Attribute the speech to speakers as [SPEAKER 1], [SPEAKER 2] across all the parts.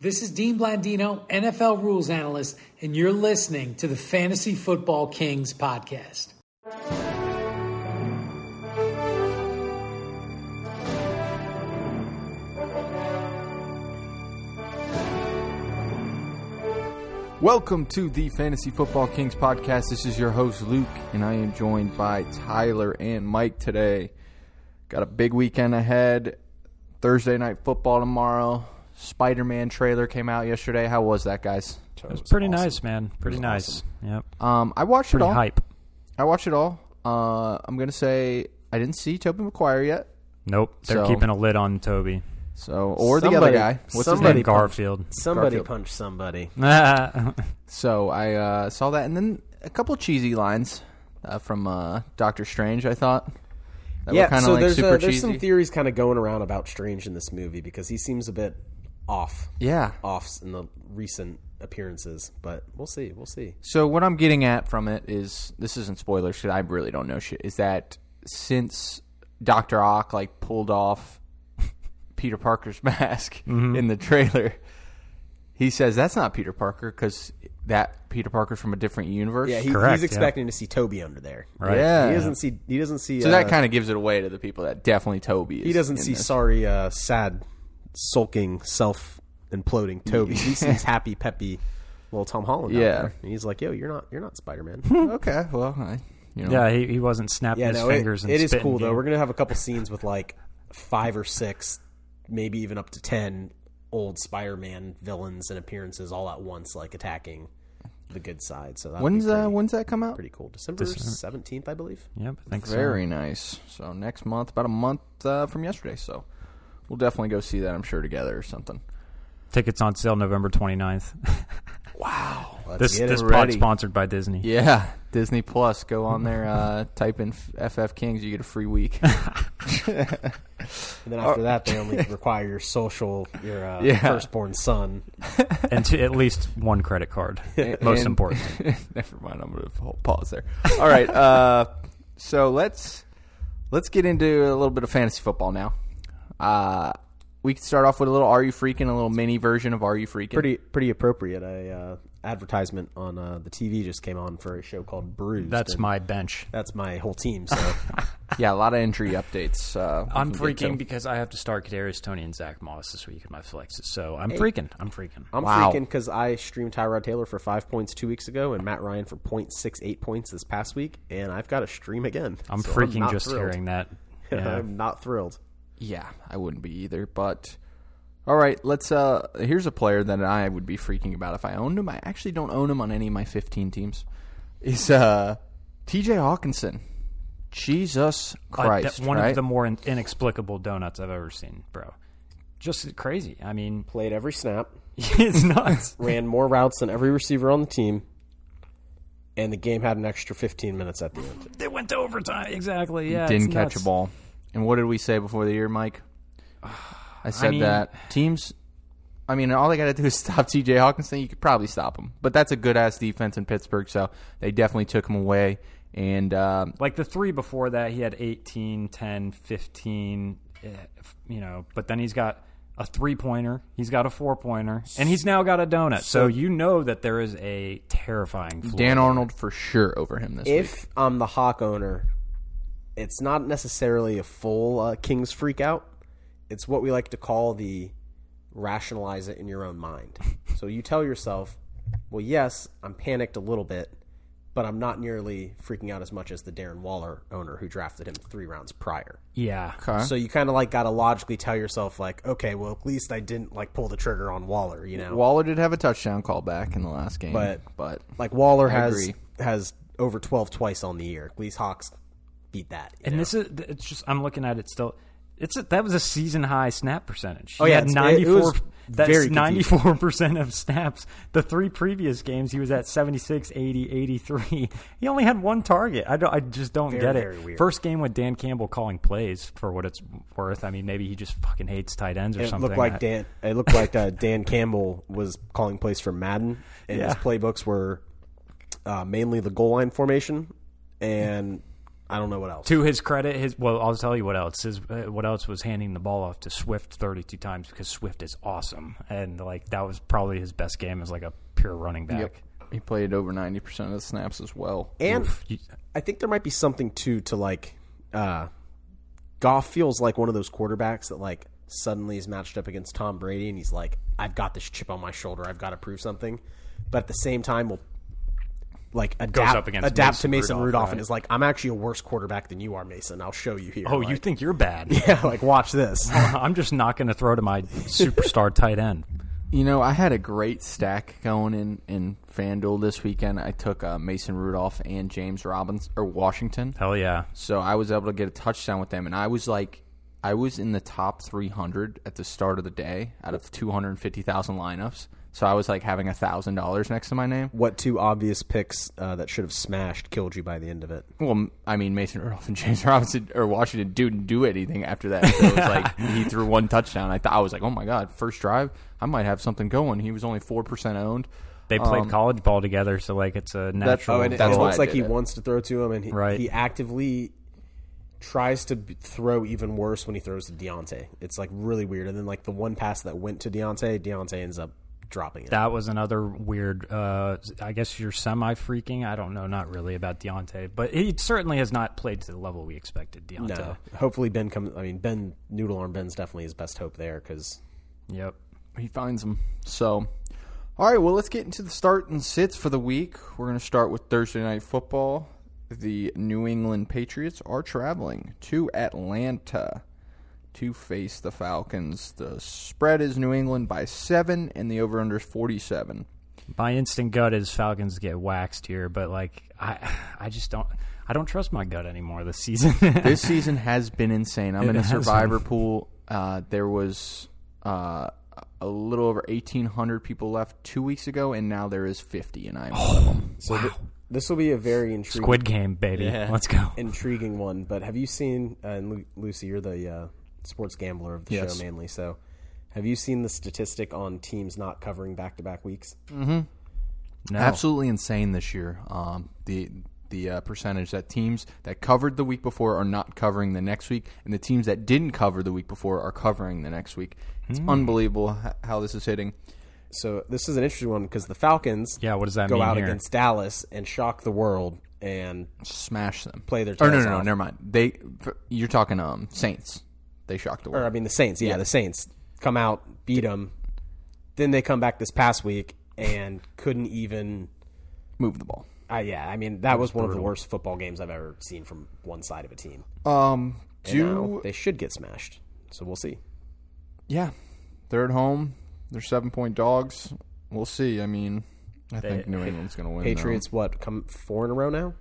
[SPEAKER 1] This is Dean Blandino, NFL rules analyst, and you're listening to the Fantasy Football Kings podcast.
[SPEAKER 2] Welcome to the Fantasy Football Kings podcast. This is your host, Luke, and I am joined by Tyler and Mike today. Got a big weekend ahead. Thursday night football tomorrow. Spider Man trailer came out yesterday. How was that, guys?
[SPEAKER 3] It was pretty nice, man. Pretty nice. Yep.
[SPEAKER 2] Um, I watched
[SPEAKER 3] Pretty
[SPEAKER 2] it all.
[SPEAKER 3] hype.
[SPEAKER 2] I watched it all. Uh, I'm going to say I didn't see Toby McGuire yet.
[SPEAKER 3] Nope. They're
[SPEAKER 2] So-
[SPEAKER 3] keeping a lid on Toby.
[SPEAKER 2] So, or the other
[SPEAKER 4] Somebody-
[SPEAKER 2] guy. What's his
[SPEAKER 4] somebody-
[SPEAKER 2] name?
[SPEAKER 3] And Garfield.
[SPEAKER 4] Somebody
[SPEAKER 2] Garfield.
[SPEAKER 4] punched somebody.
[SPEAKER 2] So I uh, saw that, and then a couple cheesy lines uh, from uh, Doctor Strange. I thought that were
[SPEAKER 4] yeah,
[SPEAKER 2] kind of
[SPEAKER 4] so
[SPEAKER 2] like
[SPEAKER 4] there's,
[SPEAKER 2] super
[SPEAKER 4] uh, there's
[SPEAKER 2] cheesy.
[SPEAKER 4] some theories kind of going around about Strange in this movie because he seems a bit off,
[SPEAKER 2] yeah.
[SPEAKER 4] off in the recent appearances. But we'll see, we'll see.
[SPEAKER 2] So what I'm getting at from it is this isn't spoilers because I really don't know shit. Is that since Doctor Ock like pulled off Peter Parker's mask
[SPEAKER 4] Mm-hmm.
[SPEAKER 2] in the trailer, he says that's not Peter Parker because that Peter Parker's from a different universe.
[SPEAKER 4] Yeah, he,
[SPEAKER 3] Correct,
[SPEAKER 4] he's
[SPEAKER 3] yeah.
[SPEAKER 4] expecting to see Toby under there.
[SPEAKER 3] Right.
[SPEAKER 2] Yeah.
[SPEAKER 4] He doesn't see. He doesn't see.
[SPEAKER 2] so
[SPEAKER 4] uh,
[SPEAKER 2] that kind of gives it away to the people that definitely Toby is.
[SPEAKER 4] He doesn't
[SPEAKER 2] in
[SPEAKER 4] see
[SPEAKER 2] this.
[SPEAKER 4] sorry, uh, sad, sulking, self imploding Toby. he sees happy, peppy little Tom Holland. out
[SPEAKER 2] Yeah.
[SPEAKER 4] there. and he's like, "Yo, you're not, you're not Spider Man."
[SPEAKER 2] Okay, well, I, you know,
[SPEAKER 3] yeah, he, he wasn't snapping
[SPEAKER 4] Yeah,
[SPEAKER 3] his
[SPEAKER 4] no, it-
[SPEAKER 3] fingers and
[SPEAKER 4] it is
[SPEAKER 3] spitting
[SPEAKER 4] cool though.
[SPEAKER 3] game.
[SPEAKER 4] We're gonna have a couple scenes with like five or six, maybe even up to ten old Spider-Man villains and appearances all at once, like attacking the good side. So that's
[SPEAKER 2] When's
[SPEAKER 4] pretty,
[SPEAKER 2] uh, when's that come out?
[SPEAKER 4] pretty cool. December seventeenth, I believe.
[SPEAKER 3] Yep, I think so.
[SPEAKER 2] Very nice. So next month, about a month uh, from yesterday. So we'll definitely go see that. I'm sure together or something.
[SPEAKER 3] Tickets on sale November 29th.
[SPEAKER 4] Let's
[SPEAKER 3] this
[SPEAKER 4] get
[SPEAKER 3] this
[SPEAKER 4] it.
[SPEAKER 3] pod
[SPEAKER 2] ready.
[SPEAKER 3] sponsored by Disney.
[SPEAKER 2] Yeah, Disney Plus. Go on there, uh, type in FF Kings. You get a free week.
[SPEAKER 4] And then after that, they only require your social, your uh,
[SPEAKER 2] Yeah.
[SPEAKER 4] firstborn son.
[SPEAKER 3] And to at least one credit card. Most
[SPEAKER 2] And-
[SPEAKER 3] important.
[SPEAKER 2] Never mind. I'm gonna pa- pause there. All right. Uh, so let's let's get into a little bit of fantasy football now. Uh, we can start off with a little "Are You Freaking?" a little mini version of "Are You Freaking?"
[SPEAKER 4] Pretty, pretty appropriate. A uh, advertisement on uh, the TV just came on for a show called Bruised.
[SPEAKER 3] That's
[SPEAKER 4] and
[SPEAKER 3] my bench.
[SPEAKER 4] That's my whole team. So
[SPEAKER 2] Yeah, a lot of injury updates. Uh, we
[SPEAKER 3] I'm
[SPEAKER 2] can get to.
[SPEAKER 3] freaking because I have to start Kadarius Tony and Zach Moss this week in my flexes. So I'm freaking. I'm freaking.
[SPEAKER 4] I'm
[SPEAKER 2] Wow.
[SPEAKER 4] freaking because I streamed Tyrod Taylor for five points two weeks ago and Matt Ryan for 0.68 points this past week, and I've got to stream again.
[SPEAKER 3] I'm
[SPEAKER 4] So
[SPEAKER 3] freaking
[SPEAKER 4] not
[SPEAKER 3] just
[SPEAKER 4] thrilled.
[SPEAKER 3] hearing that. Yeah.
[SPEAKER 4] I'm not thrilled.
[SPEAKER 2] Yeah, I wouldn't be either, but all right, let's uh here's a player that I would be freaking about if I owned him. I actually don't own him on any of my 15 teams. Is uh TJ Hawkinson. Jesus
[SPEAKER 3] Uh, that-
[SPEAKER 2] Christ,
[SPEAKER 3] one
[SPEAKER 2] right?
[SPEAKER 3] of the more in- inexplicable donuts I've ever seen, bro. Just crazy. I mean,
[SPEAKER 4] Played every snap,
[SPEAKER 3] it's nuts.
[SPEAKER 4] ran more routes than every receiver on the team, and the game had an extra 15 minutes at the end.
[SPEAKER 3] They went to overtime. Exactly. Yeah.
[SPEAKER 2] didn't
[SPEAKER 3] it's
[SPEAKER 2] catch a
[SPEAKER 3] nuts.
[SPEAKER 2] ball. And what did we say before the year, Mike? I said
[SPEAKER 3] mean-
[SPEAKER 2] that teams I mean, all they got to do is stop TJ Hawkinson. You could probably stop him. But that's a good ass defense in Pittsburgh, so they definitely took him away. And um,
[SPEAKER 3] Like the three before that, he had 18, 10, 15, eh, f- you know, but then he's got a three pointer, he's got a four pointer, and he's now got a donut. So, you know that there is a terrifying floor.
[SPEAKER 2] Dan Arnold for sure over him this week.
[SPEAKER 4] If I'm the Hawk owner, it's not necessarily a full uh, Kings freak out. It's what we like to call the rationalize it in your own mind. so you tell yourself, well, yes, I'm panicked a little bit, but I'm not nearly freaking out as much as the Darren Waller owner who drafted him three rounds prior.
[SPEAKER 3] yeah.
[SPEAKER 4] So you kind of like got to logically tell yourself, like, okay, well, at least I didn't like pull the trigger on Waller, you know?
[SPEAKER 2] Waller did have a touchdown call back in the last game, but
[SPEAKER 4] But-
[SPEAKER 2] but
[SPEAKER 4] like Waller has
[SPEAKER 2] agree.
[SPEAKER 4] has over 12 twice on the year. At least Hawks beat that. you
[SPEAKER 3] And this is, th- it's just, I'm looking at it still. It's a, that was a season high snap percentage.
[SPEAKER 4] Oh,
[SPEAKER 3] He
[SPEAKER 4] yeah,
[SPEAKER 3] had
[SPEAKER 4] it's- it- it
[SPEAKER 3] 94.
[SPEAKER 4] was
[SPEAKER 3] that's
[SPEAKER 4] very confusing.
[SPEAKER 3] 94 percent of snaps. The three previous games, he was at 76, 80, 83. He only had one target. I don't. I just don't get it.
[SPEAKER 4] very weird.
[SPEAKER 3] First game with Dan Campbell calling plays for what it's worth. I mean, maybe he just fucking hates tight ends or
[SPEAKER 4] It
[SPEAKER 3] something.
[SPEAKER 4] looked like
[SPEAKER 3] I-
[SPEAKER 4] Dan. It looked like uh, Dan Campbell was calling plays for Madden, and his
[SPEAKER 3] Yeah.
[SPEAKER 4] playbooks were uh, mainly the goal line formation and I don't know what else.
[SPEAKER 3] To his credit, his well, I'll tell you what else. His uh, what else was handing the ball off to Swift 32 times because Swift is awesome, and like that was probably his best game as like a pure running back.
[SPEAKER 2] He played over ninety percent of the snaps as well.
[SPEAKER 4] And
[SPEAKER 3] You-
[SPEAKER 4] I think there might be something too to like uh Goff feels like one of those quarterbacks that like suddenly is matched up against Tom Brady and he's like, I've got this chip on my shoulder, I've got to prove something. But at the same time will like adapt,
[SPEAKER 3] up against
[SPEAKER 4] adapt
[SPEAKER 3] Mason
[SPEAKER 4] to Mason
[SPEAKER 3] Rudolph,
[SPEAKER 4] Rudolph,
[SPEAKER 3] right.
[SPEAKER 4] and is like, I'm actually a worse quarterback than you are, Mason. I'll show you here.
[SPEAKER 3] Oh,
[SPEAKER 4] like,
[SPEAKER 3] you think you're bad?
[SPEAKER 4] Yeah, like watch this.
[SPEAKER 3] I'm just not going to throw to my superstar tight end.
[SPEAKER 2] You know, I had a great stack going in in FanDuel this weekend. I took uh, Mason Rudolph and James Robbins or Washington,
[SPEAKER 3] Hell yeah!
[SPEAKER 2] so I was able to get a touchdown with them, and I was like, I was in the top three hundred at the start of the day out of two hundred fifty thousand lineups. So I was like having a thousand dollars next to my name.
[SPEAKER 4] what two obvious picks uh, that should have smashed killed you by the end of it?
[SPEAKER 2] Well, m- I mean, Mason Rudolph and James Robinson or Washington didn't do anything after that. So it was like he threw one touchdown. I thought I was like, oh my god, first drive, I might have something going. He was only four percent owned.
[SPEAKER 3] They played college ball together, so like it's a natural.
[SPEAKER 2] oh, and it-
[SPEAKER 4] That
[SPEAKER 2] That's why
[SPEAKER 4] looks
[SPEAKER 2] I
[SPEAKER 4] like
[SPEAKER 2] did
[SPEAKER 4] he
[SPEAKER 2] it.
[SPEAKER 4] wants to throw to him, and he,
[SPEAKER 3] Right.
[SPEAKER 4] he actively tries to b- throw even worse when he throws to Deontay. It's like really weird. And then like the one pass that went to Deontay, Deontay ends up dropping it.
[SPEAKER 3] that was another weird. Uh, I guess you're semi freaking. I don't know, not really about Deontay, but he certainly has not played to the level we expected. Deontay.
[SPEAKER 4] no, hopefully Ben comes. I mean Ben Noodle Arm Ben's definitely his best hope there because
[SPEAKER 3] Yep.
[SPEAKER 2] He finds them. So, all right. Well, let's get into the start and sits for the week. We're going to start with Thursday night football. The New England Patriots are traveling to Atlanta to face the Falcons. The spread is New England by seven, and the over/under is forty-seven.
[SPEAKER 3] My instant gut is Falcons get waxed here, but like I, I just don't. I don't trust my gut anymore this season.
[SPEAKER 2] this season has been insane. I'm in a
[SPEAKER 3] has been.
[SPEAKER 2] survivor pool. Uh, there was uh, a little over 1,800 people left two weeks ago, and now there is 50, and I'm one of them.
[SPEAKER 4] so th- this will be a very intriguing.
[SPEAKER 3] Squid Game, baby. Let's go.
[SPEAKER 4] intriguing one. But have you seen? Uh, and Lu- Lucy, you're the uh, sports gambler of the
[SPEAKER 2] Yes.
[SPEAKER 4] show mainly. So, have you seen the statistic on teams not covering back-to-back weeks?
[SPEAKER 3] No.
[SPEAKER 2] Absolutely insane this year. Um, the the uh, percentage that teams that covered the week before are not covering the next week, and the teams that didn't cover the week before are covering the next week. It's unbelievable h- how this is hitting.
[SPEAKER 4] So this is an interesting one because the Falcons,
[SPEAKER 3] Yeah, what does that
[SPEAKER 4] go
[SPEAKER 3] mean
[SPEAKER 4] out
[SPEAKER 3] here?
[SPEAKER 4] against Dallas and shock the world and
[SPEAKER 2] Smash them.
[SPEAKER 4] Play their
[SPEAKER 2] Oh no,
[SPEAKER 4] tails
[SPEAKER 2] no, no,
[SPEAKER 4] off.
[SPEAKER 2] never mind. They f- you're talking um Saints. They shocked the world.
[SPEAKER 4] or I mean the Saints. Yeah, the Saints come out beat them. Then they come back this past week and couldn't even.
[SPEAKER 2] Move the ball.
[SPEAKER 4] Uh, yeah, I mean that was one of the worst football games I've ever seen from one side of a team.
[SPEAKER 2] Um,
[SPEAKER 4] And
[SPEAKER 2] do
[SPEAKER 4] now they should get smashed. So we'll see.
[SPEAKER 2] Yeah. They're at home. They're seven point dogs. We'll see. I mean, I think New England's going to win. though.
[SPEAKER 4] Patriots, what come four in a row now?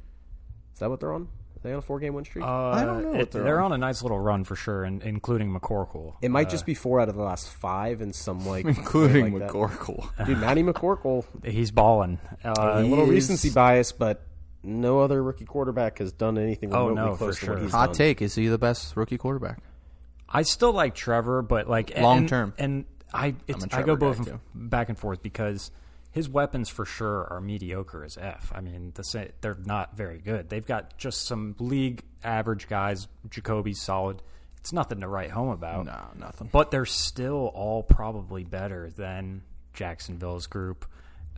[SPEAKER 4] Is that what they're on? Are they on a four game win streak?
[SPEAKER 3] Uh,
[SPEAKER 2] I don't know what
[SPEAKER 3] it-
[SPEAKER 2] they're
[SPEAKER 3] they're on a nice little run for sure, and including McCorkle.
[SPEAKER 4] it might just be four out of the last five in some like
[SPEAKER 2] including
[SPEAKER 4] way like that.
[SPEAKER 2] McCorkle.
[SPEAKER 4] Dude, Matty McCorkle,
[SPEAKER 3] He's balling. Uh,
[SPEAKER 4] a little
[SPEAKER 2] He is-
[SPEAKER 4] recency bias, but no other rookie quarterback has done anything
[SPEAKER 3] Oh,
[SPEAKER 4] remotely
[SPEAKER 3] no,
[SPEAKER 4] close
[SPEAKER 3] for
[SPEAKER 4] to what
[SPEAKER 3] sure.
[SPEAKER 4] he's
[SPEAKER 2] Hot
[SPEAKER 4] done.
[SPEAKER 2] take: Is he the best rookie quarterback?
[SPEAKER 3] I still like Trevor, but like and-
[SPEAKER 2] Long term.
[SPEAKER 3] and I it's, I
[SPEAKER 2] Trevor
[SPEAKER 3] go both
[SPEAKER 2] guy, too.
[SPEAKER 3] and- back and forth because his weapons for sure are mediocre as f. I mean, the, sa- they're not very good. They've got just some league average guys. Jacoby's solid. It's nothing to write home about.
[SPEAKER 2] No, Uh, nothing.
[SPEAKER 3] But they're still all probably better than Jacksonville's group,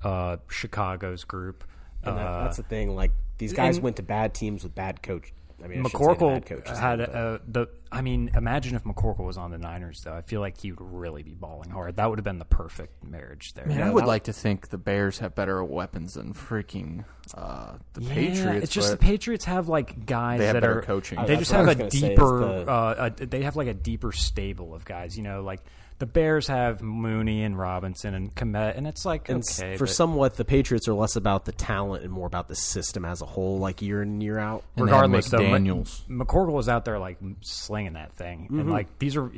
[SPEAKER 3] uh, Chicago's group. uh,
[SPEAKER 4] And that- that's the thing. Like these guys went to bad teams with bad coach. I mean, I shouldn't say bad
[SPEAKER 3] McCorkle
[SPEAKER 4] coaches.
[SPEAKER 3] had uh, the. I mean, imagine if McCorkle was on the Niners, though. I feel like he would really be balling hard. That would have been the perfect marriage there.
[SPEAKER 2] Man,
[SPEAKER 4] Yeah,
[SPEAKER 2] I would
[SPEAKER 4] that-
[SPEAKER 2] like to think the Bears have better weapons than freaking uh, the
[SPEAKER 3] Yeah,
[SPEAKER 2] Patriots.
[SPEAKER 3] it's just the
[SPEAKER 2] but
[SPEAKER 3] Patriots have like guys
[SPEAKER 2] They have
[SPEAKER 3] that
[SPEAKER 2] better
[SPEAKER 3] are
[SPEAKER 2] coaching.
[SPEAKER 3] They
[SPEAKER 4] That's
[SPEAKER 3] just
[SPEAKER 4] what I
[SPEAKER 3] have
[SPEAKER 4] was
[SPEAKER 3] a
[SPEAKER 4] gonna say, is
[SPEAKER 3] deeper.
[SPEAKER 4] the-
[SPEAKER 3] uh, a, they have like a deeper stable of guys. You know, like the Bears have Mooney and Robinson and Komet, and it's like
[SPEAKER 4] And s-
[SPEAKER 3] okay,
[SPEAKER 4] for
[SPEAKER 3] but
[SPEAKER 4] somewhat, the Patriots are less about the talent and more about the system as a whole. Like year in and year out,
[SPEAKER 2] And they have
[SPEAKER 3] regardless though, Ma-
[SPEAKER 2] McDaniels.
[SPEAKER 3] McCorkle was out there like slinging that thing,
[SPEAKER 4] Mm-hmm.
[SPEAKER 3] and like these are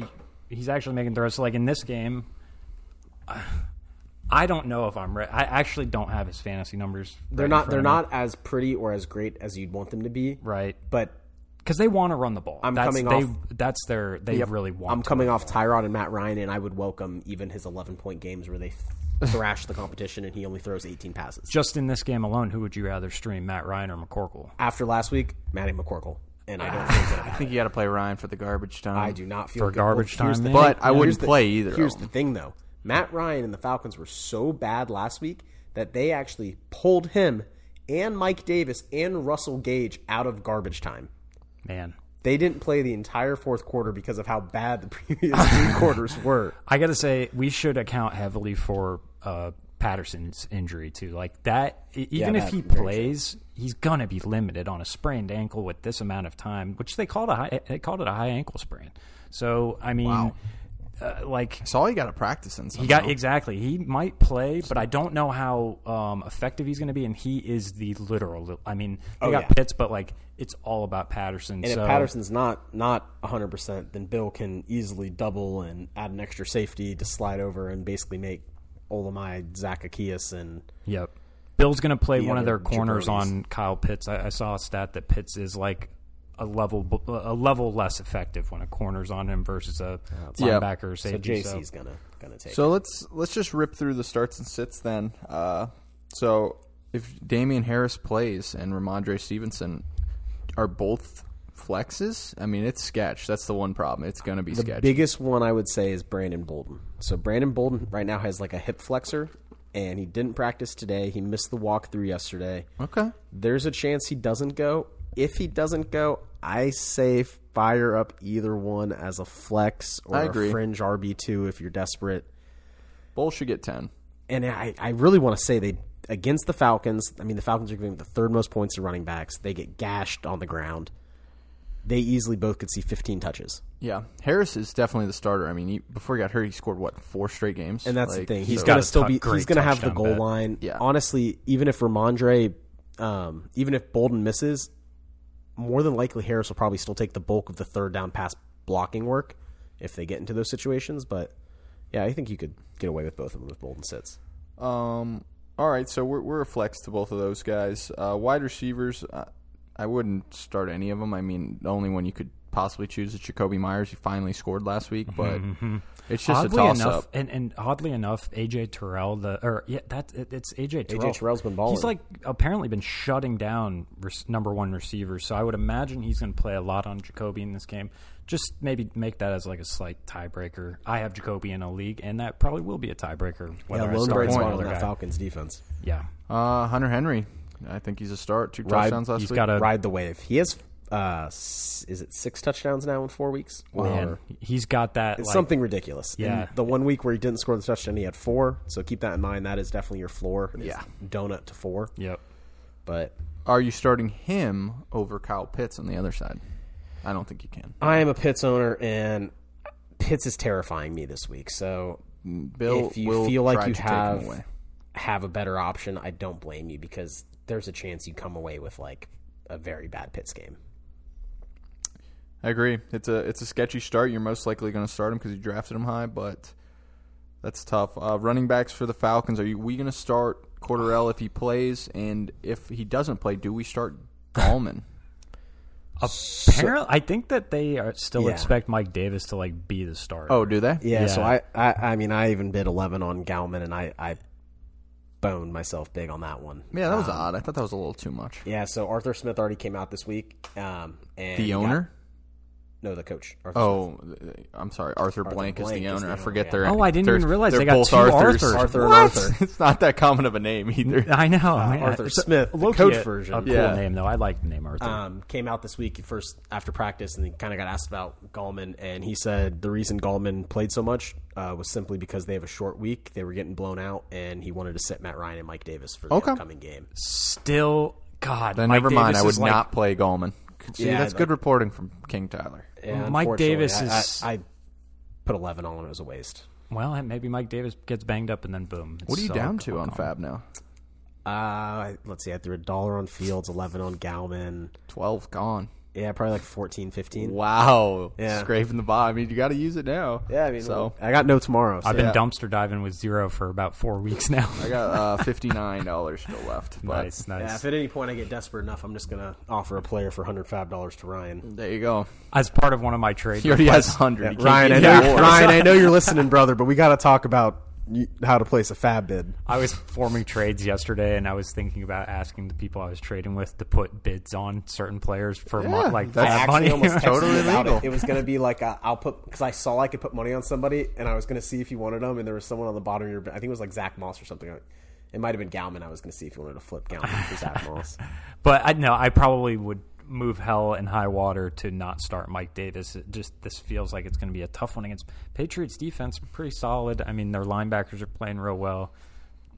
[SPEAKER 3] he's actually making throws. So like in this game, I don't know if I'm. Re- I actually don't have his fantasy numbers. right
[SPEAKER 4] they're
[SPEAKER 3] in
[SPEAKER 4] not.
[SPEAKER 3] front
[SPEAKER 4] They're
[SPEAKER 3] of me.
[SPEAKER 4] not as pretty or as great as you'd want them to be.
[SPEAKER 3] right
[SPEAKER 4] But
[SPEAKER 3] because they want to run the ball.
[SPEAKER 4] I'm
[SPEAKER 3] that's,
[SPEAKER 4] coming
[SPEAKER 3] they,
[SPEAKER 4] off-
[SPEAKER 3] That's their. They really want.
[SPEAKER 4] I'm
[SPEAKER 3] to.
[SPEAKER 4] coming off Tyrod and Matt Ryan, and I would welcome even his 11 point games where they thrash the competition and he only throws 18 passes.
[SPEAKER 3] just in this game alone, who would you rather stream, Matt Ryan or McCorkle?
[SPEAKER 4] After last week, Matty McCorkle. and I don't feel good
[SPEAKER 2] I
[SPEAKER 4] about it.
[SPEAKER 2] think you got to play Ryan for the garbage time.
[SPEAKER 4] I do not feel
[SPEAKER 3] For
[SPEAKER 4] good. Well,
[SPEAKER 3] garbage time,
[SPEAKER 4] here's the
[SPEAKER 3] maybe?
[SPEAKER 4] thing-
[SPEAKER 2] But I
[SPEAKER 4] here's
[SPEAKER 2] wouldn't
[SPEAKER 4] the-
[SPEAKER 2] play either of
[SPEAKER 4] Here's
[SPEAKER 2] them.
[SPEAKER 4] the thing, though: Matt Ryan and the Falcons were so bad last week that they actually pulled him and Mike Davis and Russell Gage out of garbage time.
[SPEAKER 3] Man,
[SPEAKER 4] They didn't play the entire fourth quarter because of how bad the previous three quarters were.
[SPEAKER 3] I gotta say we should account heavily for uh, Patterson's injury too. Like that, e- even if
[SPEAKER 4] that-
[SPEAKER 3] he
[SPEAKER 4] very true.
[SPEAKER 3] plays, he's gonna be limited on a sprained ankle with this amount of time, which they called a high, they called it a high ankle sprain. So I mean, uh, like
[SPEAKER 2] That's all you got to practice in.
[SPEAKER 3] He got exactly. He might play, but I don't know how um, effective he's going to be. And he is the literal. I mean, they
[SPEAKER 4] Oh,
[SPEAKER 3] got
[SPEAKER 4] yeah.
[SPEAKER 3] Pitts, but like it's all about Patterson.
[SPEAKER 4] And
[SPEAKER 3] so
[SPEAKER 4] if Patterson's not not 100%, then Bill can easily double and add an extra safety to slide over and basically make Olamide, Zach Akias, and
[SPEAKER 3] yep. Bill's going to play one of
[SPEAKER 4] other
[SPEAKER 3] their corners
[SPEAKER 4] jabronis.
[SPEAKER 3] on Kyle Pitts. I, I saw a stat that Pitts is like a level b- a level less effective when a corner's on him versus a
[SPEAKER 2] Yeah.
[SPEAKER 3] linebacker or
[SPEAKER 4] so
[SPEAKER 3] safety. So
[SPEAKER 4] JC's gonna gonna take. it.
[SPEAKER 2] So let's let's just rip through the starts and sits then. Uh, so if Damian Harris plays and Ramondre Stevenson are both flexes, I mean it's sketch. That's the one problem. It's gonna be sketch.
[SPEAKER 4] Biggest one I would say is Brandon Bolden. So Brandon Bolden right now has like a hip flexor, and he didn't practice today. He missed the walkthrough yesterday.
[SPEAKER 2] okay.
[SPEAKER 4] There's a chance he doesn't go. If he doesn't go, I say fire up either one as a flex or
[SPEAKER 2] I
[SPEAKER 4] a
[SPEAKER 2] agree.
[SPEAKER 4] fringe RB two if you're desperate.
[SPEAKER 2] Bowl should get ten.
[SPEAKER 4] And I, I really want to say they against the Falcons. I mean, the Falcons are giving the third most points to running backs. They get gashed on the ground. They easily both could see 15 touches.
[SPEAKER 2] Yeah, Harris is definitely the starter. I mean, he, before he got hurt, he scored what four straight games,
[SPEAKER 4] And that's
[SPEAKER 2] Like,
[SPEAKER 4] the thing. He's
[SPEAKER 2] so-
[SPEAKER 3] got
[SPEAKER 4] gonna
[SPEAKER 3] a
[SPEAKER 4] still
[SPEAKER 3] tou-
[SPEAKER 4] be.
[SPEAKER 3] great
[SPEAKER 4] He's gonna have the
[SPEAKER 3] touchdown
[SPEAKER 4] goal
[SPEAKER 3] bet.
[SPEAKER 4] line.
[SPEAKER 2] Yeah.
[SPEAKER 4] Honestly, even if Ramondre, um, even if Bolden misses, more than likely Harris will probably still take the bulk of the third down pass blocking work if they get into those situations. But yeah, I think you could get away with both of them if Bolden sits.
[SPEAKER 2] Um. All right, so we're we're a flex to both of those guys. Uh, wide receivers, uh, I wouldn't start any of them. I mean, the only one you could possibly choose is Jacoby Myers. He finally scored last week, but it's just a
[SPEAKER 3] oddly
[SPEAKER 2] toss
[SPEAKER 3] enough,
[SPEAKER 2] up.
[SPEAKER 3] and and oddly enough, AJ Terrell, the or yeah, that's it, it's AJ Terrell.
[SPEAKER 4] Terrell's been balling.
[SPEAKER 3] He's like apparently been shutting down rec- number one receivers, so I would imagine he's going to play a lot on Jacoby in this game. Just maybe make that as like a slight tiebreaker. I have Jacoby in a league, and that probably will be a tiebreaker. Whether
[SPEAKER 4] Yeah,
[SPEAKER 3] I
[SPEAKER 4] lone
[SPEAKER 3] start him
[SPEAKER 4] bright
[SPEAKER 3] or
[SPEAKER 4] spot on
[SPEAKER 3] another
[SPEAKER 4] that
[SPEAKER 3] guy.
[SPEAKER 4] Falcons defense.
[SPEAKER 3] Yeah,
[SPEAKER 2] Uh, Hunter Henry, I think he's a start. Two
[SPEAKER 4] Right.
[SPEAKER 2] touchdowns last
[SPEAKER 3] he's
[SPEAKER 2] week.
[SPEAKER 3] got a
[SPEAKER 4] Ride the wave. He has. Uh, s- is it six touchdowns now in four weeks?
[SPEAKER 3] man.
[SPEAKER 4] Or-
[SPEAKER 3] He's got that.
[SPEAKER 4] It's
[SPEAKER 3] like,
[SPEAKER 4] something ridiculous. And
[SPEAKER 3] Yeah.
[SPEAKER 4] the one week where he didn't score the touchdown, he had four. So keep that in mind. That is definitely your floor. is
[SPEAKER 2] Yeah.
[SPEAKER 4] Donut to four.
[SPEAKER 3] Yep.
[SPEAKER 4] But
[SPEAKER 2] Are you starting him over Kyle Pitts on the other side? I don't think you can.
[SPEAKER 4] I am a Pitts owner, and Pitts is terrifying me this week. So
[SPEAKER 2] Bill
[SPEAKER 4] if you
[SPEAKER 2] will
[SPEAKER 4] feel
[SPEAKER 2] try
[SPEAKER 4] like you
[SPEAKER 2] to take him
[SPEAKER 4] have
[SPEAKER 2] away.
[SPEAKER 4] have a better option, I don't blame you because there's a chance you come away with like a very bad Pitts game.
[SPEAKER 2] I agree. It's a it's a sketchy start. You're most likely going to start him because you drafted him high, but that's tough. Uh, running backs for the Falcons. Are you, we going to start Corderell if he plays, and if he doesn't play, do we start Gallman?
[SPEAKER 3] Apparently, I think that they are still
[SPEAKER 4] Yeah.
[SPEAKER 3] expect Mike Davis to like be the starter.
[SPEAKER 2] oh, do they?
[SPEAKER 4] Yeah, so
[SPEAKER 3] Yeah.
[SPEAKER 4] I, I I mean I even bid eleven on Galman and I, I boned myself big on that one. Um,
[SPEAKER 2] Yeah, that was odd. I thought that was a little too much.
[SPEAKER 4] Yeah, so Arthur Smith already came out this week. Um, and he
[SPEAKER 2] The
[SPEAKER 4] got-
[SPEAKER 2] owner?
[SPEAKER 4] no, the coach. Arthur
[SPEAKER 2] Oh, th- I'm sorry. Arthur, Blank, is
[SPEAKER 4] Blank
[SPEAKER 2] the
[SPEAKER 4] is
[SPEAKER 2] owner.
[SPEAKER 4] the
[SPEAKER 2] I forget
[SPEAKER 4] owner,
[SPEAKER 2] they're.
[SPEAKER 3] yeah. Oh, I didn't
[SPEAKER 2] they're-
[SPEAKER 3] even realize
[SPEAKER 2] they're
[SPEAKER 3] they got
[SPEAKER 2] both
[SPEAKER 3] two
[SPEAKER 2] Arthurs.
[SPEAKER 3] Arthurs.
[SPEAKER 4] Arthur and
[SPEAKER 3] What?
[SPEAKER 4] Arthur.
[SPEAKER 2] it's not that common of a name either.
[SPEAKER 3] I know. man.
[SPEAKER 4] Uh, Arthur
[SPEAKER 3] It's a-
[SPEAKER 4] Smith, the
[SPEAKER 3] Loki,
[SPEAKER 4] coach
[SPEAKER 3] a-
[SPEAKER 4] version.
[SPEAKER 3] A cool
[SPEAKER 2] Yeah.
[SPEAKER 3] name though. I like the name Arthur.
[SPEAKER 4] um, came out this week first after practice and he kind of got asked about Gallman and he said the reason Gallman played so much uh, was simply because they have a short week they were getting blown out and he wanted to sit Matt Ryan and Mike Davis for the
[SPEAKER 2] Okay.
[SPEAKER 4] upcoming game
[SPEAKER 3] Still, God.
[SPEAKER 2] then
[SPEAKER 3] Mike
[SPEAKER 2] never mind. I
[SPEAKER 3] Davis
[SPEAKER 2] would
[SPEAKER 3] is like-
[SPEAKER 2] not play Gallman. See,
[SPEAKER 4] Yeah,
[SPEAKER 2] that's
[SPEAKER 4] I'd
[SPEAKER 2] good reporting from King Tyler.
[SPEAKER 4] And
[SPEAKER 3] Mike
[SPEAKER 4] unfortunately,
[SPEAKER 3] Davis
[SPEAKER 4] I,
[SPEAKER 3] is-
[SPEAKER 4] I, I put 11 on it was a waste
[SPEAKER 3] Well, maybe Mike Davis gets banged up and then boom.
[SPEAKER 2] What are you
[SPEAKER 3] It's all
[SPEAKER 2] down to on
[SPEAKER 3] gone.
[SPEAKER 2] Fab now?
[SPEAKER 4] uh, let's see I threw a dollar on Fields 11 on Gallman
[SPEAKER 2] Twelve gone.
[SPEAKER 4] yeah probably like 14 15
[SPEAKER 2] Wow.
[SPEAKER 4] Yeah.
[SPEAKER 2] Scraping the bottom. I mean, you got to use it now.
[SPEAKER 4] yeah I mean
[SPEAKER 2] so
[SPEAKER 4] I got no tomorrow so
[SPEAKER 3] I've been dumpster diving with zero for about four weeks now.
[SPEAKER 2] I got uh, $59 still left. But
[SPEAKER 3] nice,
[SPEAKER 4] uh, yeah,
[SPEAKER 3] nice.
[SPEAKER 4] if at any point I get desperate enough, I'm just gonna offer a player for 105 dollars to Ryan.
[SPEAKER 2] there you go.
[SPEAKER 3] As part of one of my trades,
[SPEAKER 2] He already has 100. He can't
[SPEAKER 4] Ryan, I
[SPEAKER 2] get
[SPEAKER 4] know,
[SPEAKER 2] more.
[SPEAKER 4] Ryan, I know you're listening, brother, but we got to talk about you, how to place a fab bid.
[SPEAKER 3] I was forming trades yesterday, and I was thinking about asking the people I was trading with to put bids on certain players for mon- like
[SPEAKER 2] that's
[SPEAKER 3] fab
[SPEAKER 4] actually
[SPEAKER 3] money.
[SPEAKER 4] almost texted
[SPEAKER 2] Totally
[SPEAKER 4] you about
[SPEAKER 2] legal.
[SPEAKER 4] It. it was going to be like i I'll put because I saw I could put money on somebody, and I was going to see if you wanted them. And there was someone on the bottom of your. I think it was like Zach Moss or something. It might have been Galman. I was going to see if you wanted to flip Galman for Zach Moss.
[SPEAKER 3] But I no, I probably would move hell and high water to not start Mike Davis. It just this feels like it's going to be a tough one against Patriots defense. Pretty solid. I mean, their linebackers are playing real well.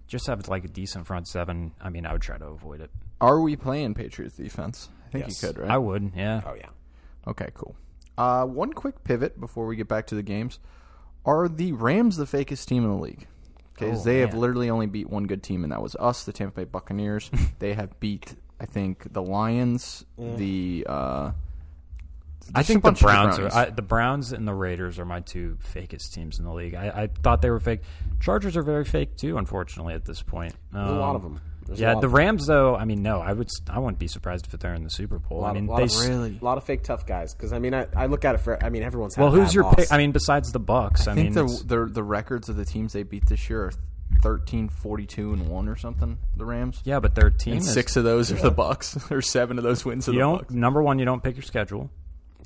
[SPEAKER 3] Just have like a decent front seven. I mean, I would try to avoid it.
[SPEAKER 2] Are we playing Patriots defense? I think
[SPEAKER 4] Yes.
[SPEAKER 2] you could, right?
[SPEAKER 3] I would, yeah.
[SPEAKER 4] Oh yeah,
[SPEAKER 2] Okay, cool. Uh, one quick pivot before we get back to the games. Are the Rams the fakest team in the league? Because
[SPEAKER 3] Oh,
[SPEAKER 2] they have
[SPEAKER 3] man.
[SPEAKER 2] literally only beat one good team, and that was us, the Tampa Bay Buccaneers. they have beat, I think, the Lions, the. Uh,
[SPEAKER 3] I
[SPEAKER 2] just a
[SPEAKER 3] think the
[SPEAKER 2] bunch of
[SPEAKER 3] Browns,
[SPEAKER 2] Brownies.
[SPEAKER 3] are, I, the Browns and the Raiders are my two fakest teams in the league. I, I thought they were fake. Chargers are very fake too, unfortunately, at this point.
[SPEAKER 4] There's a lot
[SPEAKER 3] Um,
[SPEAKER 4] of them. There's a
[SPEAKER 3] Yeah,
[SPEAKER 4] lot
[SPEAKER 3] the
[SPEAKER 4] of-
[SPEAKER 3] Rams though. I mean, no, I would. s- I wouldn't be surprised if they're in the Super Bowl.
[SPEAKER 4] A lot,
[SPEAKER 3] I mean,
[SPEAKER 4] a lot
[SPEAKER 3] they
[SPEAKER 4] of,
[SPEAKER 3] s-
[SPEAKER 2] really-
[SPEAKER 4] a lot of fake tough guys. Because I mean, I, I look at it for. I mean, everyone's had
[SPEAKER 3] Well,
[SPEAKER 4] a
[SPEAKER 3] who's
[SPEAKER 4] bad
[SPEAKER 3] your
[SPEAKER 4] loss.
[SPEAKER 3] pick? I mean, besides the Bucks, I,
[SPEAKER 2] I
[SPEAKER 3] mean,
[SPEAKER 2] think the,
[SPEAKER 3] it's-
[SPEAKER 2] the the records of the teams they beat this year are 13, 42, and one or something. The Rams.
[SPEAKER 3] yeah, but their team
[SPEAKER 2] And
[SPEAKER 3] is
[SPEAKER 2] six of those are the Bucks, or seven of those wins are
[SPEAKER 3] You
[SPEAKER 2] the
[SPEAKER 3] don't
[SPEAKER 2] Bucks.
[SPEAKER 3] number one. You don't pick your schedule.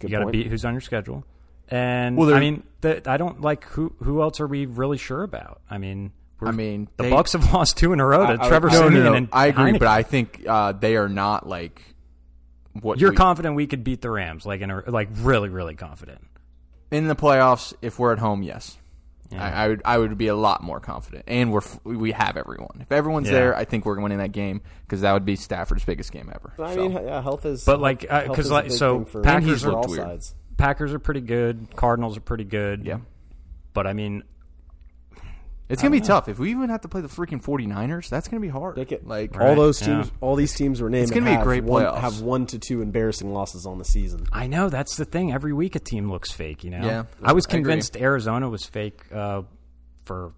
[SPEAKER 4] Good
[SPEAKER 3] you got to
[SPEAKER 4] point.
[SPEAKER 3] beat who's on your schedule. And
[SPEAKER 2] Well, there-
[SPEAKER 3] I mean, the, I don't like who. Who else are we really sure about? I mean, we're,
[SPEAKER 2] I mean,
[SPEAKER 3] the
[SPEAKER 2] they-
[SPEAKER 3] Bucks have lost two in a row to
[SPEAKER 4] I- I-
[SPEAKER 3] Trevor
[SPEAKER 4] I-
[SPEAKER 2] No,
[SPEAKER 3] Simeon.
[SPEAKER 2] no, no.
[SPEAKER 3] And
[SPEAKER 2] I agree, but
[SPEAKER 3] Heineken.
[SPEAKER 2] I think uh, they are not like what
[SPEAKER 3] you're
[SPEAKER 2] we-
[SPEAKER 3] confident we could beat the Rams, like in a, like really, really confident.
[SPEAKER 2] in the playoffs. If we're at home, yes, I, I would. I would be a lot more confident, and we're f- we have everyone. If everyone's
[SPEAKER 3] Yeah.
[SPEAKER 2] there, I think we're winning that game because that would be Stafford's biggest game ever.
[SPEAKER 4] I
[SPEAKER 2] So,
[SPEAKER 4] mean, yeah, health is.
[SPEAKER 3] But, like, uh,
[SPEAKER 4] health
[SPEAKER 3] 'cause,
[SPEAKER 4] is a
[SPEAKER 3] like,
[SPEAKER 4] big
[SPEAKER 3] so
[SPEAKER 4] thing for
[SPEAKER 3] Packers
[SPEAKER 4] Packers
[SPEAKER 2] looked
[SPEAKER 4] all
[SPEAKER 2] weird.
[SPEAKER 4] sides.
[SPEAKER 3] Packers are pretty good. Cardinals are pretty good.
[SPEAKER 2] yeah.
[SPEAKER 3] but I mean,
[SPEAKER 2] It's gonna be tough if we even have to play the freaking 49ers. That's gonna be hard.
[SPEAKER 4] Pick it.
[SPEAKER 2] Like
[SPEAKER 4] all those
[SPEAKER 3] yeah.
[SPEAKER 4] teams, all these teams were named.
[SPEAKER 2] It's gonna be a
[SPEAKER 4] have
[SPEAKER 2] great
[SPEAKER 4] one,
[SPEAKER 2] playoffs.
[SPEAKER 4] Have one to two embarrassing losses on the season.
[SPEAKER 3] I know that's the thing. Every week a team looks fake, you know.
[SPEAKER 2] Yeah,
[SPEAKER 3] I was
[SPEAKER 2] I agree.
[SPEAKER 3] convinced Arizona was fake uh, for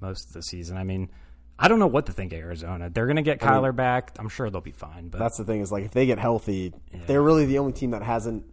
[SPEAKER 3] most of the season. I mean, I don't know what to think of Arizona. They're going to get Kyler back. I'm sure they'll be fine. But
[SPEAKER 4] That's the thing is like if they get healthy, they're really the only team that hasn't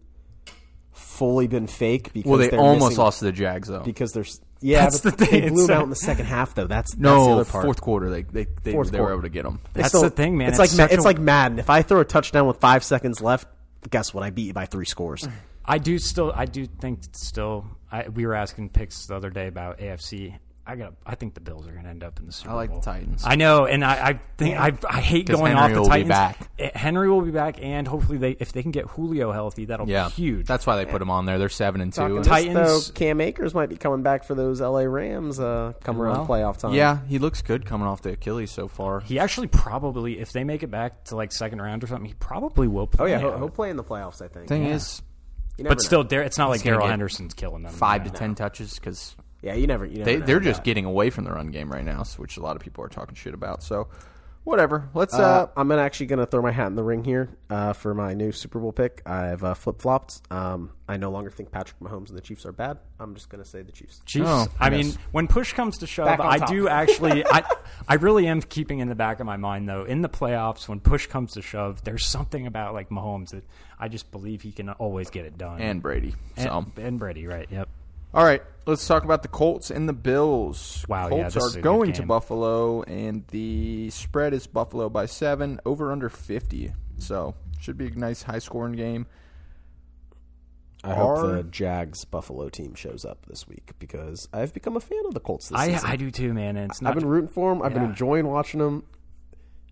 [SPEAKER 4] fully been fake because
[SPEAKER 2] well, they
[SPEAKER 4] they're
[SPEAKER 2] almost
[SPEAKER 4] missing-
[SPEAKER 2] lost to the Jags though.
[SPEAKER 4] because there's yeah,
[SPEAKER 3] That's
[SPEAKER 4] but
[SPEAKER 3] the thing,
[SPEAKER 4] they blew
[SPEAKER 3] it's so-
[SPEAKER 4] them out in the second half though. That's that's the
[SPEAKER 2] no,
[SPEAKER 4] other part.
[SPEAKER 2] fourth quarter they they, they, they
[SPEAKER 4] Fourth
[SPEAKER 2] were
[SPEAKER 4] quarter.
[SPEAKER 2] able to get them.
[SPEAKER 4] They
[SPEAKER 3] That's the thing, man. It's
[SPEAKER 4] It's, like
[SPEAKER 3] such
[SPEAKER 4] Ma- it's
[SPEAKER 3] a-
[SPEAKER 4] like Madden. If I throw a touchdown with five seconds left, guess what? I beat you by three scores.
[SPEAKER 3] I do still, I do think still. I, we were asking picks the other day about AFC. I got. I think the Bills are going to end up in the Super Bowl.
[SPEAKER 2] like the Titans.
[SPEAKER 3] I know, and I, I think I, I hate
[SPEAKER 2] 'Cause
[SPEAKER 3] going
[SPEAKER 2] Henry
[SPEAKER 3] off the
[SPEAKER 2] will be
[SPEAKER 3] Titans.
[SPEAKER 2] back.
[SPEAKER 3] Eh, Henry will be back, and hopefully they, if they can get Julio healthy, that'll
[SPEAKER 2] Yeah,
[SPEAKER 3] be huge.
[SPEAKER 2] That's why they put them on there. They're seven and two. and-
[SPEAKER 3] Talking Titans-
[SPEAKER 4] Though Cam Akers might be coming back for those LA Rams uh, come
[SPEAKER 3] Well,
[SPEAKER 4] around playoff time.
[SPEAKER 2] Yeah, he looks good coming off the Achilles so far.
[SPEAKER 3] He actually probably, if they make it back to like second round or something, he probably will
[SPEAKER 4] Oh
[SPEAKER 3] play.
[SPEAKER 4] yeah, he'll, he'll play in the playoffs. I think.
[SPEAKER 2] Thing is,
[SPEAKER 4] You never know.
[SPEAKER 3] but still, Dar- it's not like
[SPEAKER 2] gonna
[SPEAKER 3] Daryl
[SPEAKER 2] get
[SPEAKER 3] Henderson's killing them.
[SPEAKER 2] five
[SPEAKER 3] you
[SPEAKER 2] to
[SPEAKER 3] know?
[SPEAKER 2] ten touches because
[SPEAKER 4] yeah, you never. You never
[SPEAKER 2] they
[SPEAKER 4] know
[SPEAKER 2] they're
[SPEAKER 4] with
[SPEAKER 2] just
[SPEAKER 4] that.
[SPEAKER 2] getting away from the run game right now, so- which a lot of people are talking shit about. So, whatever. Let's uh,
[SPEAKER 4] Uh, I'm gonna actually gonna throw my hat in the ring here uh, for my new Super Bowl pick. I've uh, flip flopped. Um, I no longer think Patrick Mahomes and the Chiefs are bad. I'm just gonna say the Chiefs.
[SPEAKER 3] Chiefs.
[SPEAKER 2] Oh,
[SPEAKER 3] I
[SPEAKER 2] yes.
[SPEAKER 3] mean, when push comes to shove,
[SPEAKER 4] Back on
[SPEAKER 3] I
[SPEAKER 4] top.
[SPEAKER 3] do actually. I I really am keeping in the back of my mind though. In the playoffs, when push comes to shove, there's something about like Mahomes that I just believe he can always get it done.
[SPEAKER 2] and Brady. So,
[SPEAKER 3] and, and Brady, right? Yep.
[SPEAKER 2] all right, let's talk about the Colts and the Bills.
[SPEAKER 3] Wow, yeah,
[SPEAKER 2] Colts
[SPEAKER 3] this is a
[SPEAKER 2] are
[SPEAKER 3] good
[SPEAKER 2] going to
[SPEAKER 3] game.
[SPEAKER 2] Buffalo, and the spread is Buffalo by seven, over under fifty. So, should be a nice high scoring game.
[SPEAKER 4] I
[SPEAKER 2] hope
[SPEAKER 4] hope
[SPEAKER 2] Are- the
[SPEAKER 4] the Jags Buffalo team shows up this week because I've become a fan of the Colts this
[SPEAKER 3] I
[SPEAKER 4] season.
[SPEAKER 3] I do too, man. And it's
[SPEAKER 4] I've
[SPEAKER 3] not.
[SPEAKER 4] been rooting for them. I've been
[SPEAKER 3] Yeah.
[SPEAKER 4] enjoying watching them.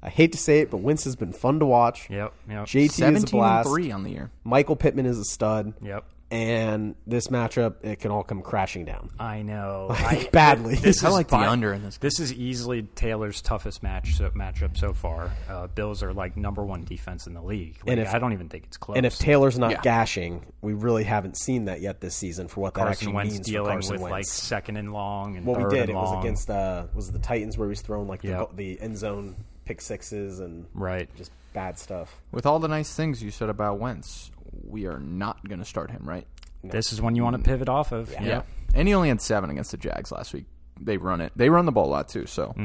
[SPEAKER 4] I hate to say it, but Wentz has been fun to watch.
[SPEAKER 3] yep. Yep.
[SPEAKER 4] JT is a
[SPEAKER 2] Seventeen and
[SPEAKER 4] blast.
[SPEAKER 2] three on the year.
[SPEAKER 4] Michael Pittman is a stud.
[SPEAKER 3] Yep.
[SPEAKER 4] And this matchup, it can all come crashing down
[SPEAKER 3] I know. I,
[SPEAKER 4] badly.
[SPEAKER 3] This
[SPEAKER 2] I
[SPEAKER 3] is
[SPEAKER 2] like the
[SPEAKER 3] by-
[SPEAKER 2] under in this game.
[SPEAKER 3] This is easily Taylor's toughest match so, matchup so far. Uh, Bills are like number one defense in the league. Like,
[SPEAKER 4] if-
[SPEAKER 3] I don't even think it's close.
[SPEAKER 4] And if Taylor's not
[SPEAKER 2] Yeah.
[SPEAKER 4] gashing, we really haven't seen that yet this season for what that
[SPEAKER 3] Carson
[SPEAKER 4] actually
[SPEAKER 3] Wentz
[SPEAKER 4] means
[SPEAKER 3] dealing
[SPEAKER 4] for Carson
[SPEAKER 3] with like
[SPEAKER 4] Wentz.
[SPEAKER 3] second and long and
[SPEAKER 4] what
[SPEAKER 3] third
[SPEAKER 4] we did,
[SPEAKER 3] and
[SPEAKER 4] it was
[SPEAKER 3] long.
[SPEAKER 4] against uh, was it the Titans where he was throwing like the,
[SPEAKER 3] Yeah.
[SPEAKER 4] go- the end zone pick sixes and
[SPEAKER 3] right.
[SPEAKER 4] just bad stuff.
[SPEAKER 2] With all the nice things you said about Wentz, we are not going to start him, right?
[SPEAKER 3] This is one you want
[SPEAKER 4] Mm-hmm.
[SPEAKER 3] to pivot off of. Yeah.
[SPEAKER 2] And he only had seven against the Jags last week.
[SPEAKER 3] Mm-hmm.
[SPEAKER 2] They run it. They run the ball a lot too, so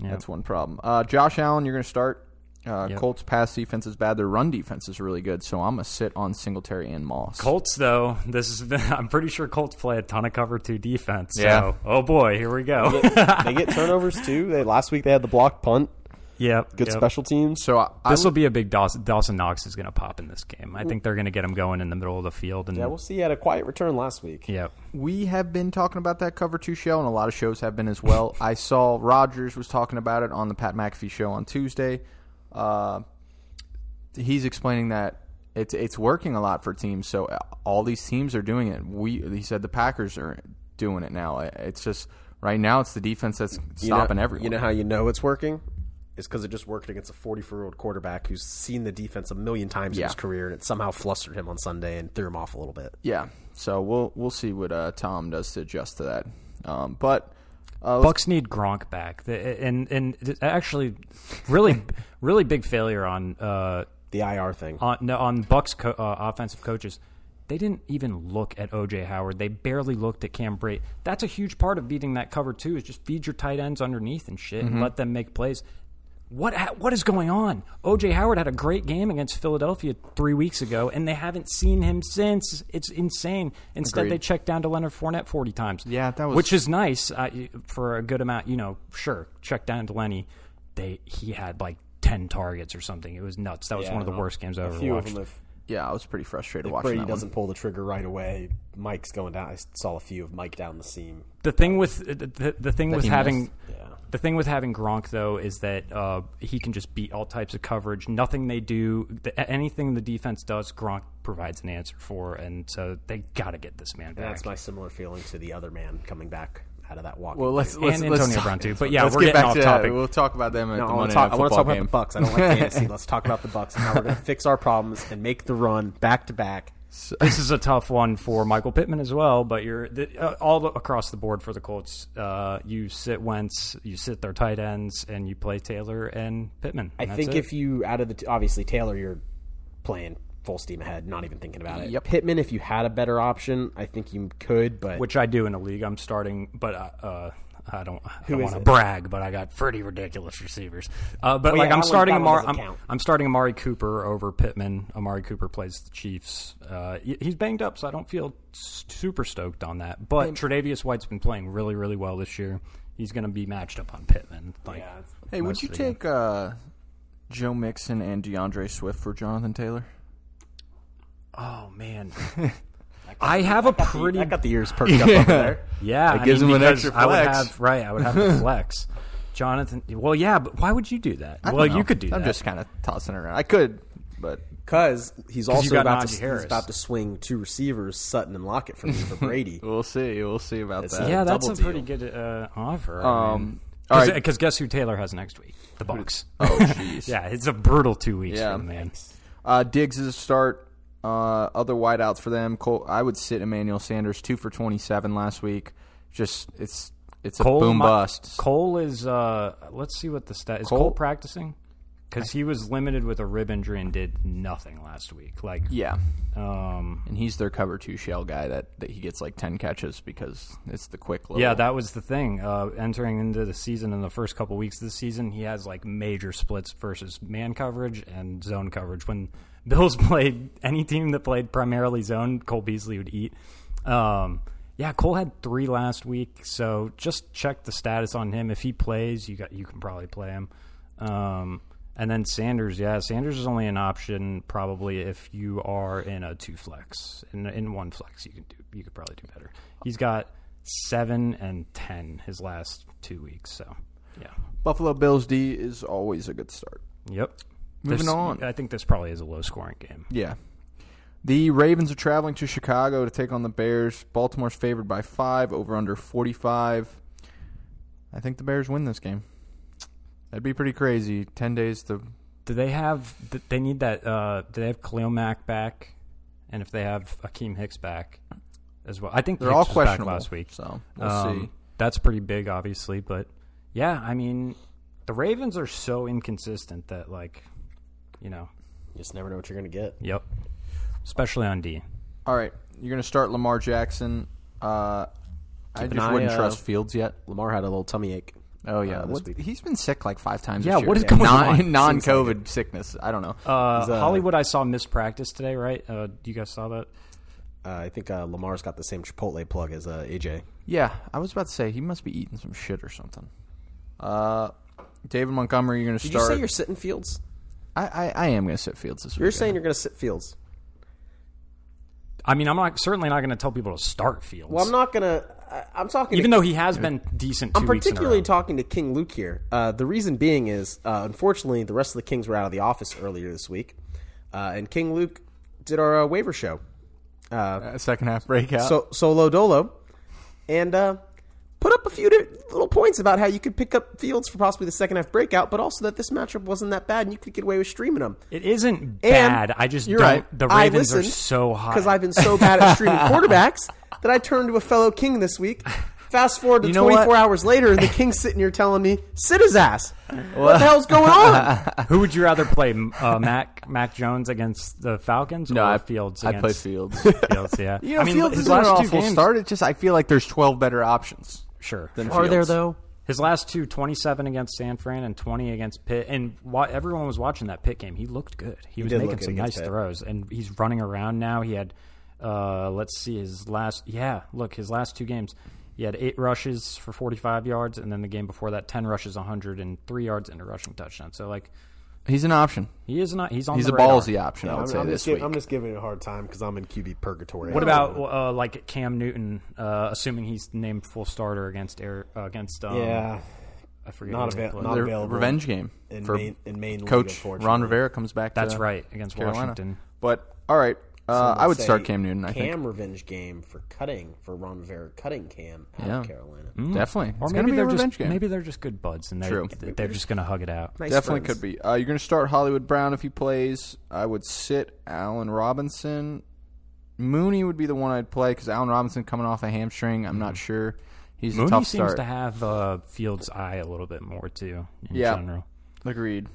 [SPEAKER 2] that's one problem. Uh, Josh Allen, you're going to start. Uh, Colts pass defense is bad. Their run defense is really good. So I'm gonna sit on Singletary and Moss.
[SPEAKER 3] Colts though, this is I'm pretty sure Colts play a ton of cover two defense. So,
[SPEAKER 2] Yeah.
[SPEAKER 3] oh boy, here we go.
[SPEAKER 4] they get turnovers too. They last week they had the blocked punt.
[SPEAKER 3] yep.
[SPEAKER 4] Good
[SPEAKER 3] yep.
[SPEAKER 4] special teams.
[SPEAKER 2] So I, I
[SPEAKER 3] This will be a big Dawson, Dawson Knox is going to pop in this game. I think they're going to get him going in the middle of the field. And
[SPEAKER 4] Yeah, we'll see. He had a quiet return last week.
[SPEAKER 3] yep.
[SPEAKER 2] we have been talking about that cover two show, and a lot of shows have been as well. I saw Rogers was talking about it on the Pat McAfee show on Tuesday. Uh, he's explaining that it's it's working a lot for teams. So all these teams are doing it. We he said the Packers are doing it now. It's just right now it's the defense that's
[SPEAKER 4] You know-
[SPEAKER 2] stopping everyone.
[SPEAKER 4] You know how you know it's working? It's because it just worked against a 44 year old quarterback who's seen the defense a million times in
[SPEAKER 2] Yeah.
[SPEAKER 4] his career, and it somehow flustered him on Sunday and threw him off a little bit.
[SPEAKER 2] yeah. So we'll we'll see what uh, Tom does to adjust to that. Um, but uh, let's
[SPEAKER 3] Bucks need Gronk back, The- and and th- actually, really, really big failure on uh
[SPEAKER 4] The IR thing.
[SPEAKER 3] on no, on Bucks co- uh, offensive coaches. They didn't even look at OJ Howard. They barely looked at Cam Bray. That's a huge part of beating that cover too. Is just feed your tight ends underneath and shit,
[SPEAKER 2] Mm-hmm.
[SPEAKER 3] and let them make plays. What ha- what is going on? OJ Howard had a great game against Philadelphia three weeks ago, and they haven't seen him since. It's insane. Instead, they checked down to Leonard Fournette forty times.
[SPEAKER 2] Yeah, that was-
[SPEAKER 3] which is nice uh, for a good amount. You know, sure, check down to Lenny. They he had like ten targets or something. It was nuts. That was
[SPEAKER 4] Yeah,
[SPEAKER 3] one of the
[SPEAKER 4] I know.
[SPEAKER 3] worst games I've
[SPEAKER 4] a
[SPEAKER 3] ever
[SPEAKER 4] few
[SPEAKER 3] watched.
[SPEAKER 4] of them, if
[SPEAKER 2] yeah, I was pretty frustrated watching
[SPEAKER 4] Brady
[SPEAKER 2] that one.
[SPEAKER 4] doesn't pull the trigger right away, Mike's going down. I saw a few of Mike down the seam.
[SPEAKER 3] the thing with the, the, the thing with
[SPEAKER 2] he
[SPEAKER 3] having
[SPEAKER 2] missed.
[SPEAKER 4] Yeah.
[SPEAKER 3] the thing with having Gronk though is that uh, he can just beat all types of coverage. Nothing they do, th- anything the defense does, Gronk provides an answer for, and so they got to get this man back.
[SPEAKER 4] That's my similar feeling to the other man coming back out of that walk.
[SPEAKER 2] Well, let's,
[SPEAKER 3] And
[SPEAKER 2] let's let's
[SPEAKER 3] Antonio
[SPEAKER 2] talk-
[SPEAKER 3] Brown, too. But yeah,
[SPEAKER 2] let's
[SPEAKER 3] we're
[SPEAKER 2] get
[SPEAKER 3] getting
[SPEAKER 2] back
[SPEAKER 3] off
[SPEAKER 2] to
[SPEAKER 3] topic.
[SPEAKER 2] That. We'll talk about them at
[SPEAKER 4] No,
[SPEAKER 2] the
[SPEAKER 4] I want
[SPEAKER 2] Monday
[SPEAKER 4] to talk.
[SPEAKER 2] Night
[SPEAKER 4] I want to
[SPEAKER 2] Football
[SPEAKER 4] talk about
[SPEAKER 2] game.
[SPEAKER 4] the Bucks. I don't like fantasy. Let's talk about the Bucks and how we're going to fix our problems and make the run back to back.
[SPEAKER 3] this is a tough one for Michael Pittman as well. But you're the, uh, all across the board for the Colts. Uh, you sit Wentz, you sit their tight ends, and you play Taylor and Pittman.
[SPEAKER 4] I think if you out of the t- obviously Taylor, you're playing full steam ahead, not even thinking about it.
[SPEAKER 2] Yep.
[SPEAKER 4] Pittman, if you had a better option, I think you could. But
[SPEAKER 3] which I do in a league. I'm starting, but uh, uh, I don't. I don't
[SPEAKER 4] is
[SPEAKER 3] want to
[SPEAKER 4] it? Oh,
[SPEAKER 3] brag, but I got pretty ridiculous receivers. Uh, but
[SPEAKER 4] yeah,
[SPEAKER 3] like
[SPEAKER 4] that
[SPEAKER 3] I'm
[SPEAKER 4] one-
[SPEAKER 3] starting
[SPEAKER 4] that one
[SPEAKER 3] Amari.
[SPEAKER 4] doesn't
[SPEAKER 3] I'm,
[SPEAKER 4] count.
[SPEAKER 3] I'm starting Amari Cooper over Pittman. Amari Cooper plays the Chiefs. Uh, y- he's banged up, so I don't feel s- super stoked on that. But Tre'Davious White's been playing really, really well this year. He's going to be matched up on Pittman. Like,
[SPEAKER 2] Hey, would you take uh, Joe Mixon and DeAndre Swift for Jonathan Taylor?
[SPEAKER 3] oh man, I have a pretty
[SPEAKER 4] I got the ears perked up over there.
[SPEAKER 3] Yeah,
[SPEAKER 2] That gives him an
[SPEAKER 3] because
[SPEAKER 2] extra
[SPEAKER 3] I would
[SPEAKER 2] flex.
[SPEAKER 3] have right. I would have the flex. Jonathan, well, yeah, but why would you do that? well,
[SPEAKER 2] No.
[SPEAKER 3] you could do
[SPEAKER 2] I'm
[SPEAKER 3] that.
[SPEAKER 2] just kind of tossing it around. I could, but
[SPEAKER 4] Because he's
[SPEAKER 3] you
[SPEAKER 4] also
[SPEAKER 3] got
[SPEAKER 4] about
[SPEAKER 3] Najee
[SPEAKER 4] to he's
[SPEAKER 3] Harris.
[SPEAKER 4] about to swing two receivers, Sutton and Lockett for me for Brady.
[SPEAKER 2] we'll see. We'll see about that.
[SPEAKER 3] yeah, that's a
[SPEAKER 4] double
[SPEAKER 3] pretty good uh, offer. Um,
[SPEAKER 2] all
[SPEAKER 3] because
[SPEAKER 2] right.
[SPEAKER 3] guess who Taylor has next week? The Bucks.
[SPEAKER 2] Oh, jeez.
[SPEAKER 3] yeah, it's a brutal two weeks
[SPEAKER 2] Yeah.
[SPEAKER 3] for the man.
[SPEAKER 2] Uh, Diggs is a start. Uh, other wideouts for them. Col- I would sit Emmanuel Sanders two for twenty seven last week. Just it's it's a
[SPEAKER 3] Cole
[SPEAKER 2] boom
[SPEAKER 3] mi-
[SPEAKER 2] bust.
[SPEAKER 3] Cole is. Uh, let's see what the stat is. Cole,
[SPEAKER 2] Cole-
[SPEAKER 3] practicing because he was limited with a rib injury and did nothing last week. Like,
[SPEAKER 2] yeah,
[SPEAKER 3] um,
[SPEAKER 2] and he's their cover two shell guy that, that he gets like ten catches because it's the quick little
[SPEAKER 3] Yeah, that was the thing. Uh, entering into the season in the first couple weeks of the season, he has like major splits versus man coverage and zone coverage. When Bills played any team that played primarily zone, Cole Beasley would eat. Um, yeah, Cole had three last week, so just check the status on him. If he plays, you got you can probably play him. Um, and then Sanders, yeah, Sanders is only an option probably if you are in a two flex. In in one flex, you can do you could probably do better. He's got seven and ten his last two weeks, so yeah,
[SPEAKER 2] Buffalo Bills D is always a good start.
[SPEAKER 3] yep.
[SPEAKER 2] Moving
[SPEAKER 3] This-
[SPEAKER 2] on.
[SPEAKER 3] I think this probably is a low scoring game.
[SPEAKER 2] Yeah. The Ravens are traveling to Chicago to take on the Bears. Baltimore's favored by five, over under 45. I think the Bears win this game. That'd be pretty crazy. 10 days to.
[SPEAKER 3] Do they have? th- They need that. Uh, do they have Khalil Mack back? And if they have Akeem Hicks back as well, I think
[SPEAKER 2] They're
[SPEAKER 3] Hicks
[SPEAKER 2] all
[SPEAKER 3] was back
[SPEAKER 2] questionable.
[SPEAKER 3] last week.
[SPEAKER 2] So we'll
[SPEAKER 3] Um,
[SPEAKER 2] see.
[SPEAKER 3] That's pretty big, obviously. But yeah, I mean, the Ravens are so inconsistent that, like, you know,
[SPEAKER 4] You just never know what you're going to get.
[SPEAKER 3] yep. Especially on D.
[SPEAKER 2] All right. You're going to start Lamar Jackson. Uh, I
[SPEAKER 4] an
[SPEAKER 2] just
[SPEAKER 4] eye,
[SPEAKER 2] wouldn't
[SPEAKER 4] uh,
[SPEAKER 2] trust Fields yet.
[SPEAKER 4] Lamar had a little tummy ache. uh,
[SPEAKER 2] Oh yeah,
[SPEAKER 4] this
[SPEAKER 2] What-
[SPEAKER 4] week.
[SPEAKER 2] he's been sick like five times.
[SPEAKER 3] Yeah,
[SPEAKER 2] this year.
[SPEAKER 3] what is going
[SPEAKER 2] non,
[SPEAKER 3] on?
[SPEAKER 2] Non-COVID sickness. I don't know.
[SPEAKER 3] Uh,
[SPEAKER 4] uh,
[SPEAKER 3] Hollywood, I saw mispractice today, right? Uh, you guys saw that?
[SPEAKER 4] Uh, I think uh, Lamar's got the same Chipotle plug as uh, AJ.
[SPEAKER 2] yeah, I was about to say he must be eating some shit or something. Uh, David Montgomery, you're going to
[SPEAKER 4] Did
[SPEAKER 2] start.
[SPEAKER 4] you say you're sitting Fields?
[SPEAKER 2] I, I, I am going to sit Fields this week.
[SPEAKER 4] You're saying you're going to sit Fields.
[SPEAKER 3] I mean, I'm not certainly not going to tell people to start Fields.
[SPEAKER 4] Well, I'm not going to. I'm talking.
[SPEAKER 3] even
[SPEAKER 4] to,
[SPEAKER 3] though he has been decent. Two
[SPEAKER 4] I'm
[SPEAKER 3] weeks in a
[SPEAKER 4] particularly
[SPEAKER 3] row.
[SPEAKER 4] talking to King Luke here. Uh, the reason being is, uh, unfortunately, the rest of the Kings were out of the office earlier this week, uh, and King Luke did our uh, waiver show.
[SPEAKER 2] Uh, second half breakout.
[SPEAKER 4] so solo dolo, and uh, put up a few di- little points about how you could pick up Fields for possibly the second half breakout, but also that this matchup wasn't that bad and you could get away with streaming them.
[SPEAKER 3] It isn't
[SPEAKER 4] And
[SPEAKER 3] bad. I just
[SPEAKER 2] you're
[SPEAKER 3] don't.
[SPEAKER 2] right.
[SPEAKER 3] The
[SPEAKER 4] I
[SPEAKER 3] Ravens are
[SPEAKER 4] listened
[SPEAKER 3] so high.
[SPEAKER 4] because I've been so bad at streaming quarterbacks that I turned to a fellow King this week. Fast forward to
[SPEAKER 2] You know
[SPEAKER 4] 24
[SPEAKER 2] what?
[SPEAKER 4] hours later, and the King's sitting here telling me, "Sit his ass." what the hell's going on?
[SPEAKER 3] Who would you rather play, m- uh, Mac Mac Jones against the Falcons
[SPEAKER 2] no,
[SPEAKER 3] or
[SPEAKER 2] I,
[SPEAKER 3] Fields?
[SPEAKER 2] I play
[SPEAKER 3] against
[SPEAKER 2] Fields.
[SPEAKER 3] Fields, yeah.
[SPEAKER 2] You know,
[SPEAKER 3] I mean,
[SPEAKER 2] Fields
[SPEAKER 3] his
[SPEAKER 2] is not an
[SPEAKER 3] last two
[SPEAKER 2] awful
[SPEAKER 3] games-
[SPEAKER 2] start. It just I feel like there's 12 better options.
[SPEAKER 3] Sure.
[SPEAKER 2] Than
[SPEAKER 4] Are there
[SPEAKER 2] Fields.
[SPEAKER 4] though?
[SPEAKER 3] His last two, 27 against San Fran and 20 against Pitt. And wa- everyone was watching that Pitt game. He looked good. He was
[SPEAKER 4] did look
[SPEAKER 3] making
[SPEAKER 4] good
[SPEAKER 3] some nice
[SPEAKER 4] against Pitt.
[SPEAKER 3] throws. And he's running around now. He had, uh, let's see, his last, yeah, look, his last two games. He had eight rushes for 45 yards. And then the game before that, 10 rushes, 103 yards, and a rushing touchdown. So, like,
[SPEAKER 2] He's an option.
[SPEAKER 3] he is not, he's on
[SPEAKER 2] He's
[SPEAKER 3] the
[SPEAKER 2] a
[SPEAKER 3] radar.
[SPEAKER 2] ballsy option. I would say this week.
[SPEAKER 4] giving it a hard time because I'm in QB purgatory.
[SPEAKER 3] What about uh, like Cam Newton? Uh, assuming he's named full starter against Air, uh, against um,
[SPEAKER 4] Oh, yeah,
[SPEAKER 3] I forget
[SPEAKER 4] Not
[SPEAKER 3] who
[SPEAKER 4] ava-
[SPEAKER 3] they play.
[SPEAKER 4] not
[SPEAKER 2] Their
[SPEAKER 4] available
[SPEAKER 2] revenge game
[SPEAKER 4] in
[SPEAKER 2] for
[SPEAKER 4] main in main league,
[SPEAKER 2] Coach
[SPEAKER 4] unfortunately.
[SPEAKER 2] Ron Rivera comes back.
[SPEAKER 3] That's
[SPEAKER 2] to
[SPEAKER 3] right against
[SPEAKER 2] Carolina.
[SPEAKER 3] Washington.
[SPEAKER 2] But all right, uh, I would
[SPEAKER 4] Say
[SPEAKER 2] start Cam Newton. I think
[SPEAKER 4] Cam revenge game for cutting for Ron Rivera cutting Cam out
[SPEAKER 2] Yeah.
[SPEAKER 4] of Carolina.
[SPEAKER 2] definitely.
[SPEAKER 3] Mm. Or
[SPEAKER 2] it's going to
[SPEAKER 3] maybe
[SPEAKER 2] be a
[SPEAKER 3] they're
[SPEAKER 2] revenge
[SPEAKER 3] just
[SPEAKER 2] game.
[SPEAKER 3] maybe they're just good buds and they
[SPEAKER 2] True.
[SPEAKER 3] they're just gonna hug it out.
[SPEAKER 4] Nice
[SPEAKER 2] Definitely
[SPEAKER 4] friends.
[SPEAKER 2] could be. Uh, you're going to start Hollywood Brown if he plays. I would sit Allen Robinson. Mooney would be the one I'd play because Allen Robinson coming off a hamstring. I'm not sure. He's
[SPEAKER 3] Mooney
[SPEAKER 2] a tough
[SPEAKER 3] seems
[SPEAKER 2] start.
[SPEAKER 3] to have uh, Fields' eye a little bit more too in
[SPEAKER 2] Yeah.
[SPEAKER 3] general.
[SPEAKER 2] Agreed.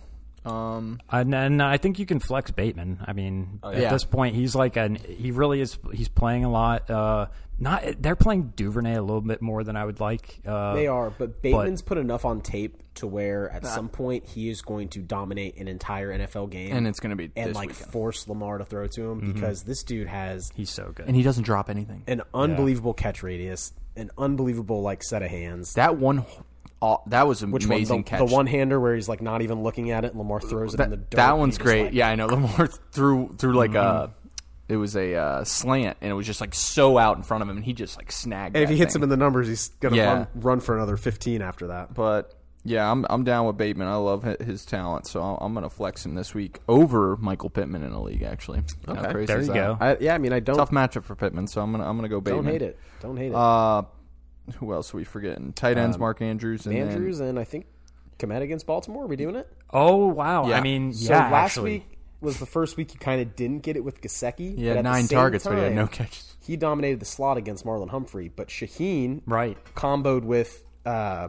[SPEAKER 2] Um,
[SPEAKER 3] And, and I think you can flex Bateman. I mean, at
[SPEAKER 2] yeah.
[SPEAKER 3] this point, he's like an he really is. He's playing a lot. Uh, not they're playing Duvernay a little bit more than I would like. Uh,
[SPEAKER 4] They are, but Bateman's put enough on tape to where at some point he is going to dominate an entire NFL game
[SPEAKER 2] and it's going to be
[SPEAKER 4] and,
[SPEAKER 2] this
[SPEAKER 4] like
[SPEAKER 2] weekend.
[SPEAKER 4] force Lamar to throw to him because this dude has
[SPEAKER 3] Mm-hmm. He's so good.
[SPEAKER 2] and he doesn't drop anything.
[SPEAKER 4] an unbelievable catch radius, an unbelievable like set of hands.
[SPEAKER 2] That one, oh, that was an
[SPEAKER 4] Which one?
[SPEAKER 2] amazing
[SPEAKER 4] The,
[SPEAKER 2] catch.
[SPEAKER 4] the one-hander where he's like not even looking at it, and Lamar throws it in the dirt.
[SPEAKER 2] that
[SPEAKER 4] and
[SPEAKER 2] one's
[SPEAKER 4] he just,
[SPEAKER 2] great.
[SPEAKER 4] like,
[SPEAKER 2] yeah, I know. Lamar threw through like a, it was a uh, slant, and it was just like so out in front of him, and he just like snagged.
[SPEAKER 4] And if he hits him in the numbers, he's gonna
[SPEAKER 2] Yeah.
[SPEAKER 4] run, run for another fifteen after that.
[SPEAKER 2] but yeah, I'm I'm down with Bateman. I love hi- his talent, so I'll- I'm gonna flex him this week over Michael Pittman in a league. Actually, How
[SPEAKER 4] Okay.
[SPEAKER 2] crazy
[SPEAKER 3] there
[SPEAKER 2] is
[SPEAKER 3] you
[SPEAKER 2] that?
[SPEAKER 3] go.
[SPEAKER 4] I, yeah, I mean, I don't
[SPEAKER 2] Tough matchup for Pittman, so I'm gonna I'm gonna go Bateman.
[SPEAKER 4] don't hate it. Don't hate it.
[SPEAKER 2] Uh, who else are we forgetting? Tight ends, Mark Um, Andrews, and then-
[SPEAKER 4] Andrews and I think Komet against Baltimore. Are we doing it?
[SPEAKER 3] oh wow!
[SPEAKER 2] Yeah.
[SPEAKER 3] I mean,
[SPEAKER 4] So
[SPEAKER 3] yeah.
[SPEAKER 4] last
[SPEAKER 3] actually.
[SPEAKER 4] week was the first week you kind of didn't get it with Gasecki.
[SPEAKER 2] He had
[SPEAKER 4] but at the
[SPEAKER 2] nine
[SPEAKER 4] same
[SPEAKER 2] targets, but he had
[SPEAKER 4] time,
[SPEAKER 2] no catches.
[SPEAKER 4] He dominated the slot against Marlon Humphrey, but Shaheen
[SPEAKER 3] Right.
[SPEAKER 4] comboed with uh,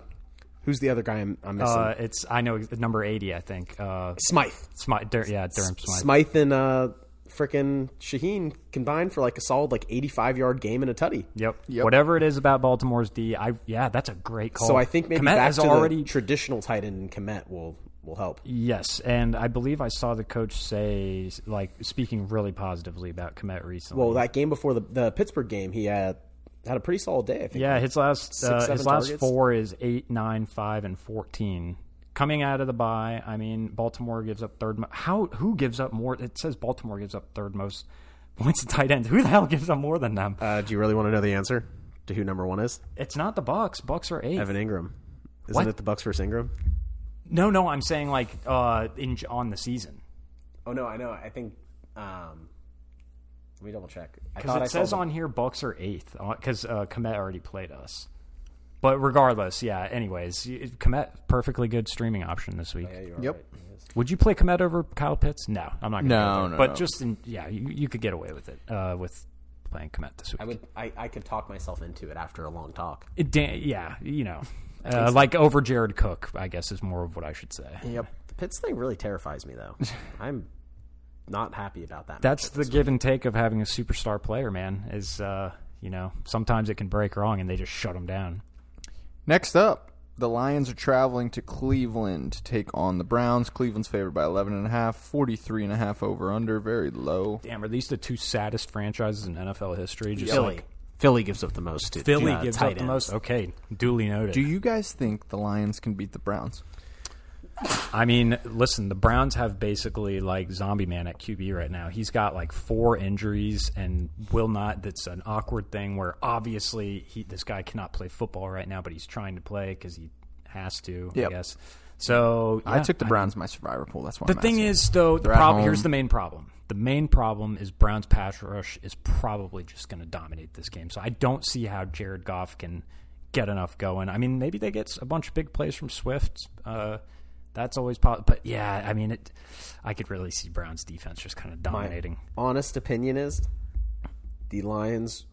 [SPEAKER 4] who's the other guy I'm, I'm missing?
[SPEAKER 3] Uh, it's I know it's number eighty. I think. Uh,
[SPEAKER 4] Smythe.
[SPEAKER 3] Smite, Dur- yeah, Durham Smite.
[SPEAKER 4] Smythe, and uh, frickin' Shaheen combined for like a solid like 85 yard game and a tutty.
[SPEAKER 3] Yep.
[SPEAKER 2] Yep.
[SPEAKER 3] Whatever it is about Baltimore's D, I yeah, that's a great call.
[SPEAKER 4] So I think maybe
[SPEAKER 3] Kmet
[SPEAKER 4] back
[SPEAKER 3] has
[SPEAKER 4] to
[SPEAKER 3] already
[SPEAKER 4] the traditional tight end in Komet will will help.
[SPEAKER 3] yes, and I believe I saw the coach say like speaking really positively about Komet recently.
[SPEAKER 4] Well, that game before the, the Pittsburgh game, he had had a pretty solid day. I think.
[SPEAKER 3] yeah, his last uh,
[SPEAKER 4] seven
[SPEAKER 3] his last
[SPEAKER 4] targets?
[SPEAKER 3] four is eight, nine, five, and fourteen. Coming out of the bye, I mean, Baltimore gives up third. Mo- how who gives up more? It says Baltimore gives up third most points to tight ends. Who the hell gives up more than them?
[SPEAKER 4] Uh, do you really want to know the answer to who number one is?
[SPEAKER 3] it's not the Bucks. Bucks are eight.
[SPEAKER 4] Evan Ingram. Isn't
[SPEAKER 3] What?
[SPEAKER 4] it the Bucks versus Ingram?
[SPEAKER 3] No, no, I'm saying like uh, in on the season.
[SPEAKER 4] Oh no, I know. I think. Um, let me double check. I
[SPEAKER 3] Because it says on here Bucks are eighth because uh, Komet already played us. But regardless, yeah. Anyways, you- Komet perfectly good streaming option this
[SPEAKER 4] Oh,
[SPEAKER 3] week.
[SPEAKER 2] Yep.
[SPEAKER 3] Would you play Komet over Kyle Pitts? No, I'm not. Gonna
[SPEAKER 2] No,
[SPEAKER 3] go there.
[SPEAKER 2] no,
[SPEAKER 3] But
[SPEAKER 2] no.
[SPEAKER 3] just in, yeah, you, you could get away with it uh, with playing Komet this week.
[SPEAKER 4] I would. I, I could talk myself into it after a long talk.
[SPEAKER 3] It da- yeah, you know, uh, like over Jared Cook, I guess is more of what I should say.
[SPEAKER 4] Yep. The Pitts thing really terrifies me, though. I'm not happy about that.
[SPEAKER 3] That's the give and take of having a superstar player, man. Is uh, you know sometimes it can break wrong and they just shut them down.
[SPEAKER 2] Next up, The Lions are traveling to Cleveland to take on the Browns. Cleveland's favored by 11.5, 43.5 over under, very low.
[SPEAKER 3] Damn, are these the two saddest franchises in NFL history? Just
[SPEAKER 5] Philly.
[SPEAKER 3] like
[SPEAKER 5] Philly gives up the most. To,
[SPEAKER 3] Philly
[SPEAKER 5] uh,
[SPEAKER 3] gives
[SPEAKER 5] tight
[SPEAKER 3] up the
[SPEAKER 5] ends.
[SPEAKER 3] most. Okay, duly noted.
[SPEAKER 2] Do you guys think the Lions can beat the Browns?
[SPEAKER 3] I mean, listen, the Browns have basically like zombie man at QB right now. He's got like four injuries and will not. That's an awkward thing where obviously he, this guy cannot play football right now, but he's trying to play because he has to,
[SPEAKER 2] Yep.
[SPEAKER 3] I guess. So
[SPEAKER 2] I
[SPEAKER 3] yeah,
[SPEAKER 2] took the Browns in my survivor pool. That's why
[SPEAKER 3] The
[SPEAKER 2] I'm
[SPEAKER 3] thing
[SPEAKER 2] asking.
[SPEAKER 3] is, though, the
[SPEAKER 2] They're at
[SPEAKER 3] problem
[SPEAKER 2] home.
[SPEAKER 3] here's the main problem. The main problem is Brown's pass rush is probably just going to dominate this game. So I don't see how Jared Goff can get enough going. I mean, maybe they get a bunch of big plays from Swift. Uh, that's always possible. But yeah, I mean, it. I could really see Brown's defense just kind of dominating.
[SPEAKER 6] honest opinion is the Lions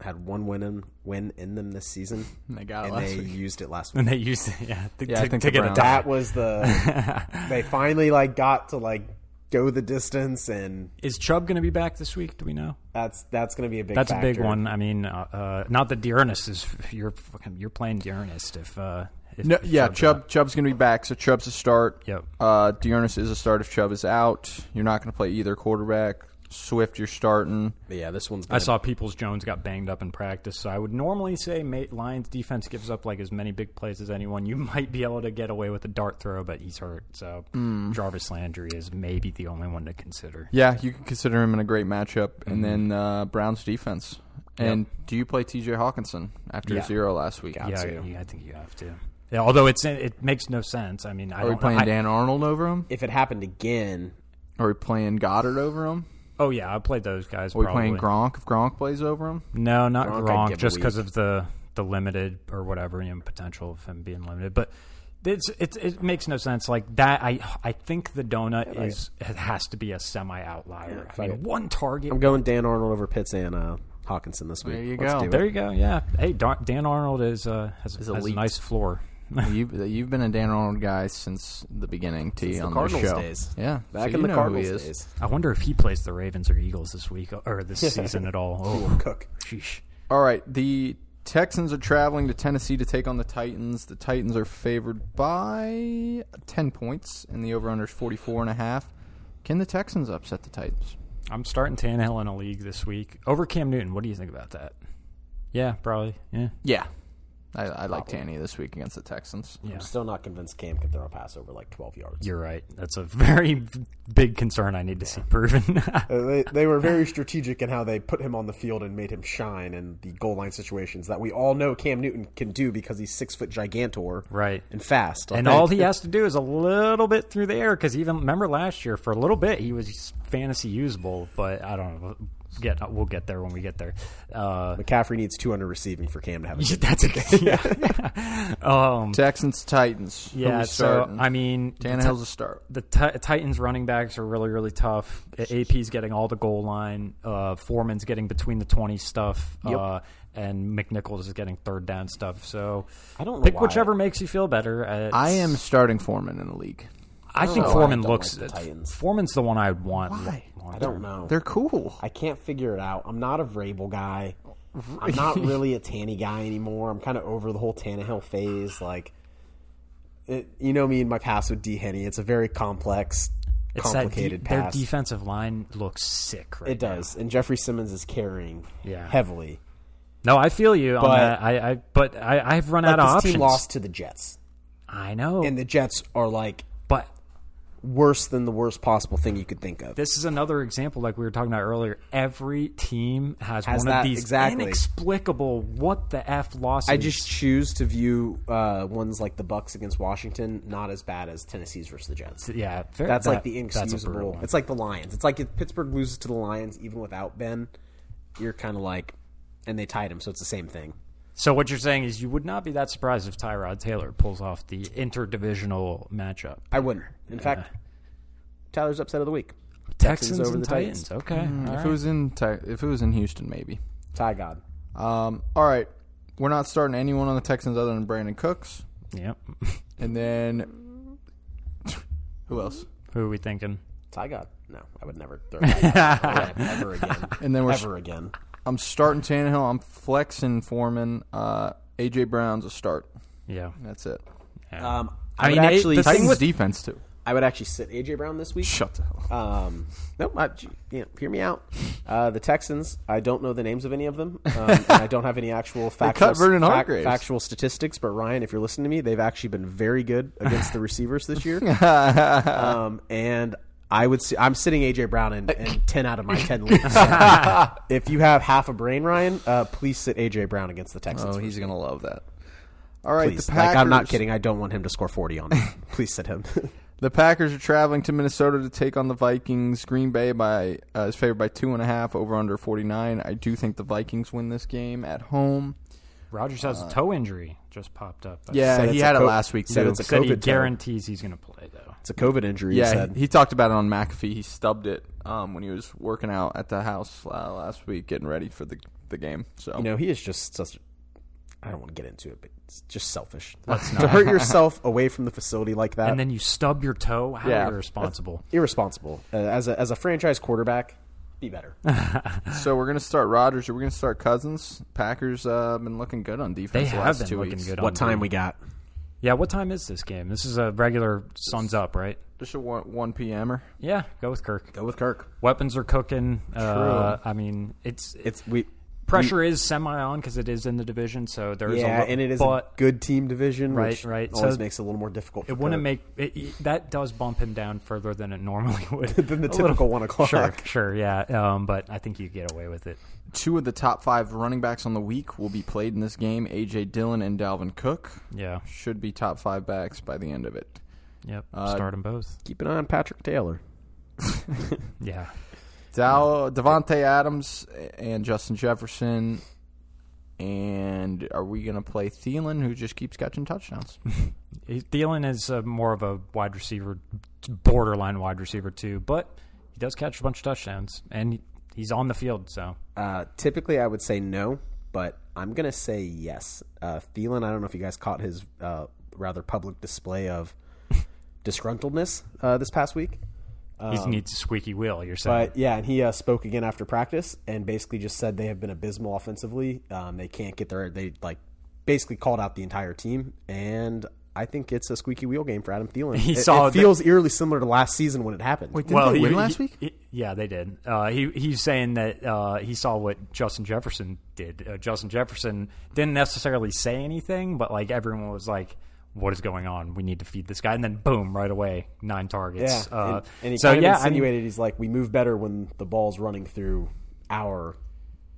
[SPEAKER 6] had one win in, win in them this season,
[SPEAKER 2] And they got it
[SPEAKER 6] and
[SPEAKER 2] last
[SPEAKER 6] they
[SPEAKER 2] week.
[SPEAKER 6] used it last
[SPEAKER 3] And
[SPEAKER 6] week.
[SPEAKER 3] they used it, yeah, to,
[SPEAKER 2] Yeah, I
[SPEAKER 3] to-
[SPEAKER 2] think
[SPEAKER 3] to
[SPEAKER 2] the
[SPEAKER 3] get
[SPEAKER 2] Browns-
[SPEAKER 3] a dot.
[SPEAKER 6] That was the they finally like got to like go the distance, and
[SPEAKER 3] Is Chubb going to be back this week? Do we know?
[SPEAKER 6] that's that's going to be a big.
[SPEAKER 3] That's a big
[SPEAKER 6] factor.
[SPEAKER 3] one. I mean, uh, uh, not that Dearness is you're fucking you're playing Dearness if. Uh, if
[SPEAKER 2] No,
[SPEAKER 3] if
[SPEAKER 2] yeah,
[SPEAKER 3] Chubb's
[SPEAKER 2] Chubb
[SPEAKER 3] out.
[SPEAKER 2] Chubb's going to be back, so Chubb's a start.
[SPEAKER 3] Yep.
[SPEAKER 2] Uh, Dearness is a start if Chubb is out. You're not going to play either quarterback. Swift, you're starting.
[SPEAKER 6] But yeah, this one's.
[SPEAKER 3] I
[SPEAKER 6] Gonna,
[SPEAKER 3] saw Peoples Jones got banged up in practice, so I would normally say ma Lions defense gives up like as many big plays as anyone. You might be able to get away with a dart throw, but he's hurt, so Jarvis Landry is maybe the only one to consider.
[SPEAKER 2] Yeah, Mm. you can consider him in a great matchup.
[SPEAKER 3] Mm-hmm.
[SPEAKER 2] And then uh, Browns defense. And do you play T.J. Hawkinson after
[SPEAKER 3] Yeah.
[SPEAKER 2] zero last week?
[SPEAKER 3] yeah,
[SPEAKER 6] to.
[SPEAKER 3] yeah, I think you have to. Yeah, although it's it makes no sense. I mean, I
[SPEAKER 2] Are we
[SPEAKER 3] don't
[SPEAKER 2] playing
[SPEAKER 3] I-
[SPEAKER 2] Dan Arnold over him?
[SPEAKER 6] if it happened again,
[SPEAKER 2] Are we playing Goddard over him?
[SPEAKER 3] Oh yeah, I played those guys.
[SPEAKER 2] Are we
[SPEAKER 3] probably.
[SPEAKER 2] playing Gronk if Gronk plays over him?
[SPEAKER 3] No, not
[SPEAKER 6] Gronk, I'd
[SPEAKER 3] Gronk,
[SPEAKER 6] give
[SPEAKER 3] just
[SPEAKER 6] a
[SPEAKER 3] because of the the limited or whatever you know, potential of him being limited. But it's it it makes no sense like that. I I think the donut is it has to be a semi outlier. I mean, one target.
[SPEAKER 6] I'm going Dan Arnold over Pitts and uh, Hawkinson this week.
[SPEAKER 2] There you
[SPEAKER 6] Let's
[SPEAKER 2] go.
[SPEAKER 6] do it.
[SPEAKER 3] there you go. Yeah. Hey, Dar- Dan Arnold is uh has, has a
[SPEAKER 2] elite.
[SPEAKER 3] nice floor.
[SPEAKER 2] you've, you've been a Dan Arnold guy since the beginning, T,
[SPEAKER 6] the
[SPEAKER 2] on
[SPEAKER 6] Cardinals
[SPEAKER 2] this show.
[SPEAKER 6] days.
[SPEAKER 2] Yeah. so
[SPEAKER 6] Back
[SPEAKER 2] you
[SPEAKER 6] in the
[SPEAKER 2] know who
[SPEAKER 6] Cardinals
[SPEAKER 2] he is.
[SPEAKER 6] days,
[SPEAKER 3] I wonder if he plays the Ravens or Eagles this week uh, or this season at all. Oh,
[SPEAKER 6] Cook.
[SPEAKER 3] sheesh.
[SPEAKER 2] All right, the Texans are traveling to Tennessee to take on the Titans. The Titans are favored by 10 points, and the over-under is 44 and a half. Can the Texans upset the Titans?
[SPEAKER 3] I'm starting Tannehill in a league this week over Cam Newton. What do you think about that? Yeah, probably. Yeah.
[SPEAKER 2] Yeah. I, I like Tanny this week against the Texans.
[SPEAKER 3] Yeah.
[SPEAKER 6] I'm still not convinced Cam can throw a pass over like 12 yards.
[SPEAKER 3] You're right. That's a very big concern I need to see proven.
[SPEAKER 6] Uh, they, they were very strategic in how they put him on the field and made him shine in the goal line situations that we all know Cam Newton can do because he's six foot gigantor,
[SPEAKER 3] Right.
[SPEAKER 6] and fast.
[SPEAKER 3] and all he has to do is a little bit through the air because even remember last year for a little bit he was fantasy usable, but I don't know. Get we'll get there when we get there. Uh,
[SPEAKER 6] McCaffrey needs 200 receiving for Cam to have a good.
[SPEAKER 3] that's a, yeah. um,
[SPEAKER 2] Texans, Titans. Who
[SPEAKER 3] yeah.
[SPEAKER 2] we
[SPEAKER 3] So
[SPEAKER 2] starting?
[SPEAKER 3] I mean,
[SPEAKER 2] Tannehill's a start.
[SPEAKER 3] the t- Titans running backs are really really tough. AP's getting all the goal line. Uh, Foreman's getting between the twenty stuff. Uh, and McNichols is getting third down stuff. So
[SPEAKER 6] I don't know
[SPEAKER 3] pick
[SPEAKER 6] why.
[SPEAKER 3] whichever makes you feel better. Uh, it's-
[SPEAKER 2] I am starting Foreman in the league.
[SPEAKER 3] I think
[SPEAKER 6] know why I
[SPEAKER 3] Foreman
[SPEAKER 6] don't
[SPEAKER 3] looks.
[SPEAKER 6] like the Titans.
[SPEAKER 3] Foreman's the one I would want.
[SPEAKER 2] Why?
[SPEAKER 3] long
[SPEAKER 6] I don't
[SPEAKER 3] term.
[SPEAKER 6] know.
[SPEAKER 2] They're cool.
[SPEAKER 6] I can't figure it out. I'm not a Vrabel guy. I'm not really a Tanny guy anymore. I'm kind of over the whole Tannehill phase. Like, it, you know me and my pass with D Henny. It's a very complex,
[SPEAKER 3] It's that de-
[SPEAKER 6] complicated
[SPEAKER 3] their
[SPEAKER 6] pass.
[SPEAKER 3] defensive line looks sick. Right
[SPEAKER 6] it does, and Jeffrey Simmons is carrying
[SPEAKER 3] Yeah.
[SPEAKER 6] heavily.
[SPEAKER 3] now. No, I feel you on
[SPEAKER 6] But-
[SPEAKER 3] that. I, I but I, I've run
[SPEAKER 6] Like,
[SPEAKER 3] out of
[SPEAKER 6] this
[SPEAKER 3] options.
[SPEAKER 6] team lost to the Jets,
[SPEAKER 3] I know,
[SPEAKER 6] and the Jets are like
[SPEAKER 3] but
[SPEAKER 6] worse than the worst possible thing you could think of.
[SPEAKER 3] this is another example, like we were talking about earlier. Every team has,
[SPEAKER 6] Has
[SPEAKER 3] one
[SPEAKER 6] that-
[SPEAKER 3] of these
[SPEAKER 6] exactly.
[SPEAKER 3] inexplicable what the f losses.
[SPEAKER 6] I just choose to view uh, ones like the Bucks against Washington not as bad as Tennessee's versus the Jets.
[SPEAKER 3] yeah, fair-
[SPEAKER 6] That's
[SPEAKER 3] that-
[SPEAKER 6] like the
[SPEAKER 3] that's a brutal
[SPEAKER 6] inexcusable.
[SPEAKER 3] one.
[SPEAKER 6] It's like the Lions. It's like if Pittsburgh loses to the Lions even without Ben, you're kind of like, and they tied him, so it's the same thing.
[SPEAKER 3] So what you're saying is you would not be that surprised if Tyrod Taylor pulls off the interdivisional matchup.
[SPEAKER 6] I wouldn't. In fact, Tyler's upset of the week.
[SPEAKER 3] Texans,
[SPEAKER 6] over
[SPEAKER 3] and
[SPEAKER 6] the Titans. Mm.
[SPEAKER 3] Titans. Okay, all
[SPEAKER 2] If
[SPEAKER 3] right.
[SPEAKER 2] it was in Ti- if it was in Houston, maybe.
[SPEAKER 6] Ty God.
[SPEAKER 2] Um, all right, we're not starting anyone on the Texans other than Brandon Cooks,
[SPEAKER 3] yep.
[SPEAKER 2] and then who else?
[SPEAKER 3] Who are we thinking?
[SPEAKER 6] Ty God. No, I would never throw that ever again.
[SPEAKER 2] And then we're
[SPEAKER 6] Ever again.
[SPEAKER 2] I'm starting Tannehill. I'm flexing Foreman. Uh, AJ Brown's a start.
[SPEAKER 3] Yeah.
[SPEAKER 2] That's it.
[SPEAKER 6] Um,
[SPEAKER 3] I
[SPEAKER 6] I, would
[SPEAKER 3] mean, it-
[SPEAKER 6] actually,
[SPEAKER 3] the thing
[SPEAKER 2] Titans
[SPEAKER 3] with-
[SPEAKER 2] defense too.
[SPEAKER 6] I would actually sit AJ Brown this week.
[SPEAKER 2] Shut the hell. up.
[SPEAKER 6] Um, no, I, you know, hear me out. Uh, the Texans. I don't know the names of any of them, um, and I don't have any actual factual,
[SPEAKER 2] cut Vernon
[SPEAKER 6] fac-
[SPEAKER 2] Hargreaves.
[SPEAKER 6] factual statistics. But Ryan, if you're listening to me, they've actually been very good against the receivers this year. um, and I would. See, I'm sitting AJ Brown in, in ten out of my ten leagues. So if you have half a brain, Ryan, uh, please sit AJ Brown against the Texans.
[SPEAKER 2] Oh, he's gonna love that. All right,
[SPEAKER 6] Please.
[SPEAKER 2] the Packers.
[SPEAKER 6] Like, I'm not kidding. I don't want him to score 40 on me. Please sit him.
[SPEAKER 2] The Packers are traveling to Minnesota to take on the Vikings. Green Bay by uh, is favored by two and a half over under forty nine. I do think the Vikings win this game at home.
[SPEAKER 3] Rogers has
[SPEAKER 6] Uh,
[SPEAKER 3] a toe injury just popped up.
[SPEAKER 2] Yeah,
[SPEAKER 6] Said
[SPEAKER 2] he
[SPEAKER 6] it's a
[SPEAKER 2] had it
[SPEAKER 6] co-
[SPEAKER 2] last week
[SPEAKER 6] said
[SPEAKER 2] too.
[SPEAKER 6] it's a
[SPEAKER 3] said he
[SPEAKER 6] COVID toe.
[SPEAKER 3] guarantees he's going to play though.
[SPEAKER 6] it's a COVID injury. he
[SPEAKER 2] yeah,
[SPEAKER 6] said.
[SPEAKER 2] he, he talked about it on McAfee. He stubbed it um, when he was working out at the house uh, last week, getting ready for the the game. So
[SPEAKER 6] you know, he is just such. I don't want to get into it, but it's just selfish. to hurt yourself away from the facility like that,
[SPEAKER 3] And then you stub your toe. How
[SPEAKER 2] Yeah.
[SPEAKER 3] are you responsible?
[SPEAKER 6] irresponsible. Uh, as a as a franchise quarterback, be better.
[SPEAKER 2] So we're gonna start Rodgers. Are we gonna start Cousins? Packers uh, been looking good on
[SPEAKER 3] They
[SPEAKER 2] defense. the
[SPEAKER 3] have
[SPEAKER 2] last
[SPEAKER 3] been
[SPEAKER 2] two
[SPEAKER 3] looking
[SPEAKER 2] weeks.
[SPEAKER 3] good. on
[SPEAKER 6] what time
[SPEAKER 3] the-
[SPEAKER 6] we got?
[SPEAKER 3] Yeah. What time is this game? This is a regular suns up, right?
[SPEAKER 2] Just a one, one er. p.m.er.
[SPEAKER 3] Yeah. Go with Kirk.
[SPEAKER 6] Go with Kirk.
[SPEAKER 3] Weapons are cooking. Uh, I mean, it's, it's
[SPEAKER 6] It's we
[SPEAKER 3] pressure is semi on because it is in the division. So there's a
[SPEAKER 6] yeah,
[SPEAKER 3] lo-
[SPEAKER 6] and it is
[SPEAKER 3] but
[SPEAKER 6] a good team division,
[SPEAKER 3] Right,
[SPEAKER 6] which
[SPEAKER 3] right.
[SPEAKER 6] Always
[SPEAKER 3] So
[SPEAKER 6] makes it a little more difficult.
[SPEAKER 3] It wouldn't make it, it- that does bump him down further than it normally would
[SPEAKER 6] Than the
[SPEAKER 3] A
[SPEAKER 6] typical one o'clock.
[SPEAKER 3] Sure, sure, yeah. Um, but I think you get away with it.
[SPEAKER 2] Two of the top five running backs on the week will be played in this game. A.J. Dillon and Dalvin Cook
[SPEAKER 3] Yeah,
[SPEAKER 2] should be top five backs by the end of it.
[SPEAKER 3] yep. Start them both.
[SPEAKER 6] Uh, keep an eye on Patrick Taylor.
[SPEAKER 3] Yeah,
[SPEAKER 2] Dow, Devontae Adams and Justin Jefferson. And are we gonna play Thielen, who just keeps catching touchdowns?
[SPEAKER 3] He- Thielen is uh, more of a wide receiver, borderline wide receiver too, but he does catch a bunch of touchdowns and he- he's on the field. So
[SPEAKER 6] Uh, typically, I would say no, but I'm going to say yes. Uh, Thielen, I don't know if you guys caught his uh, rather public display of disgruntledness uh, this past week. Oh.
[SPEAKER 3] he needs a squeaky wheel. You're saying,
[SPEAKER 6] But yeah, and he uh, spoke again after practice and basically just said they have been abysmal offensively. Um, they can't get their they like basically called out the entire team, and I think it's a squeaky wheel game for Adam Thielen.
[SPEAKER 3] He
[SPEAKER 6] It-
[SPEAKER 3] saw
[SPEAKER 6] it
[SPEAKER 3] that-
[SPEAKER 6] feels eerily similar to last season when it happened.
[SPEAKER 2] Wait, didn't they win last week?
[SPEAKER 3] he- yeah, they did. Uh, he he's saying that uh, he saw what Justin Jefferson did. Uh, Justin Jefferson didn't necessarily say anything, but like everyone was like, "What is going on? We need to feed this guy." And then boom, right away, nine
[SPEAKER 6] Yeah,
[SPEAKER 3] targets.
[SPEAKER 6] and,
[SPEAKER 3] uh,
[SPEAKER 6] and he
[SPEAKER 3] so
[SPEAKER 6] kind of
[SPEAKER 3] yeah, I mean,
[SPEAKER 6] insinuated he's like, we move better when the ball's running through our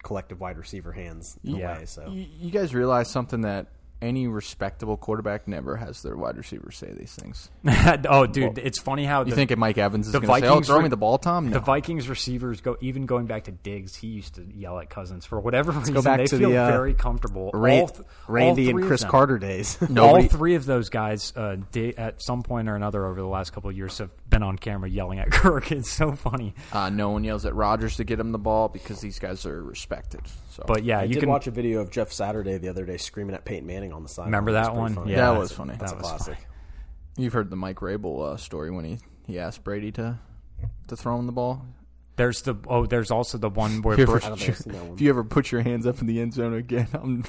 [SPEAKER 6] collective wide receiver hands. In
[SPEAKER 3] Yeah.
[SPEAKER 6] a way, so
[SPEAKER 2] You, you guys realize something that any respectable quarterback never has their wide receivers say these things.
[SPEAKER 3] oh, dude, it's funny how
[SPEAKER 2] You
[SPEAKER 3] the,
[SPEAKER 2] think if Mike Evans is
[SPEAKER 3] the
[SPEAKER 2] going to say, "Oh,
[SPEAKER 3] Vikings
[SPEAKER 2] throw
[SPEAKER 3] were-
[SPEAKER 2] me the ball, Tom"?
[SPEAKER 3] the
[SPEAKER 2] No.
[SPEAKER 3] Vikings receivers go even going back to Diggs. He used to yell at Cousins for whatever reason.
[SPEAKER 6] back
[SPEAKER 3] they
[SPEAKER 6] to
[SPEAKER 3] feel
[SPEAKER 6] the, uh,
[SPEAKER 3] very comfortable.
[SPEAKER 6] Ran-
[SPEAKER 3] All th- all
[SPEAKER 6] Randy
[SPEAKER 3] three
[SPEAKER 6] and
[SPEAKER 3] of
[SPEAKER 6] Chris
[SPEAKER 3] them.
[SPEAKER 6] Carter days.
[SPEAKER 2] Nobody-
[SPEAKER 3] All three of those guys, uh, di at some point or another over the last couple of years, have been on camera yelling at Kirk. It's so funny.
[SPEAKER 2] Uh, no one yells at Rodgers to get him the ball because these guys are respected. So
[SPEAKER 3] But yeah,
[SPEAKER 6] I
[SPEAKER 3] you
[SPEAKER 6] did
[SPEAKER 3] can
[SPEAKER 6] watch a video of Jeff Saturday the other day screaming at Peyton Manning on the side.
[SPEAKER 3] remember
[SPEAKER 6] It was
[SPEAKER 3] that
[SPEAKER 6] pretty
[SPEAKER 3] one.
[SPEAKER 6] funny.
[SPEAKER 3] Yeah,
[SPEAKER 2] That
[SPEAKER 3] that's-
[SPEAKER 2] was funny.
[SPEAKER 3] That
[SPEAKER 2] That's
[SPEAKER 6] a
[SPEAKER 3] was
[SPEAKER 6] classic.
[SPEAKER 3] funny.
[SPEAKER 2] you've heard the Mike Rabel uh, story when he, he asked Brady to to throw him the ball.
[SPEAKER 3] There's the oh, there's also the one where
[SPEAKER 2] Here
[SPEAKER 3] Br-
[SPEAKER 2] for
[SPEAKER 6] I don't
[SPEAKER 2] sure.
[SPEAKER 6] think I've seen that one.
[SPEAKER 2] If you ever put your hands up in the end zone again, I'm,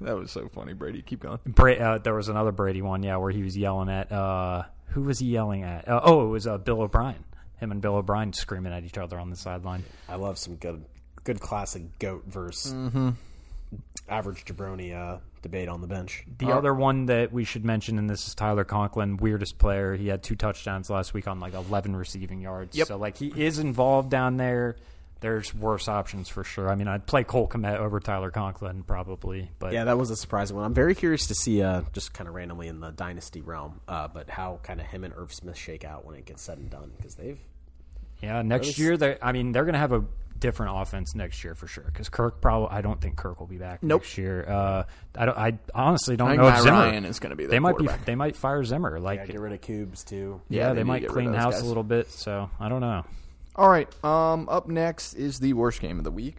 [SPEAKER 2] that was so funny, Brady. Keep going.
[SPEAKER 3] Bra- uh, there was another Brady one, yeah, where he was yelling at uh, who was he yelling at? Uh, oh, it was uh, Bill O'Brien. Him and Bill O'Brien screaming at each other on the sideline.
[SPEAKER 6] I love some good, good classic goat verse average jabroni uh, debate on the bench.
[SPEAKER 3] The other one that we should mention, and this is Tyler Conklin, weirdest player. He had two touchdowns last week on like 11 receiving yards. So like he is involved down there. There's worse options for sure. I mean, I'd play Cole Komet over Tyler Conklin probably, but
[SPEAKER 6] Yeah, that was a surprising one. I'm very curious to see, uh, just kind of randomly in the dynasty realm, uh, but how kind of him and Irv Smith shake out when it gets said and done because they've
[SPEAKER 3] yeah, next year they I mean, they're going to have a different offense next year for sure because Kirk probably I don't think Kirk will be back next year. Uh, I don't. I honestly don't
[SPEAKER 2] I think
[SPEAKER 3] know. if
[SPEAKER 2] Matt
[SPEAKER 3] Zimmer,
[SPEAKER 2] Ryan is going to be their
[SPEAKER 3] They might be.
[SPEAKER 2] quarterback.
[SPEAKER 3] They might fire Zimmer. Like
[SPEAKER 6] got to get rid of Cubes too.
[SPEAKER 2] Yeah,
[SPEAKER 3] yeah, they,
[SPEAKER 2] they need to
[SPEAKER 3] might
[SPEAKER 2] get rid
[SPEAKER 3] clean
[SPEAKER 2] of those
[SPEAKER 3] house
[SPEAKER 2] guys.
[SPEAKER 3] a little bit. So I don't know.
[SPEAKER 2] All right. Um, up next is the worst game of the week.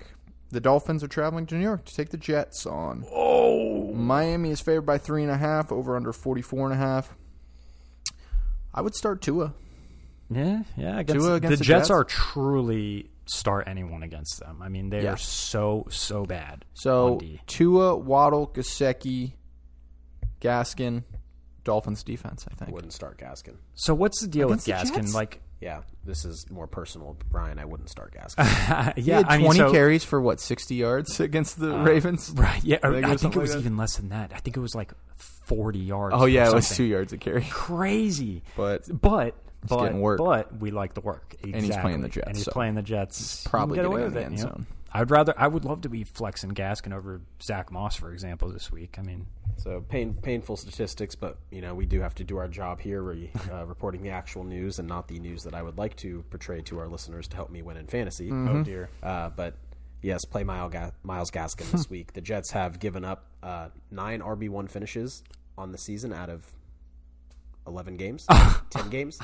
[SPEAKER 2] The Dolphins are traveling to New York to take the Jets on. Oh, Miami is favored by three and a half over under forty four and a half. I would start Tua.
[SPEAKER 3] Yeah, yeah. Against,
[SPEAKER 2] Tua
[SPEAKER 3] the,
[SPEAKER 2] against the
[SPEAKER 3] Jets,
[SPEAKER 2] Jets?
[SPEAKER 3] are truly start anyone against them. I mean, they
[SPEAKER 2] Yeah.
[SPEAKER 3] are so so bad. on
[SPEAKER 2] So
[SPEAKER 3] D.
[SPEAKER 2] Tua, Waddle, Gasecki, Gaskin, Dolphins defense. I think.
[SPEAKER 6] Wouldn't start Gaskin.
[SPEAKER 3] So what's the deal
[SPEAKER 2] Against
[SPEAKER 3] with
[SPEAKER 2] the
[SPEAKER 3] Gaskin?
[SPEAKER 2] Jets?
[SPEAKER 3] Like,
[SPEAKER 6] Yeah, this is more personal, Brian. I wouldn't start Gaskin.
[SPEAKER 2] He
[SPEAKER 3] yeah,
[SPEAKER 2] had
[SPEAKER 3] I mean,
[SPEAKER 2] 20
[SPEAKER 3] so- Uh,
[SPEAKER 2] carries for what 60 yards against the Ravens.
[SPEAKER 3] Right. Yeah. or
[SPEAKER 2] Like, or
[SPEAKER 3] I think
[SPEAKER 2] something
[SPEAKER 3] it was
[SPEAKER 2] like that.
[SPEAKER 3] even less than that. I think it was like 40 yards.
[SPEAKER 2] Oh yeah,
[SPEAKER 3] or
[SPEAKER 2] it was two
[SPEAKER 3] something.
[SPEAKER 2] yards a carry.
[SPEAKER 3] crazy.
[SPEAKER 2] But-
[SPEAKER 3] but but
[SPEAKER 2] getting work.
[SPEAKER 3] but we like the work. Exactly.
[SPEAKER 2] he's playing the Jets,
[SPEAKER 3] And he's
[SPEAKER 2] so
[SPEAKER 3] playing the Jets. You
[SPEAKER 2] probably
[SPEAKER 3] can get
[SPEAKER 2] getting
[SPEAKER 3] away
[SPEAKER 2] in
[SPEAKER 3] with
[SPEAKER 2] the
[SPEAKER 3] it,
[SPEAKER 2] end
[SPEAKER 3] you know?
[SPEAKER 2] zone.
[SPEAKER 3] I would rather. I would love to be flexing Gaskin over Zach Moss, for example, this week. I mean,
[SPEAKER 6] so pain, painful statistics, but you know we do have to do our job here, re, uh, reporting the actual news and not the news that I would like to portray to our listeners to help me win in fantasy.
[SPEAKER 3] oh dear.
[SPEAKER 6] Uh, but yes, play Miles, Ga- Miles Gaskin this week. The Jets have given up uh, nine RB one finishes on the season out of eleven games, ten games.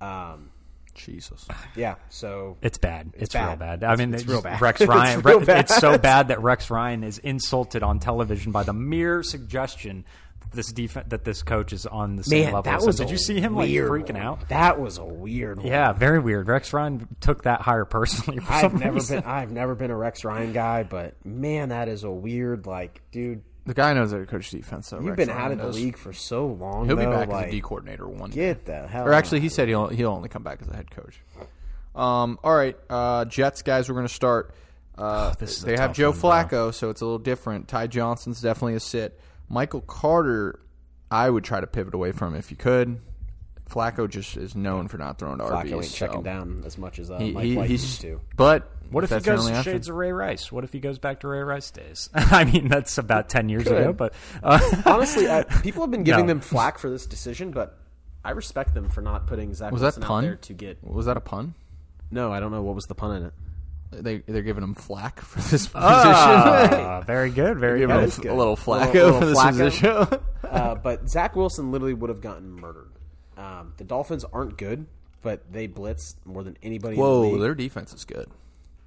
[SPEAKER 6] Um,
[SPEAKER 2] Jesus.
[SPEAKER 6] yeah, so
[SPEAKER 3] It's bad. It's, real
[SPEAKER 6] bad.
[SPEAKER 3] bad. I mean,
[SPEAKER 6] It's
[SPEAKER 3] it's,
[SPEAKER 6] real bad.
[SPEAKER 3] Rex
[SPEAKER 6] It's
[SPEAKER 3] Ryan. Re-
[SPEAKER 6] real
[SPEAKER 3] it's,
[SPEAKER 6] bad.
[SPEAKER 3] so bad that Rex Ryan is insulted on television by the mere suggestion that this def- that this coach is on the same level. as him. Did
[SPEAKER 6] a
[SPEAKER 3] you see him like
[SPEAKER 6] weird
[SPEAKER 3] freaking
[SPEAKER 6] one.
[SPEAKER 3] out?
[SPEAKER 6] That was a weird one.
[SPEAKER 3] Yeah, very weird. Rex Ryan took that higher personally. For
[SPEAKER 6] I've
[SPEAKER 3] some
[SPEAKER 6] never
[SPEAKER 3] reason.
[SPEAKER 6] been I've never been a Rex Ryan guy, but man, that is a weird like dude.
[SPEAKER 2] The guy knows how to coach defense. Though,
[SPEAKER 6] You've
[SPEAKER 2] Rex
[SPEAKER 6] been
[SPEAKER 2] Ryan
[SPEAKER 6] out of the
[SPEAKER 2] does.
[SPEAKER 6] league for so long.
[SPEAKER 2] He'll be
[SPEAKER 6] though,
[SPEAKER 2] back
[SPEAKER 6] like,
[SPEAKER 2] as a D coordinator one day.
[SPEAKER 6] Get the hell.
[SPEAKER 2] Or actually, he said he'll he'll only come back as a head coach. Um, all right, uh, Jets guys, we're going to start. Uh,
[SPEAKER 3] this is a
[SPEAKER 2] they have
[SPEAKER 3] tough
[SPEAKER 2] Joe
[SPEAKER 3] one, bro.
[SPEAKER 2] Flacco, so it's a little different. Ty Johnson's definitely a sit. Michael Carter, I would try to pivot away from if you could. Flacco just is known for not throwing to
[SPEAKER 6] Flacco
[SPEAKER 2] RBs.
[SPEAKER 6] ain't
[SPEAKER 2] so
[SPEAKER 6] checking down as much as uh,
[SPEAKER 2] he-
[SPEAKER 6] Mike
[SPEAKER 2] he-
[SPEAKER 6] White
[SPEAKER 2] he's
[SPEAKER 6] used to.
[SPEAKER 2] But
[SPEAKER 3] What if he
[SPEAKER 2] that's your
[SPEAKER 3] goes
[SPEAKER 2] only
[SPEAKER 3] to
[SPEAKER 2] option-
[SPEAKER 3] shades of Ray Rice? What if he goes back to Ray Rice days? I mean, that's about ten years ago, but uh,
[SPEAKER 6] Honestly, I, people have been giving
[SPEAKER 3] No.
[SPEAKER 6] them flack for this decision, but I respect them for not putting Zach
[SPEAKER 2] Was that
[SPEAKER 6] Wilson out
[SPEAKER 2] pun?
[SPEAKER 6] there to get.
[SPEAKER 2] Was that a pun?
[SPEAKER 6] No, I don't know what was the pun in it.
[SPEAKER 2] They they're giving him flack for this position.
[SPEAKER 3] Ah, very good, very
[SPEAKER 2] giving
[SPEAKER 3] good.
[SPEAKER 2] him
[SPEAKER 6] is good.
[SPEAKER 2] a little
[SPEAKER 6] Little-
[SPEAKER 2] Flacco
[SPEAKER 6] little
[SPEAKER 2] for this
[SPEAKER 6] Flacco.
[SPEAKER 2] position.
[SPEAKER 6] Uh, but Zach Wilson literally would have gotten murdered. Um, the Dolphins aren't good, but they blitz more than anybody. in the
[SPEAKER 2] Whoa,
[SPEAKER 6] league.
[SPEAKER 2] their defense is good.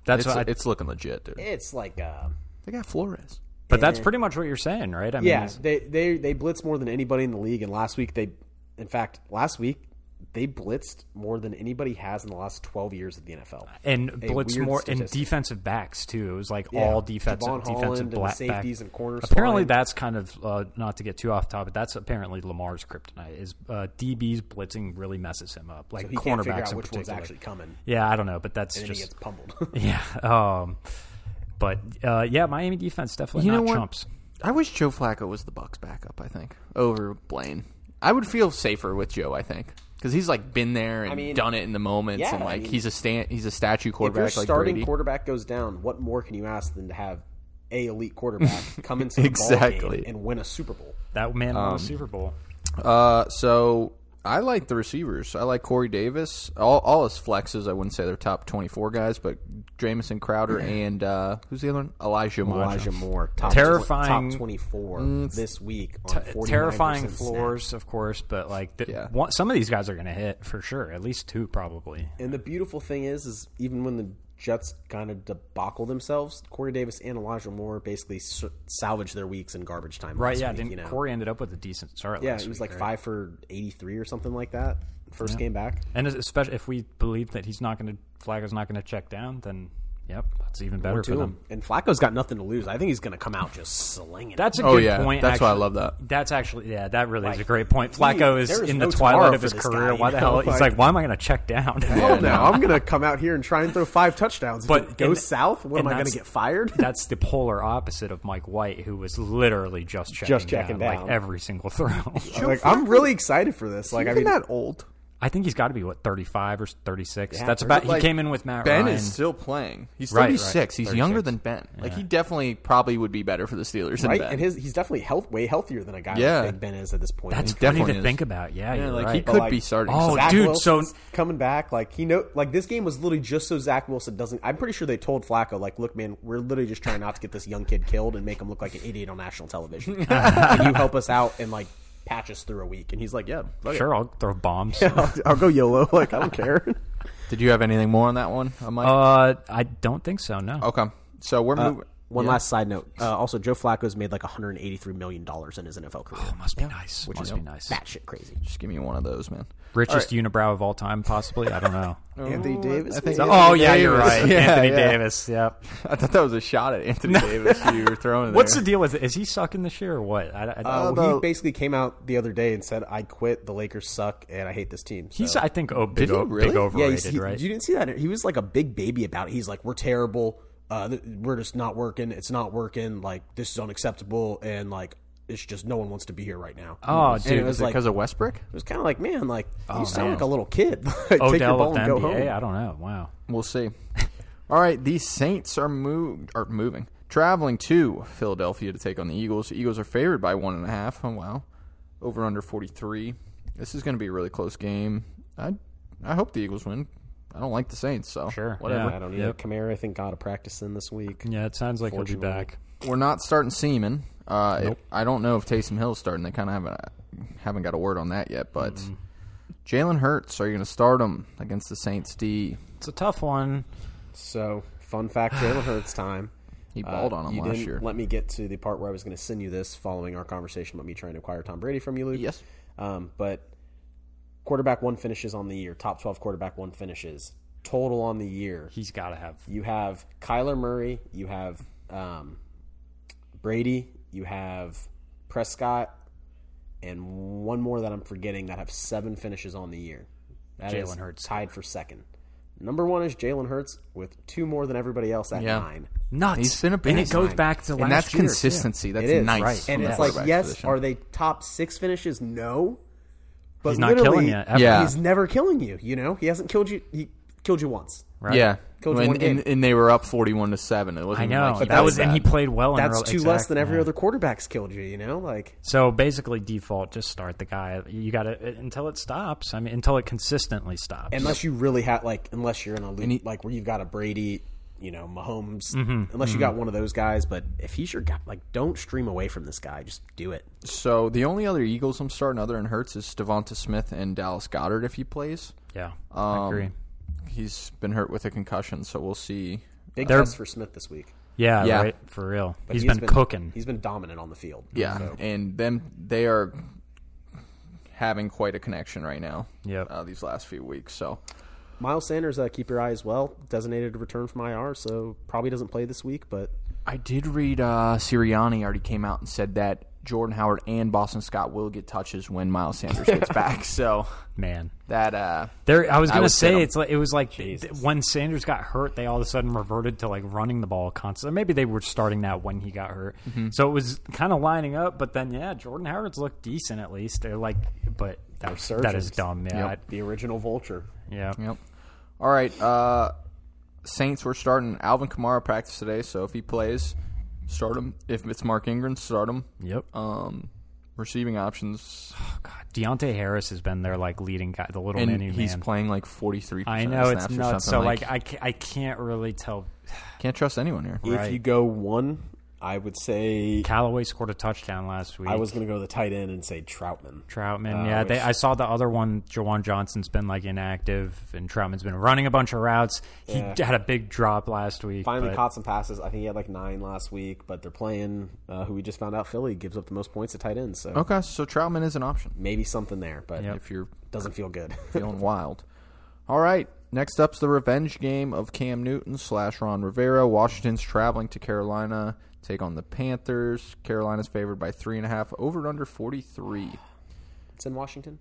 [SPEAKER 3] That's
[SPEAKER 2] it's,
[SPEAKER 3] what I,
[SPEAKER 2] it's looking legit, dude.
[SPEAKER 6] it's like uh,
[SPEAKER 2] They got Flores.
[SPEAKER 3] but that's pretty much what you're saying, right? I mean,
[SPEAKER 6] yeah,
[SPEAKER 3] it's-
[SPEAKER 6] they they they blitz more than anybody in the league. And last week they, in fact, last week they blitzed more than anybody has in the last twelve years of the NFL.
[SPEAKER 3] and blitz
[SPEAKER 6] weird
[SPEAKER 3] more and
[SPEAKER 6] statistic.
[SPEAKER 3] defensive backs too. It was like
[SPEAKER 6] Yeah,
[SPEAKER 3] all defensive
[SPEAKER 6] Javon Holland
[SPEAKER 3] defensive
[SPEAKER 6] and the
[SPEAKER 3] black
[SPEAKER 6] safeties
[SPEAKER 3] back.
[SPEAKER 6] and corners
[SPEAKER 3] Apparently,
[SPEAKER 6] flying.
[SPEAKER 3] that's kind of uh, not to get too off topic. That's apparently Lamar's kryptonite. Is uh, DB's blitzing really messes him up? Like
[SPEAKER 6] He can't figure
[SPEAKER 3] cornerbacks
[SPEAKER 6] out
[SPEAKER 3] in
[SPEAKER 6] which one's
[SPEAKER 3] particular.
[SPEAKER 6] actually coming,
[SPEAKER 3] yeah, I don't know, but that's
[SPEAKER 6] and then he
[SPEAKER 3] just
[SPEAKER 6] gets pummeled.
[SPEAKER 3] Yeah. Um, but uh, yeah, Miami defense definitely
[SPEAKER 2] You know
[SPEAKER 3] not
[SPEAKER 2] what?
[SPEAKER 3] chumps.
[SPEAKER 2] I wish Joe Flacco was the Bucks backup. I think over Blaine. I would feel safer with Joe. I think because he's like been there and
[SPEAKER 6] mean,
[SPEAKER 2] done it in the moments,
[SPEAKER 6] yeah,
[SPEAKER 2] and
[SPEAKER 6] I
[SPEAKER 2] like
[SPEAKER 6] mean,
[SPEAKER 2] he's a stand, he's a statue
[SPEAKER 6] if your
[SPEAKER 2] quarterback like
[SPEAKER 6] starting
[SPEAKER 2] Brady.
[SPEAKER 6] quarterback goes down, what more can you ask than to have a elite quarterback come into the ball game
[SPEAKER 2] Exactly.
[SPEAKER 6] and win a Super Bowl?
[SPEAKER 3] That man
[SPEAKER 6] Um,
[SPEAKER 3] won the Super Bowl.
[SPEAKER 2] uh, so I like the receivers. I like Corey Davis. All, all his flexes. I wouldn't say they're top twenty four guys, but Jamison Crowder and uh, who's the other one? Elijah Moore.
[SPEAKER 6] Elijah Moore, top
[SPEAKER 3] Terrifying- Mm,
[SPEAKER 6] top twenty four this week on 49%
[SPEAKER 3] Terrifying
[SPEAKER 6] snaps.
[SPEAKER 3] floors, of course, but like the,
[SPEAKER 2] Yeah.
[SPEAKER 3] one, some of these guys are going to hit for sure. At least two, probably.
[SPEAKER 6] And the beautiful thing is, is even when the Jets kind of debacle themselves, Corey Davis and Elijah Moore basically s- salvaged their weeks in garbage time.
[SPEAKER 3] Right?
[SPEAKER 6] last
[SPEAKER 3] Yeah.
[SPEAKER 6] week,
[SPEAKER 3] Didn't
[SPEAKER 6] you know?
[SPEAKER 3] Corey ended up with a decent start?
[SPEAKER 6] Yeah,
[SPEAKER 3] last
[SPEAKER 6] it was
[SPEAKER 3] week,
[SPEAKER 6] like
[SPEAKER 3] right?
[SPEAKER 6] five for eighty-three or something like that. First game back.
[SPEAKER 3] And especially if we believe that he's not going to Flacco's not going to check down, then yep, that's even better for
[SPEAKER 6] Boom.
[SPEAKER 3] them.
[SPEAKER 6] And Flacco's got nothing to lose. I think he's going to come out just slinging.
[SPEAKER 3] That's a
[SPEAKER 2] Oh,
[SPEAKER 3] good
[SPEAKER 2] yeah.
[SPEAKER 3] point.
[SPEAKER 2] That's why I
[SPEAKER 3] actually.
[SPEAKER 2] love that.
[SPEAKER 3] That's actually yeah, that really is a great point. Flacco is
[SPEAKER 6] there is
[SPEAKER 3] in
[SPEAKER 6] no
[SPEAKER 3] the twilight
[SPEAKER 6] tomorrow
[SPEAKER 3] of his
[SPEAKER 6] for this
[SPEAKER 3] career.
[SPEAKER 6] guy,
[SPEAKER 3] why
[SPEAKER 6] you
[SPEAKER 3] the
[SPEAKER 6] know?
[SPEAKER 3] hell? He's
[SPEAKER 6] Like-
[SPEAKER 3] like, why am I going to check down?
[SPEAKER 6] Oh no! I'm going to come out here and try and throw five touchdowns. If
[SPEAKER 3] But-
[SPEAKER 6] it goes
[SPEAKER 3] and-
[SPEAKER 6] south, what
[SPEAKER 3] and
[SPEAKER 6] am I going to
[SPEAKER 3] that's-
[SPEAKER 6] get fired?
[SPEAKER 3] that's the polar opposite of Mike White, who was literally just checking,
[SPEAKER 6] Just checking
[SPEAKER 3] down,
[SPEAKER 6] down.
[SPEAKER 3] like every single throw.
[SPEAKER 6] like I'm really excited for this. Like I mean,
[SPEAKER 2] Even that old
[SPEAKER 3] I think he's got to be what thirty five or thirty six.
[SPEAKER 6] Yeah,
[SPEAKER 3] That's
[SPEAKER 6] there's
[SPEAKER 3] about.
[SPEAKER 2] like-
[SPEAKER 3] he came in with Matt
[SPEAKER 2] Ben
[SPEAKER 3] Ryan.
[SPEAKER 2] is still playing. He's
[SPEAKER 3] Right, right.
[SPEAKER 2] 36. He's younger
[SPEAKER 3] 36.
[SPEAKER 2] than Ben. Like he definitely probably would be better for the Steelers than
[SPEAKER 6] right?
[SPEAKER 2] Ben.
[SPEAKER 6] And his he's definitely health way healthier than a guy
[SPEAKER 2] Yeah.
[SPEAKER 6] like Big Ben is at this point.
[SPEAKER 3] that's
[SPEAKER 2] he
[SPEAKER 3] funny
[SPEAKER 2] definitely
[SPEAKER 3] to
[SPEAKER 2] is.
[SPEAKER 3] think about. Yeah,
[SPEAKER 2] yeah,
[SPEAKER 3] you're
[SPEAKER 2] like he
[SPEAKER 3] right.
[SPEAKER 2] could
[SPEAKER 6] like-
[SPEAKER 2] be starting.
[SPEAKER 3] Oh,
[SPEAKER 6] Zach
[SPEAKER 3] dude,
[SPEAKER 6] Wilson's
[SPEAKER 3] so-
[SPEAKER 6] coming back, like he know, like this game was literally just so Zach Wilson doesn't. I'm pretty sure they told Flacco, like, look, man, we're literally just trying not to get this young kid killed and make him look like an idiot on national television. Can you help us out and like patch us through a week? And he's like, yeah, fuck it.
[SPEAKER 3] sure, I'll throw bombs.
[SPEAKER 6] I'll, I'll go YOLO. Like I don't care.
[SPEAKER 2] Did you have anything more on that one, uh, Mike?
[SPEAKER 3] Uh, I don't think so. No.
[SPEAKER 2] okay, so we're moving.
[SPEAKER 4] One last side note. Uh, also, Joe Flacco's made like 183 million dollars in his NFL career,
[SPEAKER 3] Must be Oh, nice.
[SPEAKER 4] which
[SPEAKER 3] Must
[SPEAKER 4] is
[SPEAKER 3] be nice.
[SPEAKER 4] batshit crazy.
[SPEAKER 2] Just give me one of those, man.
[SPEAKER 3] Richest unibrow of all time, possibly. I don't know.
[SPEAKER 4] Anthony Davis.
[SPEAKER 3] oh yeah, you're
[SPEAKER 2] Davis.
[SPEAKER 3] right.
[SPEAKER 2] Yeah,
[SPEAKER 3] Anthony
[SPEAKER 2] yeah.
[SPEAKER 3] Davis. Yep.
[SPEAKER 2] I thought that was a shot at Anthony Davis you were throwing there.
[SPEAKER 3] What's the deal with it? Is he sucking this year or what? I, I,
[SPEAKER 4] Uh,
[SPEAKER 2] Although-
[SPEAKER 4] he basically came out the other day and said, "I quit. The Lakers suck, and I hate this team." So-
[SPEAKER 3] he's I think oh, big,
[SPEAKER 2] he
[SPEAKER 3] o-
[SPEAKER 2] really?
[SPEAKER 3] big
[SPEAKER 2] Yeah,
[SPEAKER 4] yeah,
[SPEAKER 3] overrated,
[SPEAKER 4] he's- he,
[SPEAKER 3] right?
[SPEAKER 4] you didn't see that. He was like a big baby about it. He's like, "We're terrible. Uh, th- we're just not working. It's not working. Like this is unacceptable, and like it's just no one wants to be here right now."
[SPEAKER 3] oh,
[SPEAKER 4] and
[SPEAKER 3] dude.
[SPEAKER 4] it was like
[SPEAKER 2] because of Westbrook?
[SPEAKER 4] it was kind of like, man, like you sound
[SPEAKER 3] man.
[SPEAKER 4] like a little kid. Like, take your
[SPEAKER 3] Odell
[SPEAKER 4] ball
[SPEAKER 3] of the
[SPEAKER 4] and go
[SPEAKER 3] NBA.
[SPEAKER 4] home.
[SPEAKER 3] I don't know. Wow.
[SPEAKER 2] We'll see. All right, the Saints are moved are moving, traveling to Philadelphia to take on the Eagles. The Eagles are favored by one and a half. Oh wow, over under forty three. This is going to be a really close game. I I hope the Eagles win. I don't like the Saints, so
[SPEAKER 3] Sure,
[SPEAKER 2] whatever.
[SPEAKER 3] yeah.
[SPEAKER 4] I don't either. Kamara, I think, got a practice in this week.
[SPEAKER 3] Yeah, it sounds like he'll be back.
[SPEAKER 2] We're not starting Seaman. Uh, it- I don't know if Taysom Hill's starting. They kind of haven't haven't got a word on that yet. But Jalen Hurts, are you going to start him against the Saints D?
[SPEAKER 3] It's a tough one.
[SPEAKER 4] So, fun fact: Jalen Hurts time.
[SPEAKER 2] He balled
[SPEAKER 4] Uh,
[SPEAKER 2] on him
[SPEAKER 4] you
[SPEAKER 2] last
[SPEAKER 4] didn't
[SPEAKER 2] year.
[SPEAKER 4] Let me get to the part where I was going to send you this following our conversation about me trying to acquire Tom Brady from you, Luke.
[SPEAKER 2] Yes.
[SPEAKER 4] Um, but quarterback one finishes on the year. Top twelve quarterback one finishes total on the year.
[SPEAKER 3] He's got to have.
[SPEAKER 4] You have Kyler Murray. You have um, Brady. You have Prescott, and one more that I'm forgetting that have seven finishes on the year. That is
[SPEAKER 3] Jalen Hurts.
[SPEAKER 4] tied for second. Number one is Jalen Hurts with two more than everybody else at
[SPEAKER 2] Yeah.
[SPEAKER 4] nine.
[SPEAKER 3] Nuts.
[SPEAKER 2] He's been a
[SPEAKER 3] and
[SPEAKER 2] beast.
[SPEAKER 3] it goes back to last
[SPEAKER 2] and that's
[SPEAKER 3] year, too.
[SPEAKER 2] consistency. That's
[SPEAKER 4] It is
[SPEAKER 2] nice. from
[SPEAKER 4] and
[SPEAKER 2] the
[SPEAKER 4] it's like
[SPEAKER 2] quarterback
[SPEAKER 4] yes,
[SPEAKER 2] position.
[SPEAKER 4] are they top six finishes? No, but
[SPEAKER 3] He's not
[SPEAKER 4] literally,
[SPEAKER 3] killing you. Ever.
[SPEAKER 2] Yeah.
[SPEAKER 4] he's never killing you. You know, he hasn't killed you. He killed you once.
[SPEAKER 3] Right.
[SPEAKER 2] yeah,
[SPEAKER 4] Coach
[SPEAKER 2] and,
[SPEAKER 4] one
[SPEAKER 2] and,
[SPEAKER 4] game.
[SPEAKER 2] and they were up forty-one to seven. It wasn't
[SPEAKER 3] I
[SPEAKER 2] even
[SPEAKER 3] know.
[SPEAKER 2] Like he
[SPEAKER 3] that was,
[SPEAKER 2] bad.
[SPEAKER 3] and he played well. in
[SPEAKER 4] That's
[SPEAKER 3] real-
[SPEAKER 4] two less
[SPEAKER 3] exactly,
[SPEAKER 4] than every
[SPEAKER 3] yeah.
[SPEAKER 4] other quarterback's killed you. You know, like
[SPEAKER 3] So basically, default just start the guy. You got to until it stops. I mean, until it consistently stops.
[SPEAKER 4] unless you really have like unless you're in a loop,
[SPEAKER 2] he-
[SPEAKER 4] like where you've got a Brady, you know, Mahomes.
[SPEAKER 3] Mm-hmm.
[SPEAKER 4] unless you got one of those guys, but if he's your guy, like don't stream away from this guy. Just do it.
[SPEAKER 2] So the only other Eagles I'm starting other than Hurts is Devonta Smith and Dallas Goddard if he plays.
[SPEAKER 3] yeah, I agree.
[SPEAKER 2] He's been hurt with a concussion, so we'll see.
[SPEAKER 4] Big test for Smith this week.
[SPEAKER 3] Yeah,
[SPEAKER 2] yeah.
[SPEAKER 3] right for real.
[SPEAKER 4] But
[SPEAKER 3] he's been cooking.
[SPEAKER 4] He's been dominant on the field.
[SPEAKER 2] Yeah,
[SPEAKER 4] So,
[SPEAKER 2] and them they are having quite a connection right now.
[SPEAKER 3] Yep.
[SPEAKER 2] uh, these last few weeks. So
[SPEAKER 4] Miles Sanders, uh, keep your eye as well. Designated to return from IR, so probably doesn't play this week, but
[SPEAKER 2] I did read uh, Sirianni already came out and said that Jordan Howard and Boston Scott will get touches when Miles Sanders gets back. So
[SPEAKER 3] Man,
[SPEAKER 2] that uh,
[SPEAKER 3] there. I was
[SPEAKER 2] I
[SPEAKER 3] gonna
[SPEAKER 2] would sit
[SPEAKER 3] say
[SPEAKER 2] him.
[SPEAKER 3] it's like it was like th- when Sanders got hurt, they all of a sudden reverted to like running the ball constantly. Maybe they were starting that when he got hurt, so it was kind of lining up. But then, yeah, Jordan Howard's looked decent at least. They're like, but that, that is
[SPEAKER 4] surgeons.
[SPEAKER 3] dumb. Yeah,
[SPEAKER 2] Yep.
[SPEAKER 4] the original Vulture.
[SPEAKER 3] I- yeah.
[SPEAKER 2] Yep. All right. Uh, Saints, we're starting Alvin Kamara practice today, so if he plays, start him. If it's Mark Ingram, start him.
[SPEAKER 3] Yep.
[SPEAKER 2] Um, receiving options,
[SPEAKER 3] Oh, God, Deontay Harris has been their like leading guy, the little
[SPEAKER 2] and
[SPEAKER 3] mini
[SPEAKER 2] he's
[SPEAKER 3] man.
[SPEAKER 2] playing like forty three.
[SPEAKER 3] I know it's
[SPEAKER 2] snaps or
[SPEAKER 3] nuts. So
[SPEAKER 2] something.
[SPEAKER 3] like, I, ca- I can't really tell.
[SPEAKER 2] can't trust anyone here.
[SPEAKER 4] If
[SPEAKER 3] Right.
[SPEAKER 4] you go one, I would say
[SPEAKER 3] Callaway scored a touchdown last week.
[SPEAKER 4] I was going to go the tight end and say Troutman.
[SPEAKER 3] Troutman.
[SPEAKER 4] Uh,
[SPEAKER 3] yeah, they,
[SPEAKER 4] which-
[SPEAKER 3] I saw the other one. Jawan Johnson's been like inactive, and Troutman's been running a bunch of routes. He had a big drop last week.
[SPEAKER 4] Finally
[SPEAKER 3] but-
[SPEAKER 4] caught some passes. I think he had like nine last week, but they're playing uh, who we just found out Philly gives up the most points to tight ends. So
[SPEAKER 2] Okay, so Troutman is an option
[SPEAKER 4] maybe something there, but
[SPEAKER 2] if you're
[SPEAKER 4] doesn't feel good.
[SPEAKER 2] feeling wild. All right. Next up's the revenge game of Cam Newton slash Ron Rivera. Washington's traveling to Carolina, take on the Panthers. Carolina's favored by three and a half, over and under forty three.
[SPEAKER 4] it's in Washington.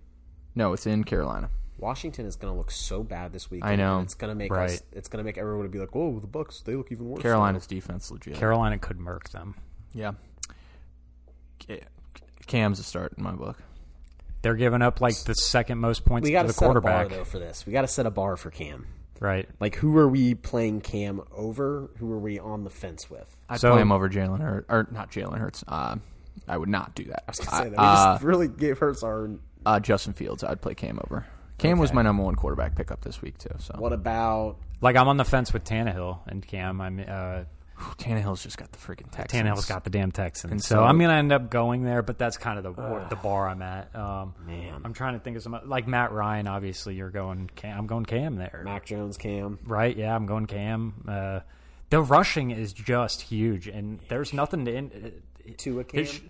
[SPEAKER 2] No, it's in Carolina.
[SPEAKER 4] Washington is going to look so bad this week.
[SPEAKER 2] I know.
[SPEAKER 4] It's going to make
[SPEAKER 3] Right.
[SPEAKER 4] us, it's going to make everyone be like, "Whoa, the Bucks! They look even worse."
[SPEAKER 2] Carolina's defense legit.
[SPEAKER 3] Carolina could murk them.
[SPEAKER 2] yeah. Ca- Cam's a start in my book.
[SPEAKER 3] They're giving up like the second most points
[SPEAKER 4] We
[SPEAKER 3] to
[SPEAKER 4] got
[SPEAKER 3] the
[SPEAKER 4] to set a bar
[SPEAKER 3] quarterback.
[SPEAKER 4] though for this. We got to set a bar for Cam.
[SPEAKER 3] right.
[SPEAKER 4] Like, who are we playing Cam over? Who are we on the fence with?
[SPEAKER 2] I'd
[SPEAKER 3] So-
[SPEAKER 2] play him over Jalen Hurts, or not Jalen Hurts. Uh, I would not do that. I was
[SPEAKER 4] Say that. We
[SPEAKER 2] Uh,
[SPEAKER 4] just really gave Hurts our.
[SPEAKER 2] uh, Justin Fields, I'd play Cam over. Cam was my number one quarterback pickup this week too. So
[SPEAKER 4] What about
[SPEAKER 3] Like I'm on the fence with Tannehill and Cam. I'm uh,
[SPEAKER 2] Tannehill's just got the freaking Texans.
[SPEAKER 3] Tannehill's got the damn Texans, so,
[SPEAKER 2] so-
[SPEAKER 3] I'm gonna end up going there. But that's kind of the wor- the bar I'm at. Um, I'm trying to think of some like Matt Ryan. Obviously, you're going. Cam, I'm going Cam there.
[SPEAKER 4] Mac Jones, Cam?
[SPEAKER 3] Right? Yeah, I'm going Cam. Uh, the rushing is just huge, and there's nothing to. In,
[SPEAKER 6] Tua
[SPEAKER 3] his sh-
[SPEAKER 6] Cam?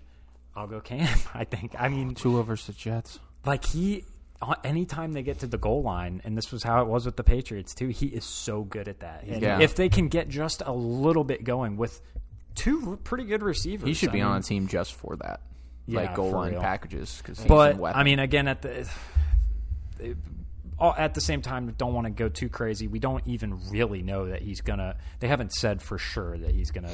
[SPEAKER 3] I'll go Cam. I think. I mean,
[SPEAKER 2] Two overs to Jets.
[SPEAKER 3] like he on- anytime they get to the goal line and this was how it was with the patriots too he is so good at that And
[SPEAKER 2] Yeah.
[SPEAKER 3] if they can get just a little bit going with two r- pretty good receivers
[SPEAKER 2] He should
[SPEAKER 3] I
[SPEAKER 2] be
[SPEAKER 3] mean,
[SPEAKER 2] on a team just for that,
[SPEAKER 3] Yeah,
[SPEAKER 2] like goal
[SPEAKER 3] for
[SPEAKER 2] line
[SPEAKER 3] real.
[SPEAKER 2] packages. Cause he's
[SPEAKER 3] but
[SPEAKER 2] a weapon.
[SPEAKER 3] i mean again at the all, at the same time don't want to go too crazy we don't even really know that he's gonna they haven't said for sure that he's gonna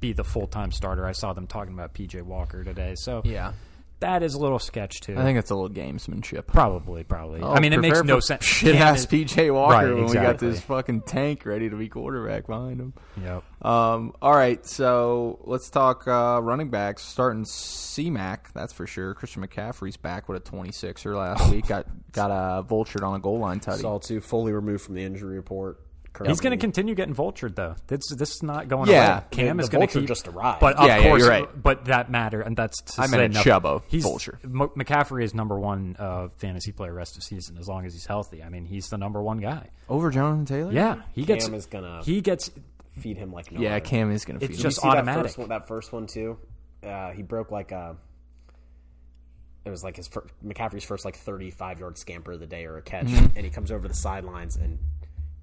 [SPEAKER 3] be the full-time starter i saw them talking about pj walker today so
[SPEAKER 2] yeah,
[SPEAKER 3] that is a little sketch too
[SPEAKER 2] I think it's a little gamesmanship.
[SPEAKER 3] probably probably i mean it makes no sense
[SPEAKER 2] Shit
[SPEAKER 3] Cam
[SPEAKER 2] ass
[SPEAKER 3] is-
[SPEAKER 2] PJ Walker
[SPEAKER 3] Right,
[SPEAKER 2] when we got
[SPEAKER 3] exactly.
[SPEAKER 2] this fucking tank ready to be quarterback behind him.
[SPEAKER 3] Yep.
[SPEAKER 2] Um, all right, so let's talk uh, running backs. Starting C-Mac, that's for sure. Christian McCaffrey's back with a 26er
[SPEAKER 3] Oh.
[SPEAKER 2] last week. Got got uh, vultured on a goal line tutty.
[SPEAKER 6] Saw too fully removed from the injury report.
[SPEAKER 3] He's going to continue getting vultured though. This this is not going
[SPEAKER 2] Yeah.
[SPEAKER 3] away. Cam
[SPEAKER 6] The-
[SPEAKER 3] is
[SPEAKER 6] the
[SPEAKER 3] going to
[SPEAKER 6] vulture
[SPEAKER 3] keep
[SPEAKER 6] just arrived.
[SPEAKER 3] But of
[SPEAKER 2] Yeah, yeah, you're
[SPEAKER 3] course,
[SPEAKER 2] right.
[SPEAKER 3] but that matter and that's to
[SPEAKER 2] I
[SPEAKER 3] say
[SPEAKER 2] meant a
[SPEAKER 3] nothing.
[SPEAKER 2] Chubbo
[SPEAKER 3] He's
[SPEAKER 2] vulture.
[SPEAKER 3] M- McCaffrey is number one uh, fantasy player rest of season as long as he's healthy. I mean, he's the number one guy.
[SPEAKER 2] Over Jonathan Taylor?
[SPEAKER 3] Yeah, he gets
[SPEAKER 6] is gonna-
[SPEAKER 3] he gets
[SPEAKER 6] feed him like no
[SPEAKER 2] Yeah,
[SPEAKER 6] other.
[SPEAKER 2] Cam is going to feed him.
[SPEAKER 3] just
[SPEAKER 6] See
[SPEAKER 3] automatic.
[SPEAKER 6] That first one, that first one too. Uh, he broke like a. It was like his fir- McCaffrey's first like thirty-five yard scamper of the day or a catch, and he comes over the sidelines and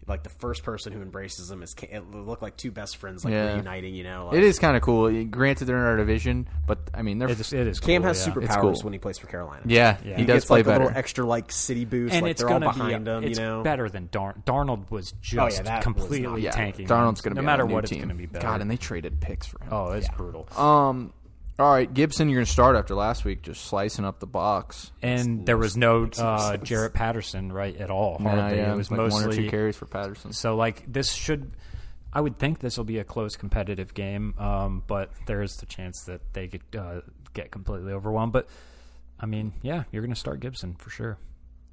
[SPEAKER 6] like the first person who embraces him is Cam- it looked like two best friends like
[SPEAKER 2] Yeah.
[SPEAKER 6] reuniting. You know, like,
[SPEAKER 2] It is kind of cool. Granted, they're in our division, but I mean, they're
[SPEAKER 3] it is, it is
[SPEAKER 6] Cam
[SPEAKER 3] cool,
[SPEAKER 6] has
[SPEAKER 3] yeah.
[SPEAKER 6] superpowers
[SPEAKER 2] cool.
[SPEAKER 6] when he plays for Carolina.
[SPEAKER 2] yeah, he
[SPEAKER 6] He
[SPEAKER 2] does
[SPEAKER 6] gets,
[SPEAKER 2] play
[SPEAKER 6] like a
[SPEAKER 2] better.
[SPEAKER 6] little extra like city boost,
[SPEAKER 3] and
[SPEAKER 6] like
[SPEAKER 3] it's
[SPEAKER 6] they're all
[SPEAKER 3] going to
[SPEAKER 6] behind
[SPEAKER 3] be
[SPEAKER 6] him.
[SPEAKER 3] it's
[SPEAKER 6] you know, Oh,
[SPEAKER 3] better than Darn Darnold was just
[SPEAKER 6] that
[SPEAKER 3] completely
[SPEAKER 6] was
[SPEAKER 2] Yeah,
[SPEAKER 3] tanking.
[SPEAKER 2] Darnold's going to
[SPEAKER 3] no
[SPEAKER 2] be
[SPEAKER 3] matter
[SPEAKER 2] on a new
[SPEAKER 3] what it's
[SPEAKER 2] team.
[SPEAKER 3] going to be better.
[SPEAKER 2] God, and they traded picks for him.
[SPEAKER 3] oh, it's brutal.
[SPEAKER 2] Um, all right, Gibson, you're going to start after last week, just slicing up the box.
[SPEAKER 3] and there was no uh, Jarrett Patterson right at all. Hardly.
[SPEAKER 2] yeah,
[SPEAKER 3] it was
[SPEAKER 2] like
[SPEAKER 3] mostly
[SPEAKER 2] one or two carries for Patterson.
[SPEAKER 3] So like this should, I would think this will be a close competitive game, um, but there is the chance that they could uh, get completely overwhelmed. But I mean, yeah, you're going to start Gibson for sure.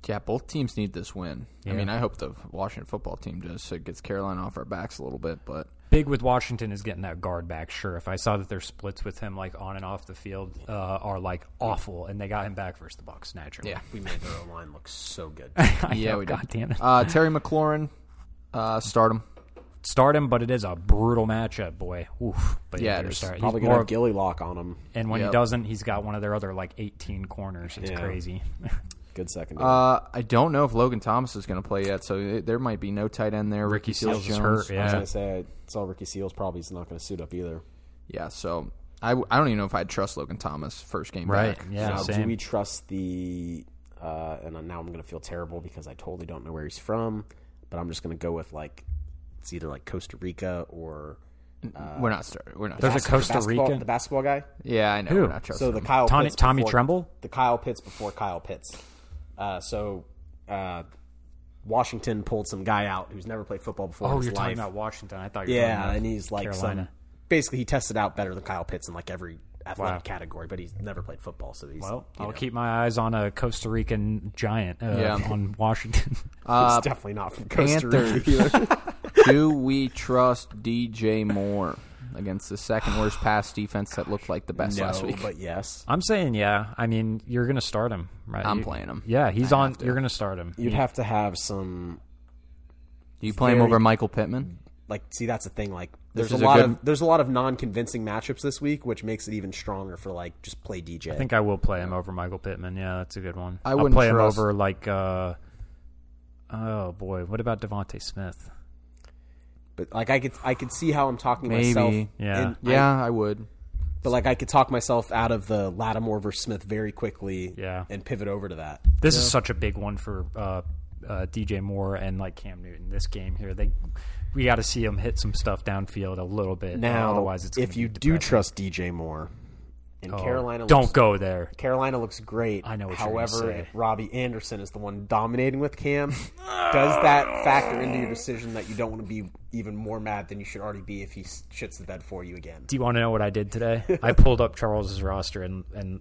[SPEAKER 2] Yeah, both teams need this win. I
[SPEAKER 3] Yeah.
[SPEAKER 2] mean, I hope the Washington football team does, so it gets Carolina off our backs a little bit. But
[SPEAKER 3] Big with Washington is getting that guard back. Sure, if I saw that their splits with him like on and off the field uh, are like awful, and they got him back versus the Bucks naturally.
[SPEAKER 2] Yeah.
[SPEAKER 6] we made their own line look so good.
[SPEAKER 3] I
[SPEAKER 2] yeah,
[SPEAKER 3] know,
[SPEAKER 2] we
[SPEAKER 3] God
[SPEAKER 2] did.
[SPEAKER 3] damn it.
[SPEAKER 2] Uh, Terry McLaurin, uh, start him.
[SPEAKER 3] start him, but it is a brutal matchup, boy. Oof, but
[SPEAKER 2] Yeah,
[SPEAKER 3] yeah,
[SPEAKER 2] there's
[SPEAKER 3] start.
[SPEAKER 6] Probably
[SPEAKER 3] He's
[SPEAKER 6] gonna
[SPEAKER 3] more,
[SPEAKER 6] have Gilly lock on him.
[SPEAKER 3] and when
[SPEAKER 2] Yep.
[SPEAKER 3] he doesn't, he's got one of their other like 18 corners. It's
[SPEAKER 6] Yeah.
[SPEAKER 3] crazy.
[SPEAKER 6] Good second.
[SPEAKER 2] Uh, I don't know if Logan Thomas is going to play yet, so it, there might be no tight end there. Ricky,
[SPEAKER 3] Ricky
[SPEAKER 2] Seals,
[SPEAKER 3] Seals is
[SPEAKER 2] Jones.
[SPEAKER 3] hurt,
[SPEAKER 6] I was
[SPEAKER 3] yeah.
[SPEAKER 6] gonna say I saw Ricky Seals probably is not gonna suit up either.
[SPEAKER 2] Yeah, so I, w- I don't even know if I'd trust Logan Thomas first game
[SPEAKER 3] Right,
[SPEAKER 2] back.
[SPEAKER 3] yeah.
[SPEAKER 6] now, do
[SPEAKER 3] same.
[SPEAKER 6] we trust the? Uh, and now I'm going to feel terrible because I totally don't know where he's from, but I'm just going to go with like it's either like Costa Rica or
[SPEAKER 2] we're not starting. We're not.
[SPEAKER 3] There's a
[SPEAKER 2] starting.
[SPEAKER 3] Costa
[SPEAKER 6] basketball-
[SPEAKER 3] Rican.
[SPEAKER 6] the basketball guy.
[SPEAKER 2] yeah, I know.
[SPEAKER 3] Who?
[SPEAKER 2] We're not trusting.
[SPEAKER 6] So the
[SPEAKER 2] him.
[SPEAKER 6] Kyle
[SPEAKER 3] Tommy-
[SPEAKER 6] Pitts
[SPEAKER 3] Tommy
[SPEAKER 6] before-
[SPEAKER 3] Tremble?
[SPEAKER 6] the Kyle Pitts before Kyle Pitts. Uh, so uh, Washington pulled some guy out who's never played football before. in
[SPEAKER 3] Oh,
[SPEAKER 6] his
[SPEAKER 3] you're
[SPEAKER 6] life.
[SPEAKER 3] talking about Washington. I thought you were talking
[SPEAKER 6] Yeah,
[SPEAKER 3] about
[SPEAKER 6] and he's like
[SPEAKER 3] Carolina.
[SPEAKER 6] some. Basically, he tested out better than Kyle Pitts in like every athletic
[SPEAKER 3] Wow.
[SPEAKER 6] category, but he's never played football, so he's
[SPEAKER 3] Well,
[SPEAKER 6] you
[SPEAKER 3] I'll
[SPEAKER 6] know,
[SPEAKER 3] keep my eyes on a Costa Rican giant uh,
[SPEAKER 2] Yeah.
[SPEAKER 3] on Washington.
[SPEAKER 6] he's definitely not from Costa
[SPEAKER 2] Panthers.
[SPEAKER 6] Rica. either.
[SPEAKER 2] Do we trust DJ Moore against the second worst pass defense that looked like the best last week?
[SPEAKER 6] but yes,
[SPEAKER 3] I'm saying, yeah. I mean, you're going to start him, right?
[SPEAKER 2] I'm
[SPEAKER 3] You-
[SPEAKER 2] playing him.
[SPEAKER 3] Yeah, he's on. You're going to start him. Mm.
[SPEAKER 6] you'd have to have some
[SPEAKER 2] Do you play him
[SPEAKER 6] Very-
[SPEAKER 2] over Michael Pittman?
[SPEAKER 6] like. See, that's the thing. Like, there's a
[SPEAKER 2] is a
[SPEAKER 6] lot
[SPEAKER 2] good-
[SPEAKER 6] of there's a lot of non-convincing matchups this week, which makes it even stronger for like just play DJ.
[SPEAKER 3] I think I will play him over Michael Pittman. Yeah, that's a good one.
[SPEAKER 2] I
[SPEAKER 3] I'll
[SPEAKER 2] wouldn't
[SPEAKER 3] play
[SPEAKER 2] trust-
[SPEAKER 3] him over like. Uh, oh boy, what about Devonte Smith?
[SPEAKER 6] but like I could I could see how I'm talking
[SPEAKER 2] Maybe.
[SPEAKER 6] myself.
[SPEAKER 3] Yeah.
[SPEAKER 6] in-
[SPEAKER 2] Yeah, I would.
[SPEAKER 6] but like I could talk myself out of the Lattimore versus Smith very quickly.
[SPEAKER 3] Yeah.
[SPEAKER 6] and pivot over to that.
[SPEAKER 3] This is such a big one for uh, uh, DJ Moore and like Cam Newton. This game here, they we got to see him hit some stuff downfield a little bit.
[SPEAKER 6] Now,
[SPEAKER 3] otherwise, it's
[SPEAKER 6] if
[SPEAKER 3] gonna
[SPEAKER 6] you
[SPEAKER 3] be
[SPEAKER 6] do
[SPEAKER 3] depressing.
[SPEAKER 6] trust DJ Moore, and
[SPEAKER 3] Oh,
[SPEAKER 6] Carolina
[SPEAKER 3] don't
[SPEAKER 6] looks,
[SPEAKER 3] go there.
[SPEAKER 6] Carolina looks great.
[SPEAKER 3] I know what you're gonna
[SPEAKER 6] However,
[SPEAKER 3] say.
[SPEAKER 6] if Robbie Anderson is the one dominating with Cam, does that factor into your decision that you don't want to be even more mad than you should already be if he s- shits the bed for you again?
[SPEAKER 3] Do you want to know what I did today? I pulled up Charles's roster and and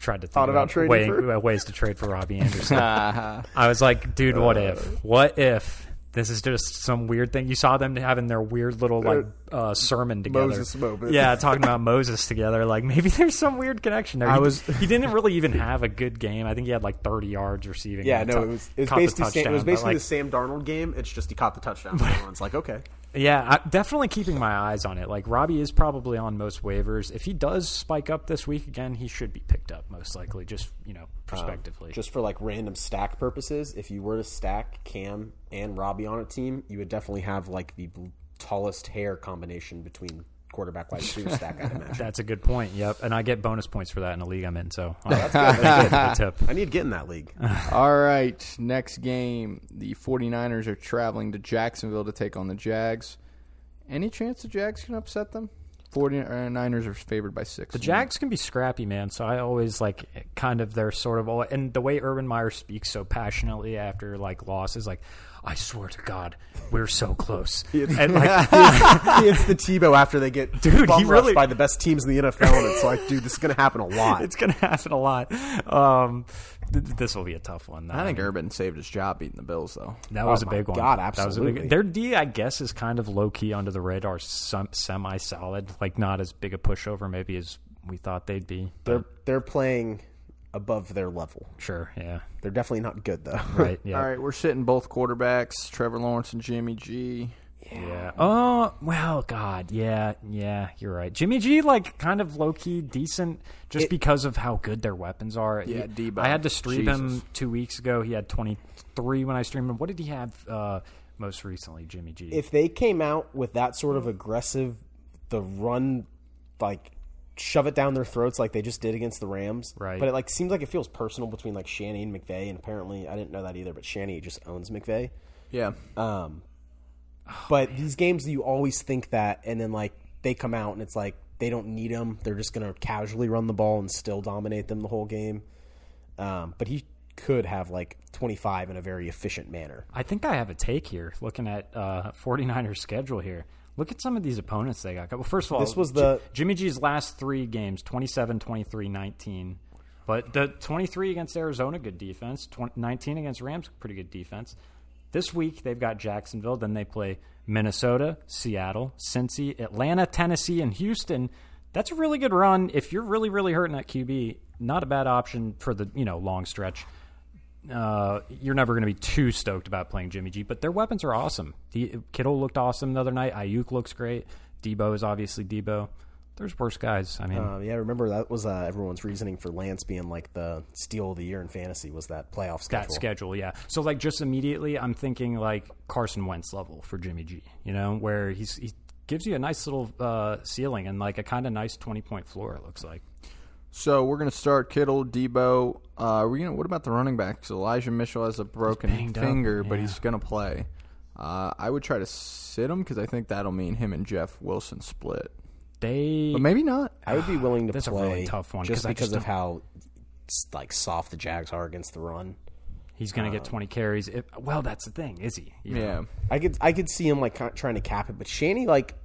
[SPEAKER 3] tried to think
[SPEAKER 6] Thought about trading
[SPEAKER 3] way-
[SPEAKER 6] for-
[SPEAKER 3] uh, ways to trade for Robbie Anderson. I was like, dude, what
[SPEAKER 6] Uh.
[SPEAKER 3] if? What if? This is just some weird thing. You saw them having their weird little like uh, sermon together.
[SPEAKER 6] Moses moment.
[SPEAKER 3] Yeah, talking about Moses together. Like maybe there's some weird connection there. I he,
[SPEAKER 2] was-
[SPEAKER 3] He didn't really even have a good game. I think he had like 30 yards receiving.
[SPEAKER 6] Yeah,
[SPEAKER 3] and
[SPEAKER 6] no,
[SPEAKER 3] t-
[SPEAKER 6] it was it was
[SPEAKER 3] caught the
[SPEAKER 6] basically Sam, it
[SPEAKER 3] touchdown,
[SPEAKER 6] was
[SPEAKER 3] but,
[SPEAKER 6] basically
[SPEAKER 3] like,
[SPEAKER 6] the Sam Darnold game. It's just he caught the touchdown. and Everyone's like, okay,
[SPEAKER 3] Yeah, I, definitely keeping my eyes on it. Like Robbie is probably on most waivers. If he does spike up this week again, he should be picked up most likely. Just you know, prospectively.
[SPEAKER 6] Just for like random stack purposes, if you were to stack Cam and Robbie on a team, you would definitely have like the bl- tallest hair combination between quarterback wide receiver stack. I'd imagine.
[SPEAKER 3] That's a good point. Yep, and I get bonus points for that in the league I'm in. So oh, that's a good tip.
[SPEAKER 6] I need to get in that league.
[SPEAKER 2] All right, next game. The 49ers are traveling to Jacksonville to take on the Jags. Any chance the Jags can upset them? 49ers are favored by six.
[SPEAKER 3] The Jags can be scrappy, man. So I always like kind of their sort of all, and the way Urban Meyer speaks so passionately after like losses, like I swear to God, we're so close. and like
[SPEAKER 6] he hits the Tebow after they get
[SPEAKER 3] Dude,
[SPEAKER 6] bum
[SPEAKER 3] he
[SPEAKER 6] rushed
[SPEAKER 3] really-
[SPEAKER 6] by the best teams in the NFL, and it's like, dude, this is gonna happen a lot.
[SPEAKER 3] it's gonna happen a lot. Um, th- this will be a tough one.
[SPEAKER 2] I think Urban saved his job beating the Bills, though.
[SPEAKER 3] That was a
[SPEAKER 6] my
[SPEAKER 3] big one.
[SPEAKER 6] God,
[SPEAKER 3] That was a big-
[SPEAKER 6] absolutely.
[SPEAKER 3] their D, I guess, is kind of low key under the radar, some, semi solid, like not as big a pushover maybe as we thought they'd be. But
[SPEAKER 6] They're they're playing above their level.
[SPEAKER 3] sure, yeah,
[SPEAKER 6] They're definitely not good though.
[SPEAKER 3] right, yeah,
[SPEAKER 2] All right, we're sitting both quarterbacks, Trevor Lawrence and Jimmy G.
[SPEAKER 3] yeah. Oh well, God, yeah, yeah, you're right. Jimmy G, like kind of low key decent, just because of how good their weapons are.
[SPEAKER 2] Yeah,
[SPEAKER 3] He-
[SPEAKER 2] Debo.
[SPEAKER 3] I had to stream him
[SPEAKER 2] Jesus.
[SPEAKER 3] two weeks ago. He had 23 when I streamed him. What did he have uh, most recently, Jimmy G?
[SPEAKER 6] if they came out with that sort of aggressive, the run, like shove it down their throats like they just did against the Rams,
[SPEAKER 3] Right.
[SPEAKER 6] But it like seems like it feels personal between like Shanny and McVay, and apparently I didn't know that either, but Shanny just owns McVay.
[SPEAKER 2] Yeah.
[SPEAKER 6] but these games you always think that, and then like they come out and it's like they don't need him; they're just gonna casually run the ball and still dominate them the whole game. Um, but he could have like 25 in a very efficient manner.
[SPEAKER 3] I think I have a take here looking at uh, 49ers schedule here. Look at some of these opponents they got. Well, first of all,
[SPEAKER 6] This was
[SPEAKER 3] Ji-
[SPEAKER 6] the-
[SPEAKER 3] Jimmy G's last 3 games, 27, 23, 19. But the 23 against Arizona good defense, 20, 19 against Rams pretty good defense. This week they've got Jacksonville, then they play Minnesota, Seattle, Cincy, Atlanta, Tennessee and Houston. That's a really good run if you're really really hurting at QB. Not a bad option for the, you know, long stretch uh, you're never going to be too stoked about playing Jimmy G, but their weapons are awesome. The, Kittle looked awesome the other night. Ayuk looks great. Debo is obviously Debo. There's worse guys. I mean,
[SPEAKER 6] Um, yeah, remember that was uh, everyone's reasoning for Lance being like the steal of the year in fantasy was that playoff schedule.
[SPEAKER 3] that schedule, yeah. So like, just immediately, I'm thinking like Carson Wentz level for Jimmy G. You know, where he's he gives you a nice little uh, ceiling and like a kind of nice 20 point floor. It looks like.
[SPEAKER 2] So we're going to start Kittle, Debo. Uh, are we gonna, what about the running backs? Elijah Mitchell has a broken
[SPEAKER 3] banged up,
[SPEAKER 2] finger, but
[SPEAKER 3] yeah.
[SPEAKER 2] he's going to play. Uh, I would try to sit him because I think that'll mean him and Jeff Wilson split.
[SPEAKER 3] They
[SPEAKER 2] But maybe not.
[SPEAKER 6] I would be willing to
[SPEAKER 3] That's a
[SPEAKER 6] play
[SPEAKER 3] really tough one,
[SPEAKER 6] just
[SPEAKER 3] 'cause I
[SPEAKER 6] because
[SPEAKER 3] just
[SPEAKER 6] of how s- like soft the Jags are against the run.
[SPEAKER 3] he's going to get 20 carries. If, well, that's the thing, is he? You know,
[SPEAKER 2] Yeah.
[SPEAKER 6] uh, I could I could see him like ki- trying to cap it, but Shanny like it-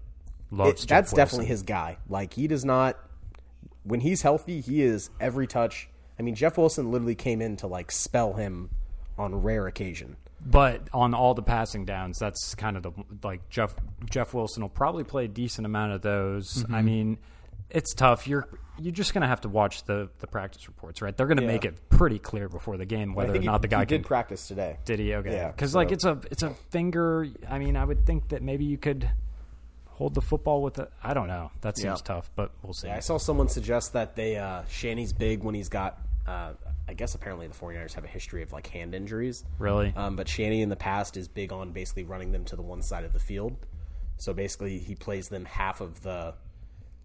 [SPEAKER 3] loves Jeff
[SPEAKER 6] that's
[SPEAKER 3] Wilson.
[SPEAKER 6] definitely his guy. Like he does not when he's healthy, he is every touch. I mean, Jeff Wilson literally came in to like spell him on rare occasion.
[SPEAKER 3] But on all the passing downs, that's kind of the like Jeff Jeff Wilson will probably play a decent amount of those.
[SPEAKER 2] Mm-hmm.
[SPEAKER 3] I mean, it's tough. You're you're just gonna have to watch the the practice reports, right? They're gonna make it pretty clear before the game whether or
[SPEAKER 6] think he-
[SPEAKER 3] not the guy
[SPEAKER 6] he
[SPEAKER 3] can
[SPEAKER 6] did practice today.
[SPEAKER 3] did he okay?
[SPEAKER 6] Yeah,
[SPEAKER 3] because like it's a it's a finger. I mean, I would think that maybe you could hold the football with the. I don't know. That seems
[SPEAKER 2] Yeah.
[SPEAKER 3] tough, but we'll see.
[SPEAKER 6] I saw someone suggest that they uh Shanny's big when he's got uh I guess apparently the 49ers have a history of like hand injuries.
[SPEAKER 3] Really?
[SPEAKER 6] Um but Shanny in the past is big on basically running them to the one side of the field. So basically he plays them half of the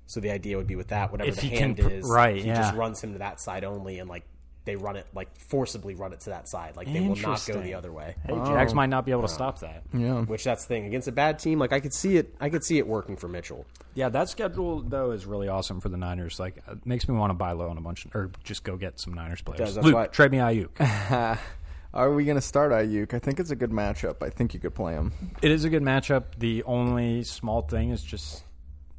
[SPEAKER 6] so the idea would be with that whatever
[SPEAKER 3] If
[SPEAKER 6] the
[SPEAKER 3] he
[SPEAKER 6] hand
[SPEAKER 3] can pr-
[SPEAKER 6] is
[SPEAKER 3] right,
[SPEAKER 6] he just
[SPEAKER 3] yeah.
[SPEAKER 6] runs him to that side only and like they run it like forcibly run it to that side like they will not go
[SPEAKER 3] Interesting.
[SPEAKER 6] the other way.
[SPEAKER 3] hey, Jags might not be able to stop that.
[SPEAKER 2] Oh. Yeah.
[SPEAKER 6] Which that's the thing against a bad team like I could see it I could see it working for Mitchell.
[SPEAKER 3] Yeah, that schedule though is really awesome for the Niners. Like, it makes me want to buy low on a bunch, or just go get some Niners players.
[SPEAKER 6] does, that's
[SPEAKER 3] Luke,
[SPEAKER 6] why-
[SPEAKER 3] trade me Ayuk.
[SPEAKER 2] uh, Are we going to start Ayuk? I think it's a good matchup. I think you could play him.
[SPEAKER 3] it is a good matchup. The only small thing is just,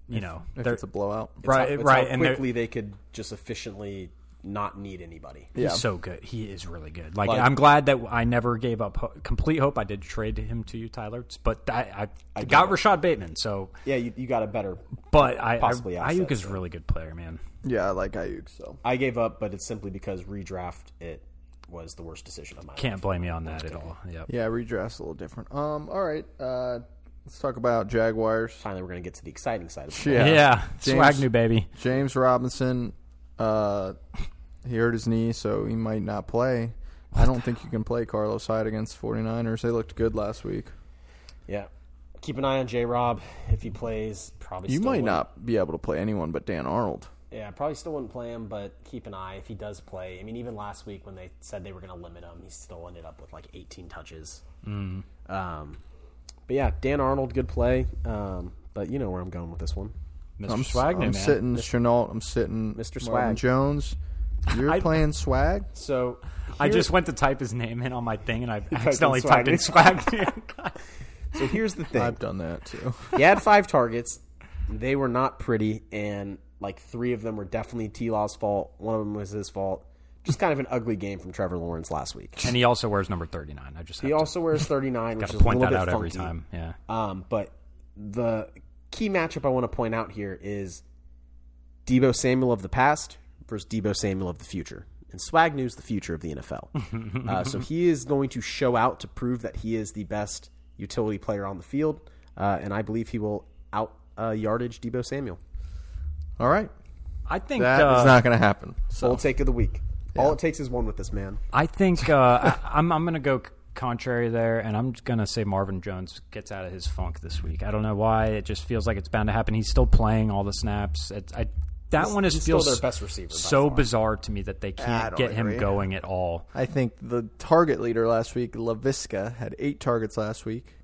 [SPEAKER 3] you know,
[SPEAKER 2] If
[SPEAKER 3] they're
[SPEAKER 2] it's a blowout.
[SPEAKER 3] right,
[SPEAKER 6] It's
[SPEAKER 3] right,
[SPEAKER 6] how
[SPEAKER 3] and they're-
[SPEAKER 6] quickly they could just efficiently not need anybody.
[SPEAKER 3] he's
[SPEAKER 2] Yeah.
[SPEAKER 3] so good. He is really good. Like, I'm glad that I never gave up ho- complete hope. I did trade him to you, Tyler, but I, I, got Rashad Bateman. So,
[SPEAKER 6] Yeah, you, you got a better.
[SPEAKER 3] but I,
[SPEAKER 6] Possibly
[SPEAKER 3] I Ayuk
[SPEAKER 6] assets,
[SPEAKER 3] is a really good player, man.
[SPEAKER 2] Yeah, I like Ayuk. So
[SPEAKER 6] I gave up, but it's simply because redraft it was the worst decision of my life.
[SPEAKER 3] Can't blame you on that at all. Yep.
[SPEAKER 2] yeah, redress a little different. Um, all right. Uh, Let's talk about Jaguars.
[SPEAKER 6] Finally, we're going to get to the exciting side of it.
[SPEAKER 2] Yeah.
[SPEAKER 3] Yeah,
[SPEAKER 2] James-
[SPEAKER 3] swag new baby.
[SPEAKER 2] James Robinson, uh, he hurt his knee, so he might not play. I don't think you can play Carlos Hyde against 49ers. They looked good last week.
[SPEAKER 6] Yeah. Keep an eye on J Rob. If he plays, probably
[SPEAKER 2] You
[SPEAKER 6] still
[SPEAKER 2] might
[SPEAKER 6] wouldn't-
[SPEAKER 2] not be able to play anyone but Dan Arnold.
[SPEAKER 6] Yeah, probably still wouldn't play him, but keep an eye if he does play. I mean, even last week when they said they were going to limit him, he still ended up with like 18 touches.
[SPEAKER 3] Mm-hmm.
[SPEAKER 6] Um, but yeah, Dan Arnold, good play. Um, but you know where I'm going with this one.
[SPEAKER 3] mister
[SPEAKER 2] I'm,
[SPEAKER 3] swag new
[SPEAKER 2] I'm
[SPEAKER 3] man.
[SPEAKER 2] sitting Chenault. I'm sitting
[SPEAKER 6] Mr.
[SPEAKER 2] Marvin
[SPEAKER 6] Swag.
[SPEAKER 2] Jones. You're playing Swag?
[SPEAKER 6] So
[SPEAKER 3] I
[SPEAKER 6] here's-
[SPEAKER 3] just went to type his name in on my thing, and I accidentally
[SPEAKER 6] swag
[SPEAKER 3] typed in swag. new.
[SPEAKER 6] so here's the thing.
[SPEAKER 2] I've done that too.
[SPEAKER 6] he had five targets. They were not pretty, and like three of them were definitely T Law's fault. One of them was his fault. Just kind of an ugly game from Trevor Lawrence last week.
[SPEAKER 3] and he also wears number thirty nine. I just have
[SPEAKER 6] He
[SPEAKER 3] to
[SPEAKER 6] also wears 39, which
[SPEAKER 3] gotta
[SPEAKER 6] is a
[SPEAKER 3] point
[SPEAKER 6] little
[SPEAKER 3] that
[SPEAKER 6] bit
[SPEAKER 3] out
[SPEAKER 6] funky.
[SPEAKER 3] every time. Yeah,
[SPEAKER 6] Um, but the key matchup I want to point out here is Debo Samuel of the past versus Debo Samuel of the future. And Swag News, the future of the NFL. uh, so he is going to show out to prove that he is the best utility player on the field. Uh, and I believe he will out uh, yardage Debo Samuel.
[SPEAKER 2] All right.
[SPEAKER 3] I think
[SPEAKER 2] that is
[SPEAKER 3] uh,
[SPEAKER 2] not going to happen. So
[SPEAKER 6] Bold take of the week. All it takes is one with this man.
[SPEAKER 3] I think uh, I, I'm I'm gonna go c- contrary there, and I'm just gonna say Marvin Jones gets out of his funk this week. I don't know why. It just feels like it's bound to happen. He's still playing all the snaps. It, I that one is
[SPEAKER 6] he's
[SPEAKER 3] feels
[SPEAKER 6] still their best receiver by
[SPEAKER 3] So bizarre to me that they can't
[SPEAKER 2] don't
[SPEAKER 3] get him
[SPEAKER 2] agree.
[SPEAKER 3] going at all.
[SPEAKER 2] I think the target leader last week, Laviska, had eight targets last week.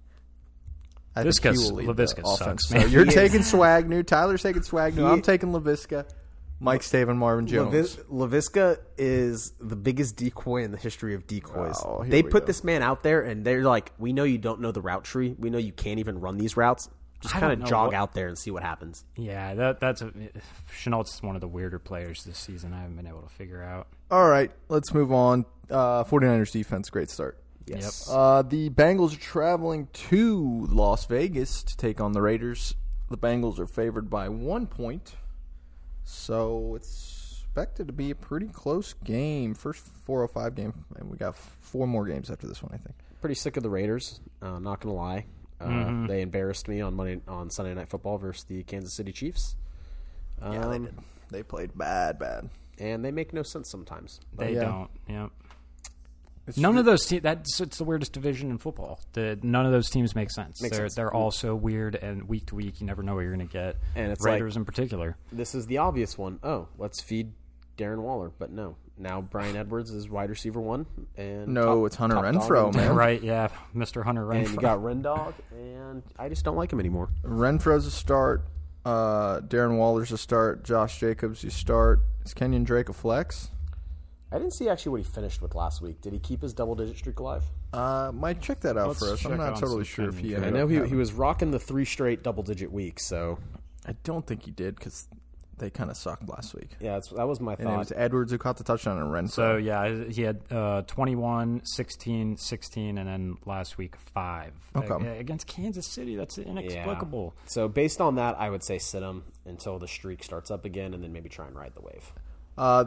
[SPEAKER 2] I think he
[SPEAKER 3] Visca's-
[SPEAKER 2] will lead the
[SPEAKER 3] Laviska sucks,
[SPEAKER 2] offense.
[SPEAKER 3] man.
[SPEAKER 2] So you're taking swag new. Tyler's taking swag new. I'm taking Laviska. Mike's taking Marvin Jones.
[SPEAKER 6] Lavis- Laviska is the biggest decoy in the history of decoys.
[SPEAKER 2] Oh, here
[SPEAKER 6] they
[SPEAKER 2] we
[SPEAKER 6] put
[SPEAKER 2] go.
[SPEAKER 6] this man out there, and they're like, "We know you don't know the route tree. We know you can't even run these routes. Just
[SPEAKER 3] I
[SPEAKER 6] kind
[SPEAKER 3] don't know
[SPEAKER 6] of jog
[SPEAKER 3] what-
[SPEAKER 6] out there and see what happens."
[SPEAKER 3] Yeah, that that's a, Chenault's one of the weirder players this season. I haven't been able to figure out.
[SPEAKER 2] All right, let's move on. Uh, 49ers defense, great start.
[SPEAKER 3] Yes.
[SPEAKER 2] Uh, the Bengals are traveling to Las Vegas to take on the Raiders. The Bengals are favored by one point, so it's expected to be a pretty close game. First 405 game, and we got four more games after this one, I think.
[SPEAKER 6] Pretty sick of the Raiders. Uh, not gonna lie, uh,
[SPEAKER 2] Mm-hmm.
[SPEAKER 6] they embarrassed me on Monday on Sunday Night Football versus the Kansas City Chiefs. Um,
[SPEAKER 2] They played bad, bad.
[SPEAKER 6] and they make no sense sometimes.
[SPEAKER 3] They
[SPEAKER 2] yeah.
[SPEAKER 3] don't. Yeah. none of those te- that's it's the weirdest division in football. The, none of those teams make sense. they're
[SPEAKER 6] sense.
[SPEAKER 3] they're all so weird and week to week you never know what you're going to get.
[SPEAKER 6] And it's
[SPEAKER 3] Raiders in particular.
[SPEAKER 6] This is the obvious one. Oh, let's feed Darren Waller, but no. Now Brian Edwards is wide receiver one, and
[SPEAKER 2] No,
[SPEAKER 6] top-
[SPEAKER 2] it's Hunter
[SPEAKER 6] top dog
[SPEAKER 2] Renfro,
[SPEAKER 6] in-
[SPEAKER 2] man.
[SPEAKER 3] Right, yeah, Mr. Hunter
[SPEAKER 6] and you
[SPEAKER 3] Renfro.
[SPEAKER 6] got Rendog, and I just don't like him anymore.
[SPEAKER 2] Renfro's a start. Uh, Darren Waller's a start. Josh Jacobs, you start. Is Kenyon Drake a flex?
[SPEAKER 6] I didn't see actually what he finished with last week. Did he keep his double digit streak alive?
[SPEAKER 2] Uh, Mike, check that out
[SPEAKER 3] Let's
[SPEAKER 2] for us. I'm
[SPEAKER 3] check
[SPEAKER 2] not
[SPEAKER 3] on
[SPEAKER 2] totally
[SPEAKER 3] some
[SPEAKER 2] sure if he.
[SPEAKER 3] Kenyon
[SPEAKER 2] Ended
[SPEAKER 6] I know
[SPEAKER 2] up
[SPEAKER 6] he,
[SPEAKER 2] having-
[SPEAKER 6] he was rocking the three straight double digit weeks, so
[SPEAKER 2] I don't think he did because they kind of sucked last week.
[SPEAKER 6] yeah, that's, that was my
[SPEAKER 2] And it
[SPEAKER 6] thought.
[SPEAKER 2] was Edwards who caught the touchdown and Renfro.
[SPEAKER 3] so yeah, he had uh, 21, 16, 16 and then last week 5.
[SPEAKER 2] Okay.
[SPEAKER 3] Uh, against Kansas City. That's
[SPEAKER 6] Yeah.
[SPEAKER 3] inexplicable.
[SPEAKER 6] So based on that, I would say sit him until the streak starts up again, and then maybe try and ride the wave.
[SPEAKER 2] uh,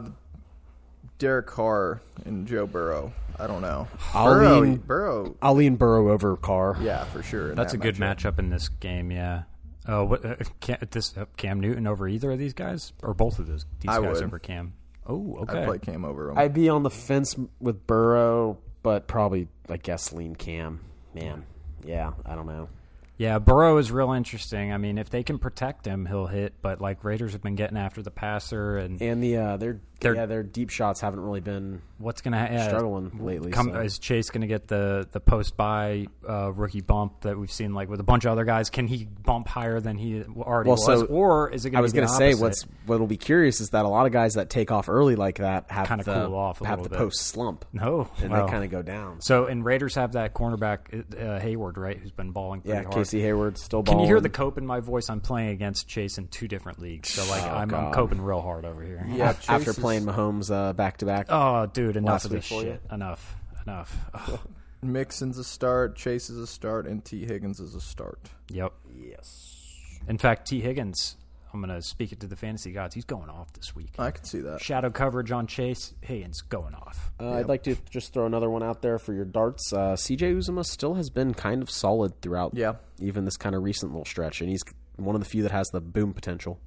[SPEAKER 2] Derek Carr and Joe Burrow. I don't know.
[SPEAKER 6] I'll
[SPEAKER 2] Burrow,
[SPEAKER 6] lean-
[SPEAKER 2] Burrow.
[SPEAKER 6] I'll lean Burrow over Carr.
[SPEAKER 2] Yeah, for sure. in
[SPEAKER 3] That's
[SPEAKER 2] that
[SPEAKER 3] a good
[SPEAKER 2] matchup.
[SPEAKER 3] matchup in this game, yeah. Uh, what, uh, Cam, this uh, Cam Newton over either of these guys, or both of those these
[SPEAKER 2] I
[SPEAKER 3] guys
[SPEAKER 2] would.
[SPEAKER 3] over Cam? Oh, okay.
[SPEAKER 2] I play Cam over him.
[SPEAKER 6] I'd be on the fence with Burrow, but probably I guess lean Cam. Man, yeah, I don't know.
[SPEAKER 3] Yeah, Burrow is real interesting. I mean, if they can protect him, he'll hit. But like Raiders have been getting after the passer, and
[SPEAKER 6] And the uh, their
[SPEAKER 3] They're-
[SPEAKER 6] yeah their deep shots haven't really been
[SPEAKER 3] what's gonna ha- yeah,
[SPEAKER 6] struggling lately.
[SPEAKER 3] Come, uh,
[SPEAKER 6] so.
[SPEAKER 3] Is Chase gonna get the the post by uh, rookie bump that we've seen like with a bunch of other guys? Can he bump higher than he already
[SPEAKER 6] Well,
[SPEAKER 3] was,
[SPEAKER 6] so
[SPEAKER 3] or is it? Gonna
[SPEAKER 6] I was
[SPEAKER 3] going
[SPEAKER 6] gonna
[SPEAKER 3] to
[SPEAKER 6] say what's what'll be curious is that a lot of guys that take off early like that have
[SPEAKER 3] Kinda
[SPEAKER 6] the,
[SPEAKER 3] cool off a
[SPEAKER 6] have
[SPEAKER 3] little
[SPEAKER 6] the
[SPEAKER 3] bit.
[SPEAKER 6] post slump.
[SPEAKER 3] no,
[SPEAKER 6] and
[SPEAKER 3] Oh, wow.
[SPEAKER 6] they kind of go down.
[SPEAKER 3] So and Raiders have that cornerback uh, Hayward, right, who's been balling pretty
[SPEAKER 6] yeah,
[SPEAKER 3] hard.
[SPEAKER 6] Casey Hayward still
[SPEAKER 3] Can
[SPEAKER 6] balling.
[SPEAKER 3] you hear the cope in my voice? I'm playing against Chase in two different leagues, so
[SPEAKER 6] Oh,
[SPEAKER 3] like I'm, I'm coping real hard over here.
[SPEAKER 2] yeah, Chase
[SPEAKER 6] after
[SPEAKER 2] is-
[SPEAKER 6] playing Mahomes uh, back to back?
[SPEAKER 3] Oh, dude, enough
[SPEAKER 6] Last
[SPEAKER 3] of
[SPEAKER 6] week
[SPEAKER 3] this
[SPEAKER 6] for
[SPEAKER 3] shit. Enough, enough. Ugh.
[SPEAKER 2] Mixon's a start, Chase is a start, and T. Higgins is a start.
[SPEAKER 3] yep.
[SPEAKER 6] Yes.
[SPEAKER 3] In fact, T. Higgins I'm going to speak it to the fantasy gods. He's going off this week.
[SPEAKER 2] I can see that.
[SPEAKER 3] Shadow coverage on Chase Higgins going off.
[SPEAKER 6] Uh, I'd like to just throw another one out there for your darts. Uh, CJ Uzuma still has been kind of solid throughout,
[SPEAKER 2] Yeah.
[SPEAKER 6] even this kind of recent little stretch, and he's one of the few that has the boom potential.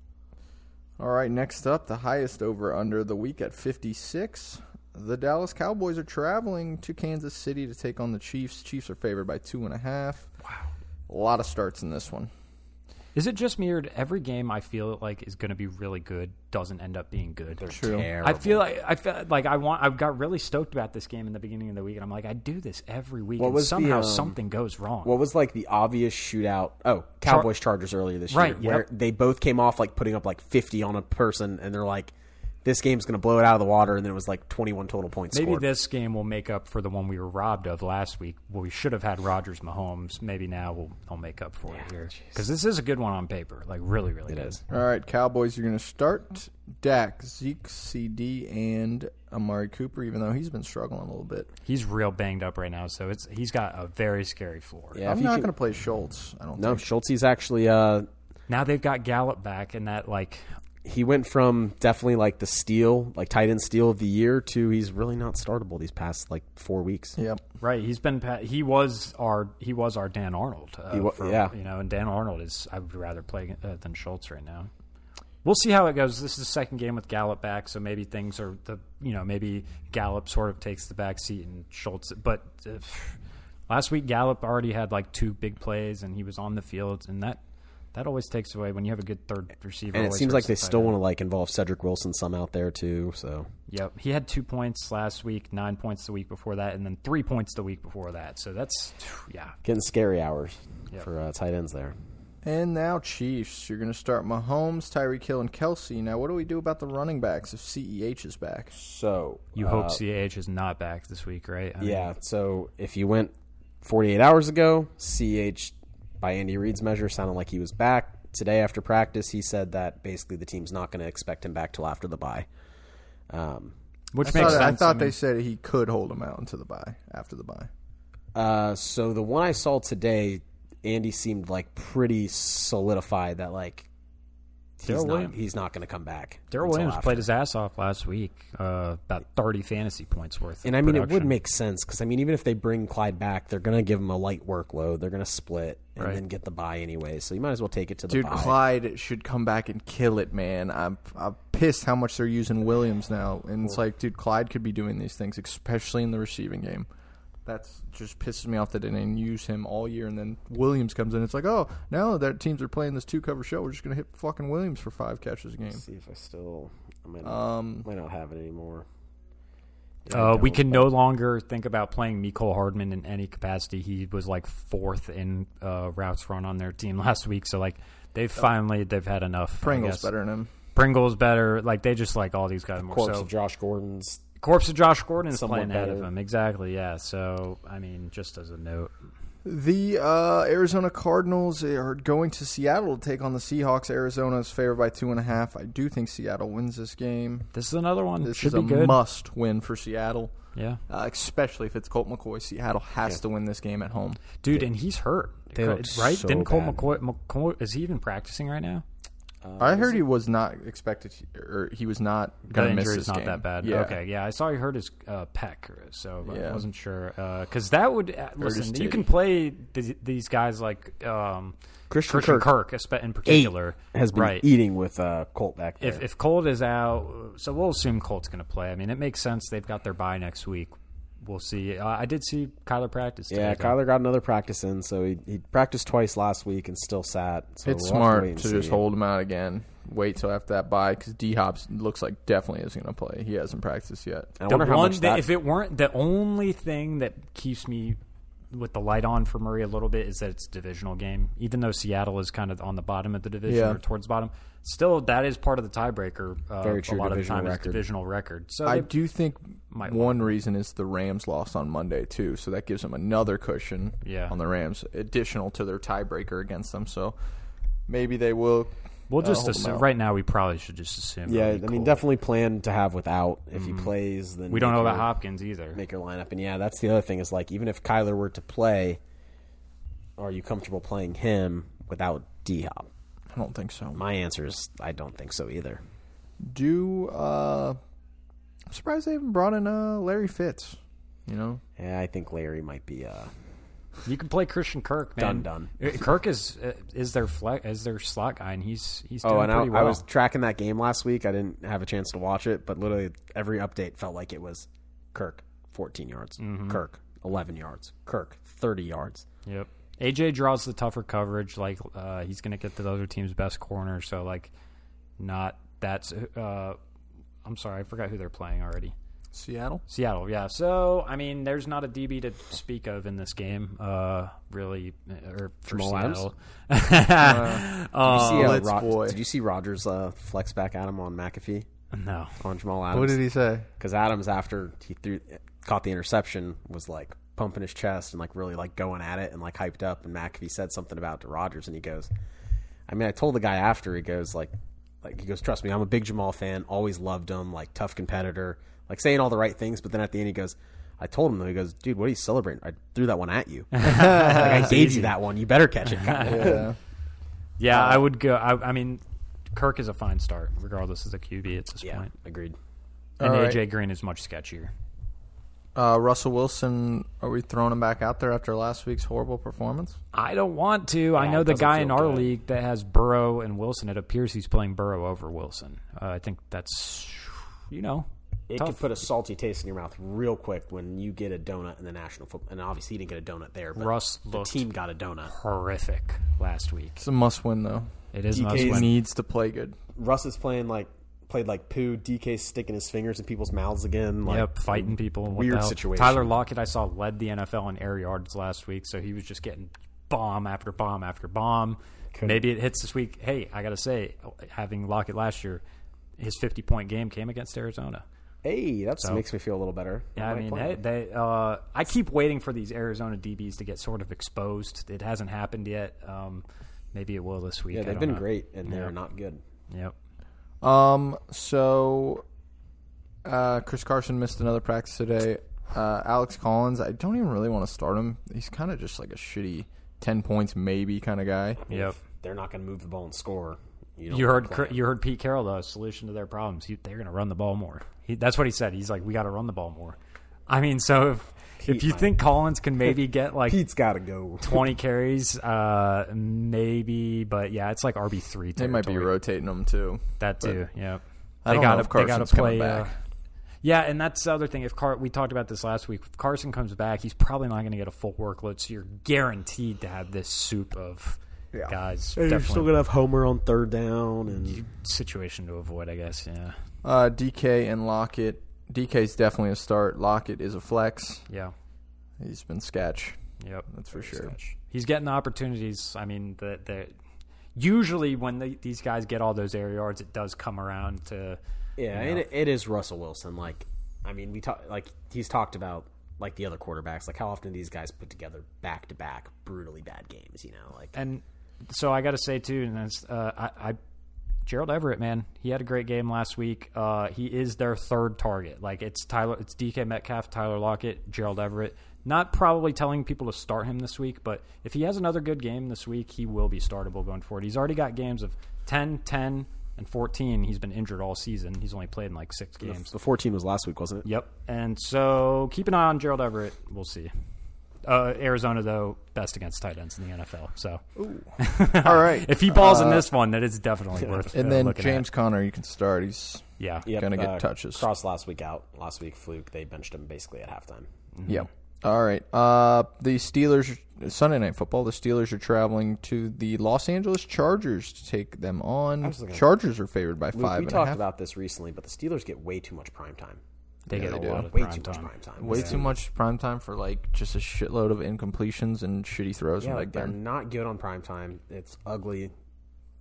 [SPEAKER 2] All right, next up, the highest over under the week at 56. The Dallas Cowboys are traveling to Kansas City to take on the Chiefs. Chiefs are favored by two and a half. Wow. A lot of starts in this one.
[SPEAKER 3] Is it just me or every game I feel like is going to be really good doesn't end up being good?
[SPEAKER 2] True.
[SPEAKER 3] I feel like I felt like I want. I got really stoked about this game in the beginning of the week, and I'm like, I do this every week,
[SPEAKER 6] What
[SPEAKER 3] and
[SPEAKER 6] was the,
[SPEAKER 3] somehow
[SPEAKER 6] um,
[SPEAKER 3] something goes wrong.
[SPEAKER 6] What was like the obvious shootout? Oh, Cowboys Chargers earlier this
[SPEAKER 3] Right,
[SPEAKER 6] year, where
[SPEAKER 3] yep.
[SPEAKER 6] they both came off like putting up like 50 on a person, and they're like, this game's going to blow it out of the water, and then it was like 21 total points
[SPEAKER 3] Maybe
[SPEAKER 6] scored.
[SPEAKER 3] this game will make up for the one we were robbed of last week. Well, we should have had Rodgers, Mahomes. Maybe now we'll I'll make up for it here because this is a good one on paper. Like really, really good.
[SPEAKER 6] is.
[SPEAKER 2] All right, Cowboys, you're going to start Dak, Zeke, CD, and Amari Cooper, even though he's been struggling a little bit.
[SPEAKER 3] He's real banged up right now, so it's he's got a very scary floor.
[SPEAKER 6] Yeah,
[SPEAKER 2] I'm
[SPEAKER 6] if you
[SPEAKER 2] not
[SPEAKER 6] can-
[SPEAKER 2] going to play Schultz. I don't
[SPEAKER 6] No, Schultze's actually uh,
[SPEAKER 3] Now they've got Gallup back, and that like
[SPEAKER 6] he went from definitely like the steal, like tight end steal of the year, to he's really not startable these past like four weeks.
[SPEAKER 2] think. Yep.
[SPEAKER 3] right. He's been pa- he was our he was our Dan Arnold. Uh,
[SPEAKER 6] He wa- yeah.
[SPEAKER 3] you know, and Dan Arnold is I would rather play uh, than Schultz right now. We'll see how it goes. This is the second game with Gallup back, so maybe things are the you know maybe Gallup sort of takes the back seat and Schultz. But uh, last week Gallup already had like two big plays and he was on the field, and that that always takes away when you have a good third receiver.
[SPEAKER 6] And it
[SPEAKER 3] always
[SPEAKER 6] seems
[SPEAKER 3] hurts
[SPEAKER 6] like
[SPEAKER 3] the
[SPEAKER 6] they
[SPEAKER 3] tight
[SPEAKER 6] still
[SPEAKER 3] end.
[SPEAKER 6] want to like involve Cedric Wilson some out there too. So
[SPEAKER 3] Yep, he had two points last week, nine points the week before that, and then three points the week before that. So that's yeah,
[SPEAKER 6] getting scary hours for uh, tight ends there.
[SPEAKER 2] And now Chiefs, you're going to start Mahomes, Tyreek Hill, and Kelsey. Now, what do we do about the running backs if CEH is back?
[SPEAKER 6] So
[SPEAKER 3] You hope CH is not back this week, right? I mean,
[SPEAKER 6] Uh, yeah. So if you went 48 hours ago, CH by Andy Reid's measure sounded like he was back today after practice. He said that basically the team's not going to expect him back till after the bye. Um,
[SPEAKER 3] which
[SPEAKER 2] I
[SPEAKER 3] makes
[SPEAKER 2] thought, I
[SPEAKER 3] sense.
[SPEAKER 2] thought
[SPEAKER 3] mean,
[SPEAKER 2] they said he could hold him out until the bye, after the bye.
[SPEAKER 6] Uh, so the one I saw today, Andy seemed like pretty solidified that like he's
[SPEAKER 3] Darryl
[SPEAKER 6] not,
[SPEAKER 3] Williams-
[SPEAKER 6] he's not going to come back.
[SPEAKER 3] Daryl
[SPEAKER 6] until
[SPEAKER 3] Williams
[SPEAKER 6] after.
[SPEAKER 3] played his ass off last week, uh, about thirty fantasy points worth. of
[SPEAKER 6] and I mean it would
[SPEAKER 3] production.
[SPEAKER 6] make sense because I mean even if they bring Clyde back, they're going to give him a light workload. They're going to split and
[SPEAKER 3] Right.
[SPEAKER 6] then get the buy anyway. So you might as well take it to the
[SPEAKER 2] Dude,
[SPEAKER 6] bye.
[SPEAKER 2] Clyde should come back and kill it, man. I'm, I'm pissed how much they're using Williams now. And it's like, dude, Clyde could be doing these things, especially in the receiving game. That's just pisses me off that they didn't use him all year. And then Williams comes in. It's like, oh, now that teams are playing this two cover show, we're just going to hit fucking Williams for five catches a game.
[SPEAKER 6] see if I still I might not,
[SPEAKER 3] Um,
[SPEAKER 6] might not have it anymore.
[SPEAKER 3] Uh, we can no longer think about playing Miko Hardman in any capacity. He was like fourth in uh, routes run on their team last week, so like they've finally they've had enough. I
[SPEAKER 2] Pringle's
[SPEAKER 3] guess.
[SPEAKER 2] better than him.
[SPEAKER 3] Pringle's better. Like they just like all these guys more.
[SPEAKER 6] Corpse
[SPEAKER 3] so
[SPEAKER 6] of Josh Gordon's
[SPEAKER 3] corpse of Josh Gordon is
[SPEAKER 6] Somewhat
[SPEAKER 3] playing ahead of
[SPEAKER 6] better.
[SPEAKER 3] him. Exactly. Yeah. So I mean, just as a note,
[SPEAKER 2] The uh, Arizona Cardinals are going to Seattle to take on the Seahawks. Arizona is favored by two and a half. I do think Seattle wins this game.
[SPEAKER 3] this is another one.
[SPEAKER 2] This
[SPEAKER 3] Should
[SPEAKER 2] is
[SPEAKER 3] be
[SPEAKER 2] a
[SPEAKER 3] good.
[SPEAKER 2] must win for Seattle,
[SPEAKER 3] Yeah.
[SPEAKER 2] uh, especially if it's Colt McCoy. Seattle has to win this game at home.
[SPEAKER 3] Dude, and he's hurt.
[SPEAKER 6] They look
[SPEAKER 3] right?
[SPEAKER 6] so
[SPEAKER 3] Didn't Cole
[SPEAKER 6] bad.
[SPEAKER 3] McCoy, McCoy is he even practicing right now?
[SPEAKER 6] Uh,
[SPEAKER 2] I heard he was not expected, to, or he was not
[SPEAKER 3] The
[SPEAKER 2] going to miss
[SPEAKER 3] injury
[SPEAKER 2] this
[SPEAKER 3] is not
[SPEAKER 2] game.
[SPEAKER 3] that bad.
[SPEAKER 2] Yeah.
[SPEAKER 3] Okay, yeah, I saw he hurt his uh, pec, so I
[SPEAKER 2] Yeah.
[SPEAKER 3] wasn't sure because that would uh, listen.
[SPEAKER 2] his
[SPEAKER 3] You can
[SPEAKER 2] titty.
[SPEAKER 3] play th- these guys like um,
[SPEAKER 6] Christian
[SPEAKER 3] Christian
[SPEAKER 6] Kirk.
[SPEAKER 3] Kirk, espe- in particular
[SPEAKER 6] has been
[SPEAKER 3] right.
[SPEAKER 6] eating with uh, Colt back there.
[SPEAKER 3] If if Colt is out, so we'll assume Colt's going to play. I mean, it makes sense. They've got their bye next week. We'll see. Uh, I did see Kyler practice.
[SPEAKER 6] Yeah,
[SPEAKER 3] today, though.
[SPEAKER 6] Kyler got another practice in, so he, he practiced twice last week and still sat. So
[SPEAKER 2] It's
[SPEAKER 6] we'll have
[SPEAKER 2] smart
[SPEAKER 6] wait and
[SPEAKER 2] to, just
[SPEAKER 6] see.
[SPEAKER 2] hold him out again. Wait till after that bye because D Hop's looks like definitely is going to play. He hasn't practiced yet.
[SPEAKER 6] I
[SPEAKER 3] the
[SPEAKER 6] wonder how
[SPEAKER 3] one
[SPEAKER 6] much
[SPEAKER 3] that,
[SPEAKER 6] that-
[SPEAKER 3] if it weren't the only thing that keeps me with the light on for Murray a little bit is that it's a divisional game. Even though Seattle is kind of on the bottom of the division
[SPEAKER 2] Yeah.
[SPEAKER 3] or towards bottom, still that is part of the tiebreaker. Uh,
[SPEAKER 6] Very
[SPEAKER 3] A
[SPEAKER 6] true
[SPEAKER 3] lot of the
[SPEAKER 6] divisional
[SPEAKER 3] time, it's
[SPEAKER 6] record.
[SPEAKER 3] divisional record. So
[SPEAKER 2] I
[SPEAKER 3] they-
[SPEAKER 2] do think
[SPEAKER 3] Might
[SPEAKER 2] one reason is the Rams lost on Monday too, so that gives them another cushion
[SPEAKER 3] Yeah.
[SPEAKER 2] on the Rams, additional to their tiebreaker against them. So maybe they will.
[SPEAKER 3] we'll
[SPEAKER 2] uh,
[SPEAKER 3] just
[SPEAKER 2] hold 'em
[SPEAKER 3] assume.
[SPEAKER 2] out.
[SPEAKER 3] Right now, we probably should just assume.
[SPEAKER 6] yeah, I
[SPEAKER 3] it'll be
[SPEAKER 6] mean,
[SPEAKER 3] cool. Mm-hmm.
[SPEAKER 6] definitely plan to have without. If he plays, then
[SPEAKER 3] We don't
[SPEAKER 6] make
[SPEAKER 3] know about
[SPEAKER 6] your-
[SPEAKER 3] Hopkins either.
[SPEAKER 6] Make your lineup, and yeah, that's the other thing is like even if Kyler were to play, are you comfortable playing him without D Hop?
[SPEAKER 2] I don't think so.
[SPEAKER 6] My answer is I don't think so either.
[SPEAKER 2] Do uh, I'm surprised they haven't brought in uh, Larry Fitz. You know,
[SPEAKER 6] Yeah, I think Larry might be. Uh,
[SPEAKER 3] You can play Christian Kirk, man.
[SPEAKER 6] Done,
[SPEAKER 3] Uh, Kirk is uh, is their fle- is their slot guy, and he's he's doing
[SPEAKER 6] oh, and I,
[SPEAKER 3] pretty well.
[SPEAKER 6] I was tracking that game last week. I didn't have a chance to watch it, but literally every update felt like it was Kirk 14 yards,
[SPEAKER 2] Mm-hmm.
[SPEAKER 6] Kirk 11 yards, Kirk 30 yards.
[SPEAKER 3] Yep. AJ draws the tougher coverage. Like uh, he's going to get the other team's best corner. So like, not that's. Uh, I'm sorry, I forgot who they're playing already.
[SPEAKER 2] Seattle.
[SPEAKER 3] Seattle, yeah. So I mean, there's not a DB to speak of in this game, uh, really, or for
[SPEAKER 6] Jamal Adams?
[SPEAKER 3] Seattle.
[SPEAKER 6] Did you see, uh,
[SPEAKER 2] Oh, let's
[SPEAKER 6] Rod-
[SPEAKER 2] boy.
[SPEAKER 6] did you see Rogers uh, flex back Adam on McAfee
[SPEAKER 3] no,
[SPEAKER 6] on Jamal
[SPEAKER 2] What did
[SPEAKER 6] Adams?
[SPEAKER 2] he say?
[SPEAKER 6] Because Adams, after he threw, caught the interception, was like pumping his chest and like really like going at it and like hyped up. And McAfee said something about it to Rogers, and he goes, "I mean, I told the guy after he goes like, like he goes, trust me, I'm a big Jamal fan, always loved him, like tough competitor, like saying all the right things. But then at the end, he goes." I told him though, he goes, dude, what are you celebrating? I threw that one at you. like, I gave you that one. You better catch it.
[SPEAKER 2] Yeah.
[SPEAKER 3] yeah, I would go. I, I mean, Kirk is a fine start, regardless of the QB at this
[SPEAKER 6] yeah,
[SPEAKER 3] point.
[SPEAKER 6] agreed.
[SPEAKER 3] And
[SPEAKER 2] All right.
[SPEAKER 3] AJ Green is much sketchier.
[SPEAKER 2] Uh, Russell Wilson, are we throwing him back out there after last week's horrible performance?
[SPEAKER 3] I don't want to. I
[SPEAKER 6] Yeah,
[SPEAKER 3] know
[SPEAKER 6] it
[SPEAKER 3] the
[SPEAKER 6] doesn't
[SPEAKER 3] guy
[SPEAKER 6] feel
[SPEAKER 3] in our
[SPEAKER 6] good.
[SPEAKER 3] league that has Burrow and Wilson. It appears he's playing Burrow over Wilson. Uh, I think that's you know
[SPEAKER 6] It
[SPEAKER 3] tough.
[SPEAKER 6] could put a salty taste in your mouth real quick when you get a donut in the national football. And obviously, he didn't get a donut there. But
[SPEAKER 3] Russ
[SPEAKER 6] the
[SPEAKER 3] looked
[SPEAKER 6] team got a donut.
[SPEAKER 3] horrific last week.
[SPEAKER 2] It's a must win though.
[SPEAKER 3] It is must
[SPEAKER 6] DK's
[SPEAKER 2] He
[SPEAKER 3] win.
[SPEAKER 2] needs to play good.
[SPEAKER 6] Russ is playing like played like poo. DK's sticking his fingers in people's mouths again. Like,
[SPEAKER 3] Yep, fighting people. What the
[SPEAKER 6] weird
[SPEAKER 3] hell?
[SPEAKER 6] situation.
[SPEAKER 3] Tyler Lockett, I saw, led the NFL in air yards last week, so he was just getting bomb after bomb after bomb. Maybe it hits this week. Hey, I gotta say, having Lockett last year, his fifty-point game came against Arizona.
[SPEAKER 6] Hey, that makes me feel a little better.
[SPEAKER 3] Yeah, I
[SPEAKER 6] Might
[SPEAKER 3] mean,
[SPEAKER 6] play.
[SPEAKER 3] hey, they. Uh, I keep waiting for these Arizona DBs to get sort of exposed. It hasn't happened yet. Um, maybe it will this week.
[SPEAKER 6] yeah,
[SPEAKER 3] I
[SPEAKER 6] they've
[SPEAKER 3] don't
[SPEAKER 6] been
[SPEAKER 3] know.
[SPEAKER 6] great, and they're not good.
[SPEAKER 3] Yep.
[SPEAKER 2] Um, so uh, Chris Carson missed another practice today. Uh, Alex Collins, I don't even really want to start him. He's kind of just like a shitty ten points maybe kind of guy.
[SPEAKER 3] Yep.
[SPEAKER 6] They're not going to move the ball and score. You, don't
[SPEAKER 3] You heard
[SPEAKER 6] play
[SPEAKER 3] Cr-
[SPEAKER 6] them.
[SPEAKER 3] you heard Pete Carroll though. Solution to their problems. He, they're going to run the ball more. He, that's what he said. He's like, we got to run the ball more. I mean, so if if you think Collins can maybe get like
[SPEAKER 6] Pete's got to go.
[SPEAKER 3] twenty carries, uh, maybe, but yeah, it's like RB three.
[SPEAKER 2] They might be rotating him too.
[SPEAKER 3] That too, yeah.
[SPEAKER 2] I don't know if
[SPEAKER 3] they gotta uh,
[SPEAKER 2] Carson's coming back.
[SPEAKER 3] yeah, and that's the other thing. If Car- we talked about this last week, if Carson comes back, he's probably not going to get a full workload. So you're guaranteed to have this soup of guys.
[SPEAKER 6] You're
[SPEAKER 3] Definitely
[SPEAKER 6] still going to have Homer on third down, and
[SPEAKER 3] situation to avoid, I guess. Yeah,
[SPEAKER 2] Uh, DK and Lockett. DK's definitely a start. Lockett is a flex.
[SPEAKER 3] yeah,
[SPEAKER 2] He's been sketch.
[SPEAKER 3] yep.
[SPEAKER 2] That's for sure.
[SPEAKER 3] He's getting the opportunities. I mean, that that usually when they, these guys get all those air yards, it does come around to
[SPEAKER 6] Yeah, and it, it is Russell Wilson. Like, I mean, we talk like he's talked about like the other quarterbacks, like how often these guys put together back to back brutally bad games. You know, like
[SPEAKER 3] and so I got to say too, and that's uh, I, I Gerald Everett, man, he had a great game last week. Uh, he is their third target. Like it's Tyler, it's DK Metcalf, Tyler Lockett, Gerald Everett. Not probably telling people to start him this week, but if he has another good game this week, he will be startable going forward. He's already got games of 10, 10, and 14. He's been injured all season. He's only played in like six games.
[SPEAKER 6] the fourteen was last week, wasn't it?
[SPEAKER 3] Yep. And so keep an eye on Gerald Everett. We'll see. Uh, Arizona, though, best against tight ends in the NFL. So
[SPEAKER 2] All right.
[SPEAKER 3] if he balls in this one, that is definitely worth. uh,
[SPEAKER 2] and then
[SPEAKER 3] looking
[SPEAKER 2] James
[SPEAKER 3] at.
[SPEAKER 2] Conner, you can start. He's
[SPEAKER 3] yeah,
[SPEAKER 6] Yep, uh,
[SPEAKER 2] Gonna get touches.
[SPEAKER 6] Cross last week out, last week fluke. They benched him basically at halftime.
[SPEAKER 3] Mm-hmm.
[SPEAKER 2] Yep. All right. Uh, the Steelers Sunday night football. The Steelers are traveling to the Los Angeles Chargers to take them on. Chargers are favored by
[SPEAKER 6] Luke,
[SPEAKER 2] five
[SPEAKER 6] we
[SPEAKER 2] and a
[SPEAKER 6] talked
[SPEAKER 2] half.
[SPEAKER 6] about this recently, but the Steelers get way too much prime time.
[SPEAKER 3] they get a
[SPEAKER 2] do.
[SPEAKER 3] lot of
[SPEAKER 6] Way
[SPEAKER 3] prime
[SPEAKER 6] too
[SPEAKER 3] time.
[SPEAKER 6] much prime time.
[SPEAKER 2] Way
[SPEAKER 6] This
[SPEAKER 2] too
[SPEAKER 6] team-
[SPEAKER 2] much prime time for like just a shitload of incompletions and shitty throws
[SPEAKER 6] Yeah,
[SPEAKER 2] from
[SPEAKER 6] like
[SPEAKER 2] Big
[SPEAKER 6] they're
[SPEAKER 2] Ben.
[SPEAKER 6] not good on prime time. It's ugly.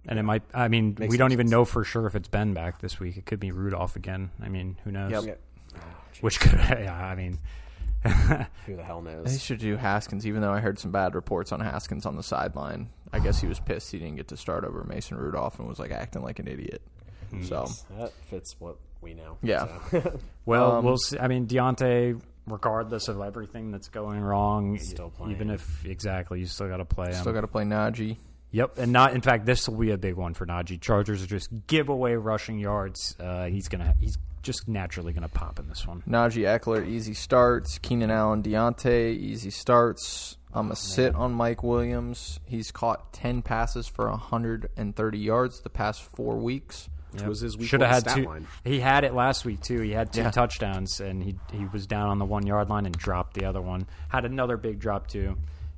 [SPEAKER 3] And it might. I mean,
[SPEAKER 6] Makes
[SPEAKER 3] we don't
[SPEAKER 6] no
[SPEAKER 3] even
[SPEAKER 6] sense.
[SPEAKER 3] know for sure if it's Ben back this week. It could be Rudolph again. I mean, who knows?
[SPEAKER 2] Yep.
[SPEAKER 6] Yeah, Oh,
[SPEAKER 3] Which could. Yeah, I mean,
[SPEAKER 6] Who the hell knows?
[SPEAKER 2] They should do Haskins, even though I heard some bad reports on Haskins on the sideline. I guess he was pissed he didn't get to start over Mason Rudolph and was like acting like an idiot. So
[SPEAKER 6] That fits what we know.
[SPEAKER 2] Yeah.
[SPEAKER 6] so.
[SPEAKER 3] well, we'll see. I mean, Deontay. Regardless of everything that's going wrong,
[SPEAKER 6] Still playing.
[SPEAKER 3] even if exactly you still got to play him.
[SPEAKER 2] still got to play Najee.
[SPEAKER 3] Yep, and not in fact, this will be a big one for Najee. Chargers are just give away rushing yards. Uh, he's gonna he's just naturally gonna pop in this one.
[SPEAKER 2] Najee Eckler, easy starts. Keenan Allen, Deontay, easy starts. I'm going to sit on Mike Williams. He's caught 10 passes for 130 yards the past four weeks.
[SPEAKER 6] It was his week
[SPEAKER 3] Should have
[SPEAKER 6] one
[SPEAKER 3] had
[SPEAKER 6] stat
[SPEAKER 3] two.
[SPEAKER 6] line.
[SPEAKER 3] He had it last week too. He had two
[SPEAKER 2] Yeah.
[SPEAKER 3] touchdowns, and he he was down on the one yard line and dropped the other one. Had another big drop too.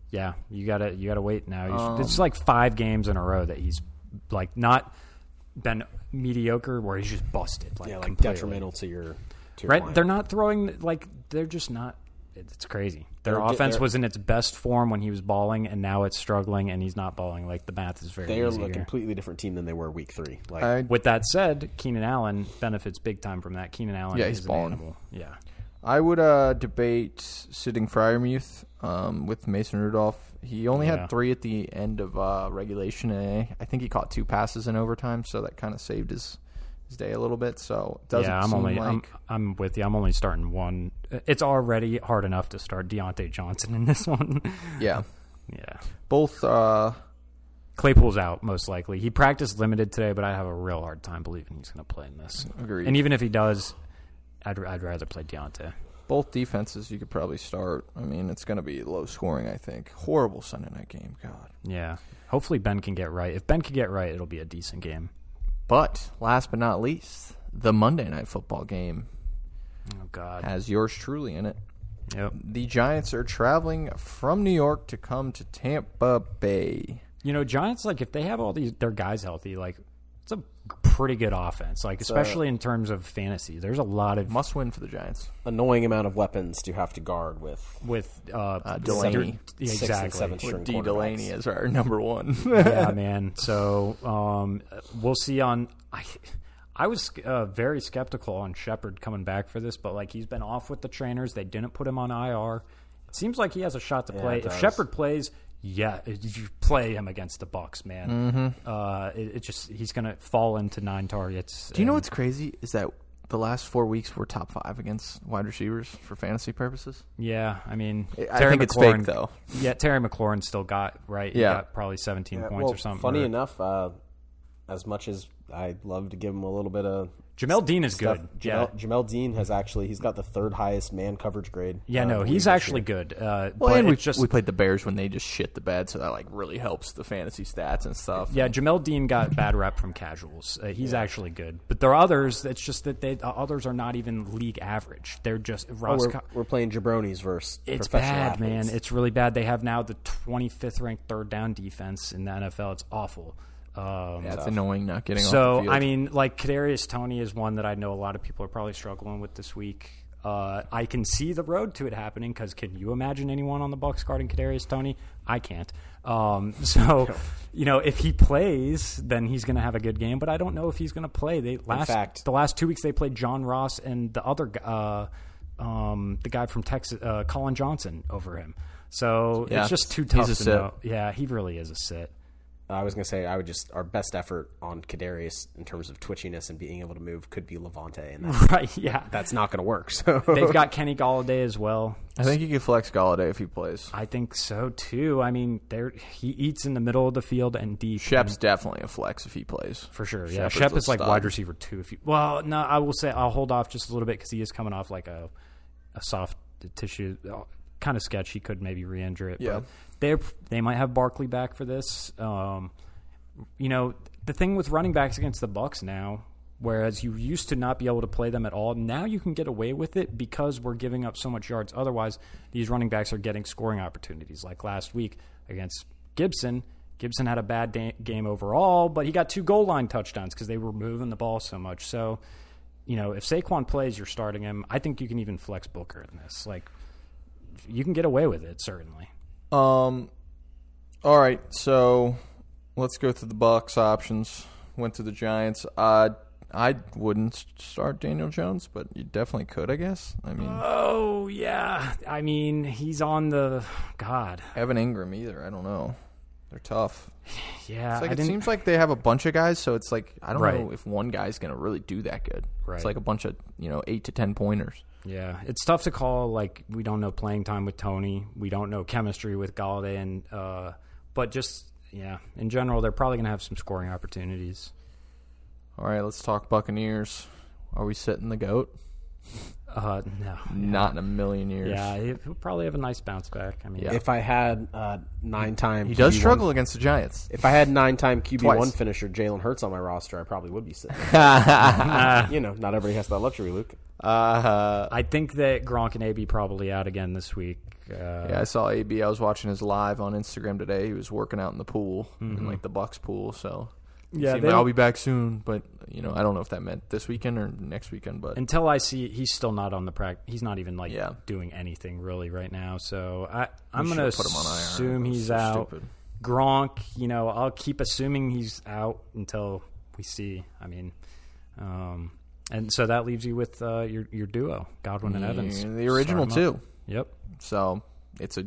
[SPEAKER 3] Yeah, you gotta you gotta wait now. You should-
[SPEAKER 6] Um,
[SPEAKER 3] it's like five games in a row that he's like not been mediocre, where he's just busted. Like
[SPEAKER 6] Yeah, like
[SPEAKER 3] completely.
[SPEAKER 6] detrimental to your, to your
[SPEAKER 3] Right?
[SPEAKER 6] line.
[SPEAKER 3] They're not throwing like they're just not. It's crazy. Their
[SPEAKER 6] They're di-
[SPEAKER 3] offense
[SPEAKER 6] they're-
[SPEAKER 3] was in its best form when he was balling, and now it's struggling, and he's not balling. Like the math is very.
[SPEAKER 6] they are
[SPEAKER 3] easy
[SPEAKER 6] a
[SPEAKER 3] here.
[SPEAKER 6] completely different team than they were week three. Like
[SPEAKER 2] I
[SPEAKER 3] With that said, Keenan Allen benefits big time from that. Keenan Allen,
[SPEAKER 2] Yeah,
[SPEAKER 3] is
[SPEAKER 2] he's
[SPEAKER 3] an
[SPEAKER 2] balling.
[SPEAKER 3] animal. Yeah,
[SPEAKER 2] I would uh, debate sitting Fryermuth um, with Mason Rudolph. He only
[SPEAKER 3] Yeah.
[SPEAKER 2] had three at the end of uh, regulation. And I think he caught two passes in overtime, so that kind of saved his, his day a little bit. So it doesn't
[SPEAKER 3] yeah. I'm
[SPEAKER 2] seem
[SPEAKER 3] only,
[SPEAKER 2] like
[SPEAKER 3] I'm, I'm with you. I'm only starting one. It's already hard enough to start Deontay Johnson in this one.
[SPEAKER 2] yeah.
[SPEAKER 3] yeah,
[SPEAKER 2] Both uh,
[SPEAKER 3] Claypool's out most likely. He practiced limited today, but I have a real hard time believing he's going to play in this.
[SPEAKER 2] Agreed.
[SPEAKER 3] And even if he does, I'd, I'd rather play Deontay.
[SPEAKER 2] both defenses you could probably start. I mean, it's going to be low scoring. I think horrible Sunday night game. God.
[SPEAKER 3] Yeah. Hopefully Ben can get right. If Ben can get right, it'll be a decent game.
[SPEAKER 2] But last but not least, the Monday night football game
[SPEAKER 3] Oh God.
[SPEAKER 2] has yours truly in it.
[SPEAKER 3] Yep.
[SPEAKER 2] The Giants are traveling from New York to come to Tampa Bay.
[SPEAKER 3] You know, Giants like if they have all these their guys healthy, like it's a pretty good offense. Like especially in terms of fantasy, there's a lot of
[SPEAKER 2] Must win for the Giants.
[SPEAKER 6] annoying amount of weapons to have to guard with
[SPEAKER 3] with uh,
[SPEAKER 2] Delaney.
[SPEAKER 3] Yeah,
[SPEAKER 6] six and seven
[SPEAKER 3] exactly.
[SPEAKER 6] string
[SPEAKER 2] D.
[SPEAKER 6] quarterbacks.
[SPEAKER 2] Delaney is our number one.
[SPEAKER 3] yeah, man. So um, we'll see on. I, I was uh, very skeptical on Shepard coming back for this, but like he's been off with the trainers. They didn't put him on IR. It seems like he has a shot to play.
[SPEAKER 6] it
[SPEAKER 3] If
[SPEAKER 6] does.
[SPEAKER 3] Shepard plays, yeah, you play him against the Bucks, man.
[SPEAKER 6] Mm-hmm.
[SPEAKER 3] Uh, it, it just he's gonna fall into nine targets.
[SPEAKER 2] Do you know what's crazy is that the last four weeks were top five against wide receivers for fantasy purposes.
[SPEAKER 3] Yeah, I mean,
[SPEAKER 2] I
[SPEAKER 3] Terry
[SPEAKER 2] think it's
[SPEAKER 3] McLaurin-
[SPEAKER 2] fake, though.
[SPEAKER 3] Yeah, Terry McLaurin still got right. He
[SPEAKER 2] Yeah.
[SPEAKER 3] got probably seventeen
[SPEAKER 6] Yeah,
[SPEAKER 3] points
[SPEAKER 6] well,
[SPEAKER 3] or something.
[SPEAKER 6] Funny
[SPEAKER 3] or-
[SPEAKER 6] enough, uh, as much as I'd love to give him a little bit of
[SPEAKER 3] Jamel Dean is
[SPEAKER 6] stuff,
[SPEAKER 3] good. yeah,
[SPEAKER 6] Jamel, Jamel Dean has actually he's got the third highest man coverage grade.
[SPEAKER 3] Yeah,
[SPEAKER 6] uh, in
[SPEAKER 3] no,
[SPEAKER 6] the league
[SPEAKER 3] he's
[SPEAKER 6] this
[SPEAKER 3] actually
[SPEAKER 6] year.
[SPEAKER 3] good. Uh,
[SPEAKER 2] Well,
[SPEAKER 3] but
[SPEAKER 2] and we
[SPEAKER 3] it's just
[SPEAKER 2] we played the Bears when they just shit the bed, so that like really helps the fantasy stats and stuff.
[SPEAKER 3] yeah, Jamel Dean got bad rep from casuals. Uh, he's actually good, but there are others. It's just that they uh, others are not even league average. They're just Ross.
[SPEAKER 6] Oh, We're, we're playing jabronis versus
[SPEAKER 3] it's
[SPEAKER 6] professional
[SPEAKER 3] bad,
[SPEAKER 6] athletes.
[SPEAKER 3] man. It's really bad. They have now the 25th ranked third down defense in the NFL. It's awful. Um,
[SPEAKER 2] that's annoying. Not getting off the
[SPEAKER 3] So
[SPEAKER 2] field.
[SPEAKER 3] I mean, like Kadarius Tony is one that I know a lot of people are probably struggling with this week. Uh, I can see the road to it happening because can you imagine anyone on the Bucks guarding Kadarius Tony? I can't. Um, so you know, if he plays, then he's going to have a good game. But I don't know if he's going to play. They last
[SPEAKER 6] fact-
[SPEAKER 3] the last two weeks they played John Ross and the other gu- uh, um, the guy from Texas, uh, Colin Johnson, over him. So
[SPEAKER 2] Yeah.
[SPEAKER 3] it's just too
[SPEAKER 2] He's
[SPEAKER 3] tough
[SPEAKER 2] a
[SPEAKER 3] to
[SPEAKER 2] sit.
[SPEAKER 3] know. Yeah, he really is a sit.
[SPEAKER 6] I was gonna say I would just our best effort on Kadarius in terms of twitchiness and being able to move could be Levante, and that,
[SPEAKER 3] Right? Yeah.
[SPEAKER 6] that's not gonna work. So
[SPEAKER 3] They've got Kenny Galladay as well.
[SPEAKER 2] I think you could flex Galladay if he plays.
[SPEAKER 3] I think so too. I mean, there he eats in the middle of the field and deep
[SPEAKER 2] Shep's definitely a flex if he plays.
[SPEAKER 3] for sure. Yeah,
[SPEAKER 2] Shepard's
[SPEAKER 3] Shep
[SPEAKER 2] a
[SPEAKER 3] is like
[SPEAKER 2] stud.
[SPEAKER 3] wide receiver two. If you well, no, I will say I'll hold off just a little bit because he is coming off like a a soft tissue kind of sketch. He could maybe re-injure it.
[SPEAKER 2] Yeah.
[SPEAKER 3] but they they might have Barkley back for this. Um, you know, the thing with running backs against the Bucks now. Whereas you used to not be able to play them at all, now you can get away with it because we're giving up so much yards. Otherwise, these running backs are getting scoring opportunities. Like last week against Gibson, Gibson had a bad da- game overall, but he got two goal line touchdowns because they were moving the ball so much. So, you know, if Saquon plays, you're starting him. I think you can even flex Booker in this. Like, you can get away with it certainly.
[SPEAKER 2] Um. All right, so let's go through the Bucks options. Went to the Giants. Uh, I wouldn't start Daniel Jones, but you definitely could, I guess. I mean,
[SPEAKER 3] Oh yeah, I mean he's on the God.
[SPEAKER 2] Evan Ingram either. I don't know. They're tough.
[SPEAKER 3] Yeah,
[SPEAKER 2] It's
[SPEAKER 3] I
[SPEAKER 2] like it
[SPEAKER 3] didn't-
[SPEAKER 2] seems like they have a bunch of guys, so it's like I don't
[SPEAKER 3] Right.
[SPEAKER 2] know if one guy's gonna really do that good.
[SPEAKER 3] Right.
[SPEAKER 2] It's like a bunch of you know eight to ten pointers.
[SPEAKER 3] Yeah, it's tough to call. Like we don't know playing time with Tony. We don't know chemistry with Galladay, and uh, but just yeah, in general, they're probably going to have some scoring opportunities.
[SPEAKER 2] All right, let's talk Buccaneers. Are we sitting the goat?
[SPEAKER 3] Uh, no.
[SPEAKER 2] Not in a million years.
[SPEAKER 3] Yeah, he- he'll probably have a nice bounce back. I mean, yeah.
[SPEAKER 4] If I had uh, nine time,
[SPEAKER 2] He does struggle against the Giants.
[SPEAKER 4] If I had nine time QB one
[SPEAKER 2] Twice.
[SPEAKER 4] finisher Jalen Hurts on my roster, I probably would be sitting. you know, not everybody has that luxury, Luke.
[SPEAKER 2] Uh,
[SPEAKER 3] I think that Gronk and AB probably out again this week. Uh,
[SPEAKER 2] yeah, I saw AB. I was watching his live on Instagram today. He was working out in the pool, in like the Bucks pool. So he
[SPEAKER 3] Mm-hmm. Yeah,
[SPEAKER 2] seemed
[SPEAKER 3] they
[SPEAKER 2] like,
[SPEAKER 3] don't-
[SPEAKER 2] I'll be back soon. But you know, I don't know if that meant this weekend or next weekend. But
[SPEAKER 3] Until I see, he's still not on the practice. He's not even like
[SPEAKER 2] Yeah.
[SPEAKER 3] doing anything really right now. So I, I'm
[SPEAKER 2] We
[SPEAKER 3] going to
[SPEAKER 2] should've put him on IR.
[SPEAKER 3] assume
[SPEAKER 2] That was
[SPEAKER 3] he's
[SPEAKER 2] so
[SPEAKER 3] out.
[SPEAKER 2] stupid.
[SPEAKER 3] Gronk, you know, I'll keep assuming he's out until we see. I mean, um, and so that leaves you with uh, your your duo, Godwin and Evans,
[SPEAKER 2] Yeah,
[SPEAKER 3] Start
[SPEAKER 2] the original
[SPEAKER 3] 'em up.
[SPEAKER 2] too.
[SPEAKER 3] Yep.
[SPEAKER 2] So it's a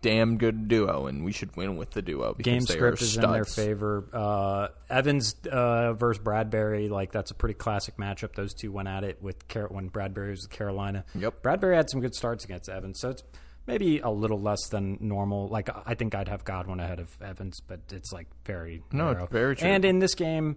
[SPEAKER 2] damn good duo, and we should win with the duo because
[SPEAKER 3] Game
[SPEAKER 2] they
[SPEAKER 3] script
[SPEAKER 2] are
[SPEAKER 3] is
[SPEAKER 2] studs.
[SPEAKER 3] in their favor. Uh, Evans uh, versus Bradbury, like that's a pretty classic matchup. Those two went at it with Car- when Bradbury was with Carolina.
[SPEAKER 2] Yep.
[SPEAKER 3] Bradbury had some good starts against Evans, so it's maybe a little less than normal. Like I I think I'd have Godwin ahead of Evans, but it's like very
[SPEAKER 2] No,
[SPEAKER 3] narrow.
[SPEAKER 2] it's very true.
[SPEAKER 3] And in this game.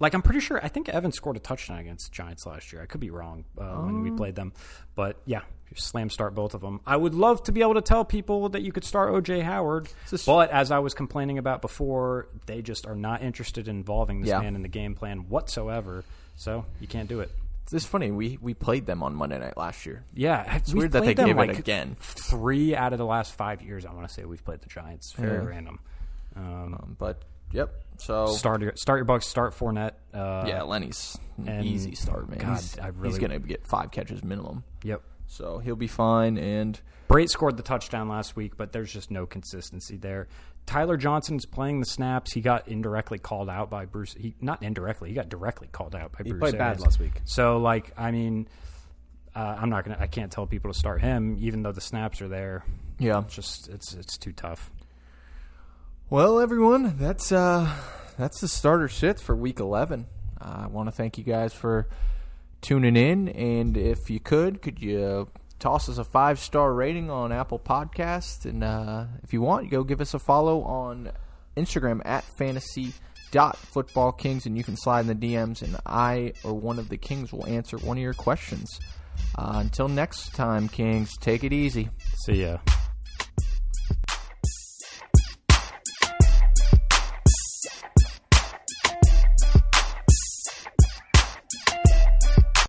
[SPEAKER 3] Like I'm pretty sure, I think Evans scored a touchdown against the Giants last year. I could be wrong uh, when
[SPEAKER 2] Oh.
[SPEAKER 3] we played them, but yeah, slam start both of them. I would love to be able to tell people that you could start OJ Howard, but as I was complaining about before, they just are not interested in involving this
[SPEAKER 2] Yeah.
[SPEAKER 3] man in the game plan whatsoever. So you can't do it.
[SPEAKER 2] It's funny. We we played them on Monday night last year.
[SPEAKER 3] Yeah, it's
[SPEAKER 2] weird that they give it again.
[SPEAKER 3] Three out of the last five years, I want to say we've played the Giants. Very random. Um,
[SPEAKER 2] Um, but yep. So
[SPEAKER 3] start your start your bucks. Start Fournette. Uh,
[SPEAKER 2] yeah, Lenny's an
[SPEAKER 3] and
[SPEAKER 2] easy start, man.
[SPEAKER 3] God,
[SPEAKER 2] he's,
[SPEAKER 3] I
[SPEAKER 2] he's
[SPEAKER 3] really-
[SPEAKER 2] gonna get five catches minimum,
[SPEAKER 3] Yep.
[SPEAKER 2] so he'll be fine. And
[SPEAKER 3] Brait scored the touchdown last week, but there's just no consistency there. Tyler Johnson's playing the snaps. He got indirectly called out by Bruce. He not indirectly. He got directly called out by Bruce.
[SPEAKER 4] played bad
[SPEAKER 3] Arians.
[SPEAKER 4] last week.
[SPEAKER 3] So like, I mean, uh, I'm not gonna. I can't tell people to start him, even though the snaps are there.
[SPEAKER 2] yeah,
[SPEAKER 3] It's just it's it's too tough.
[SPEAKER 2] Well, everyone, that's uh, that's the starter shit for week eleven. Uh, I want to thank you guys for tuning in, and if you could, could you toss us a five star rating on Apple Podcast, and uh, if you want, go give us a follow on Instagram at fantasy dot football kings and you can slide in the dms and i or one of the kings will answer one of your questions uh, until next time kings take it easy
[SPEAKER 3] See ya.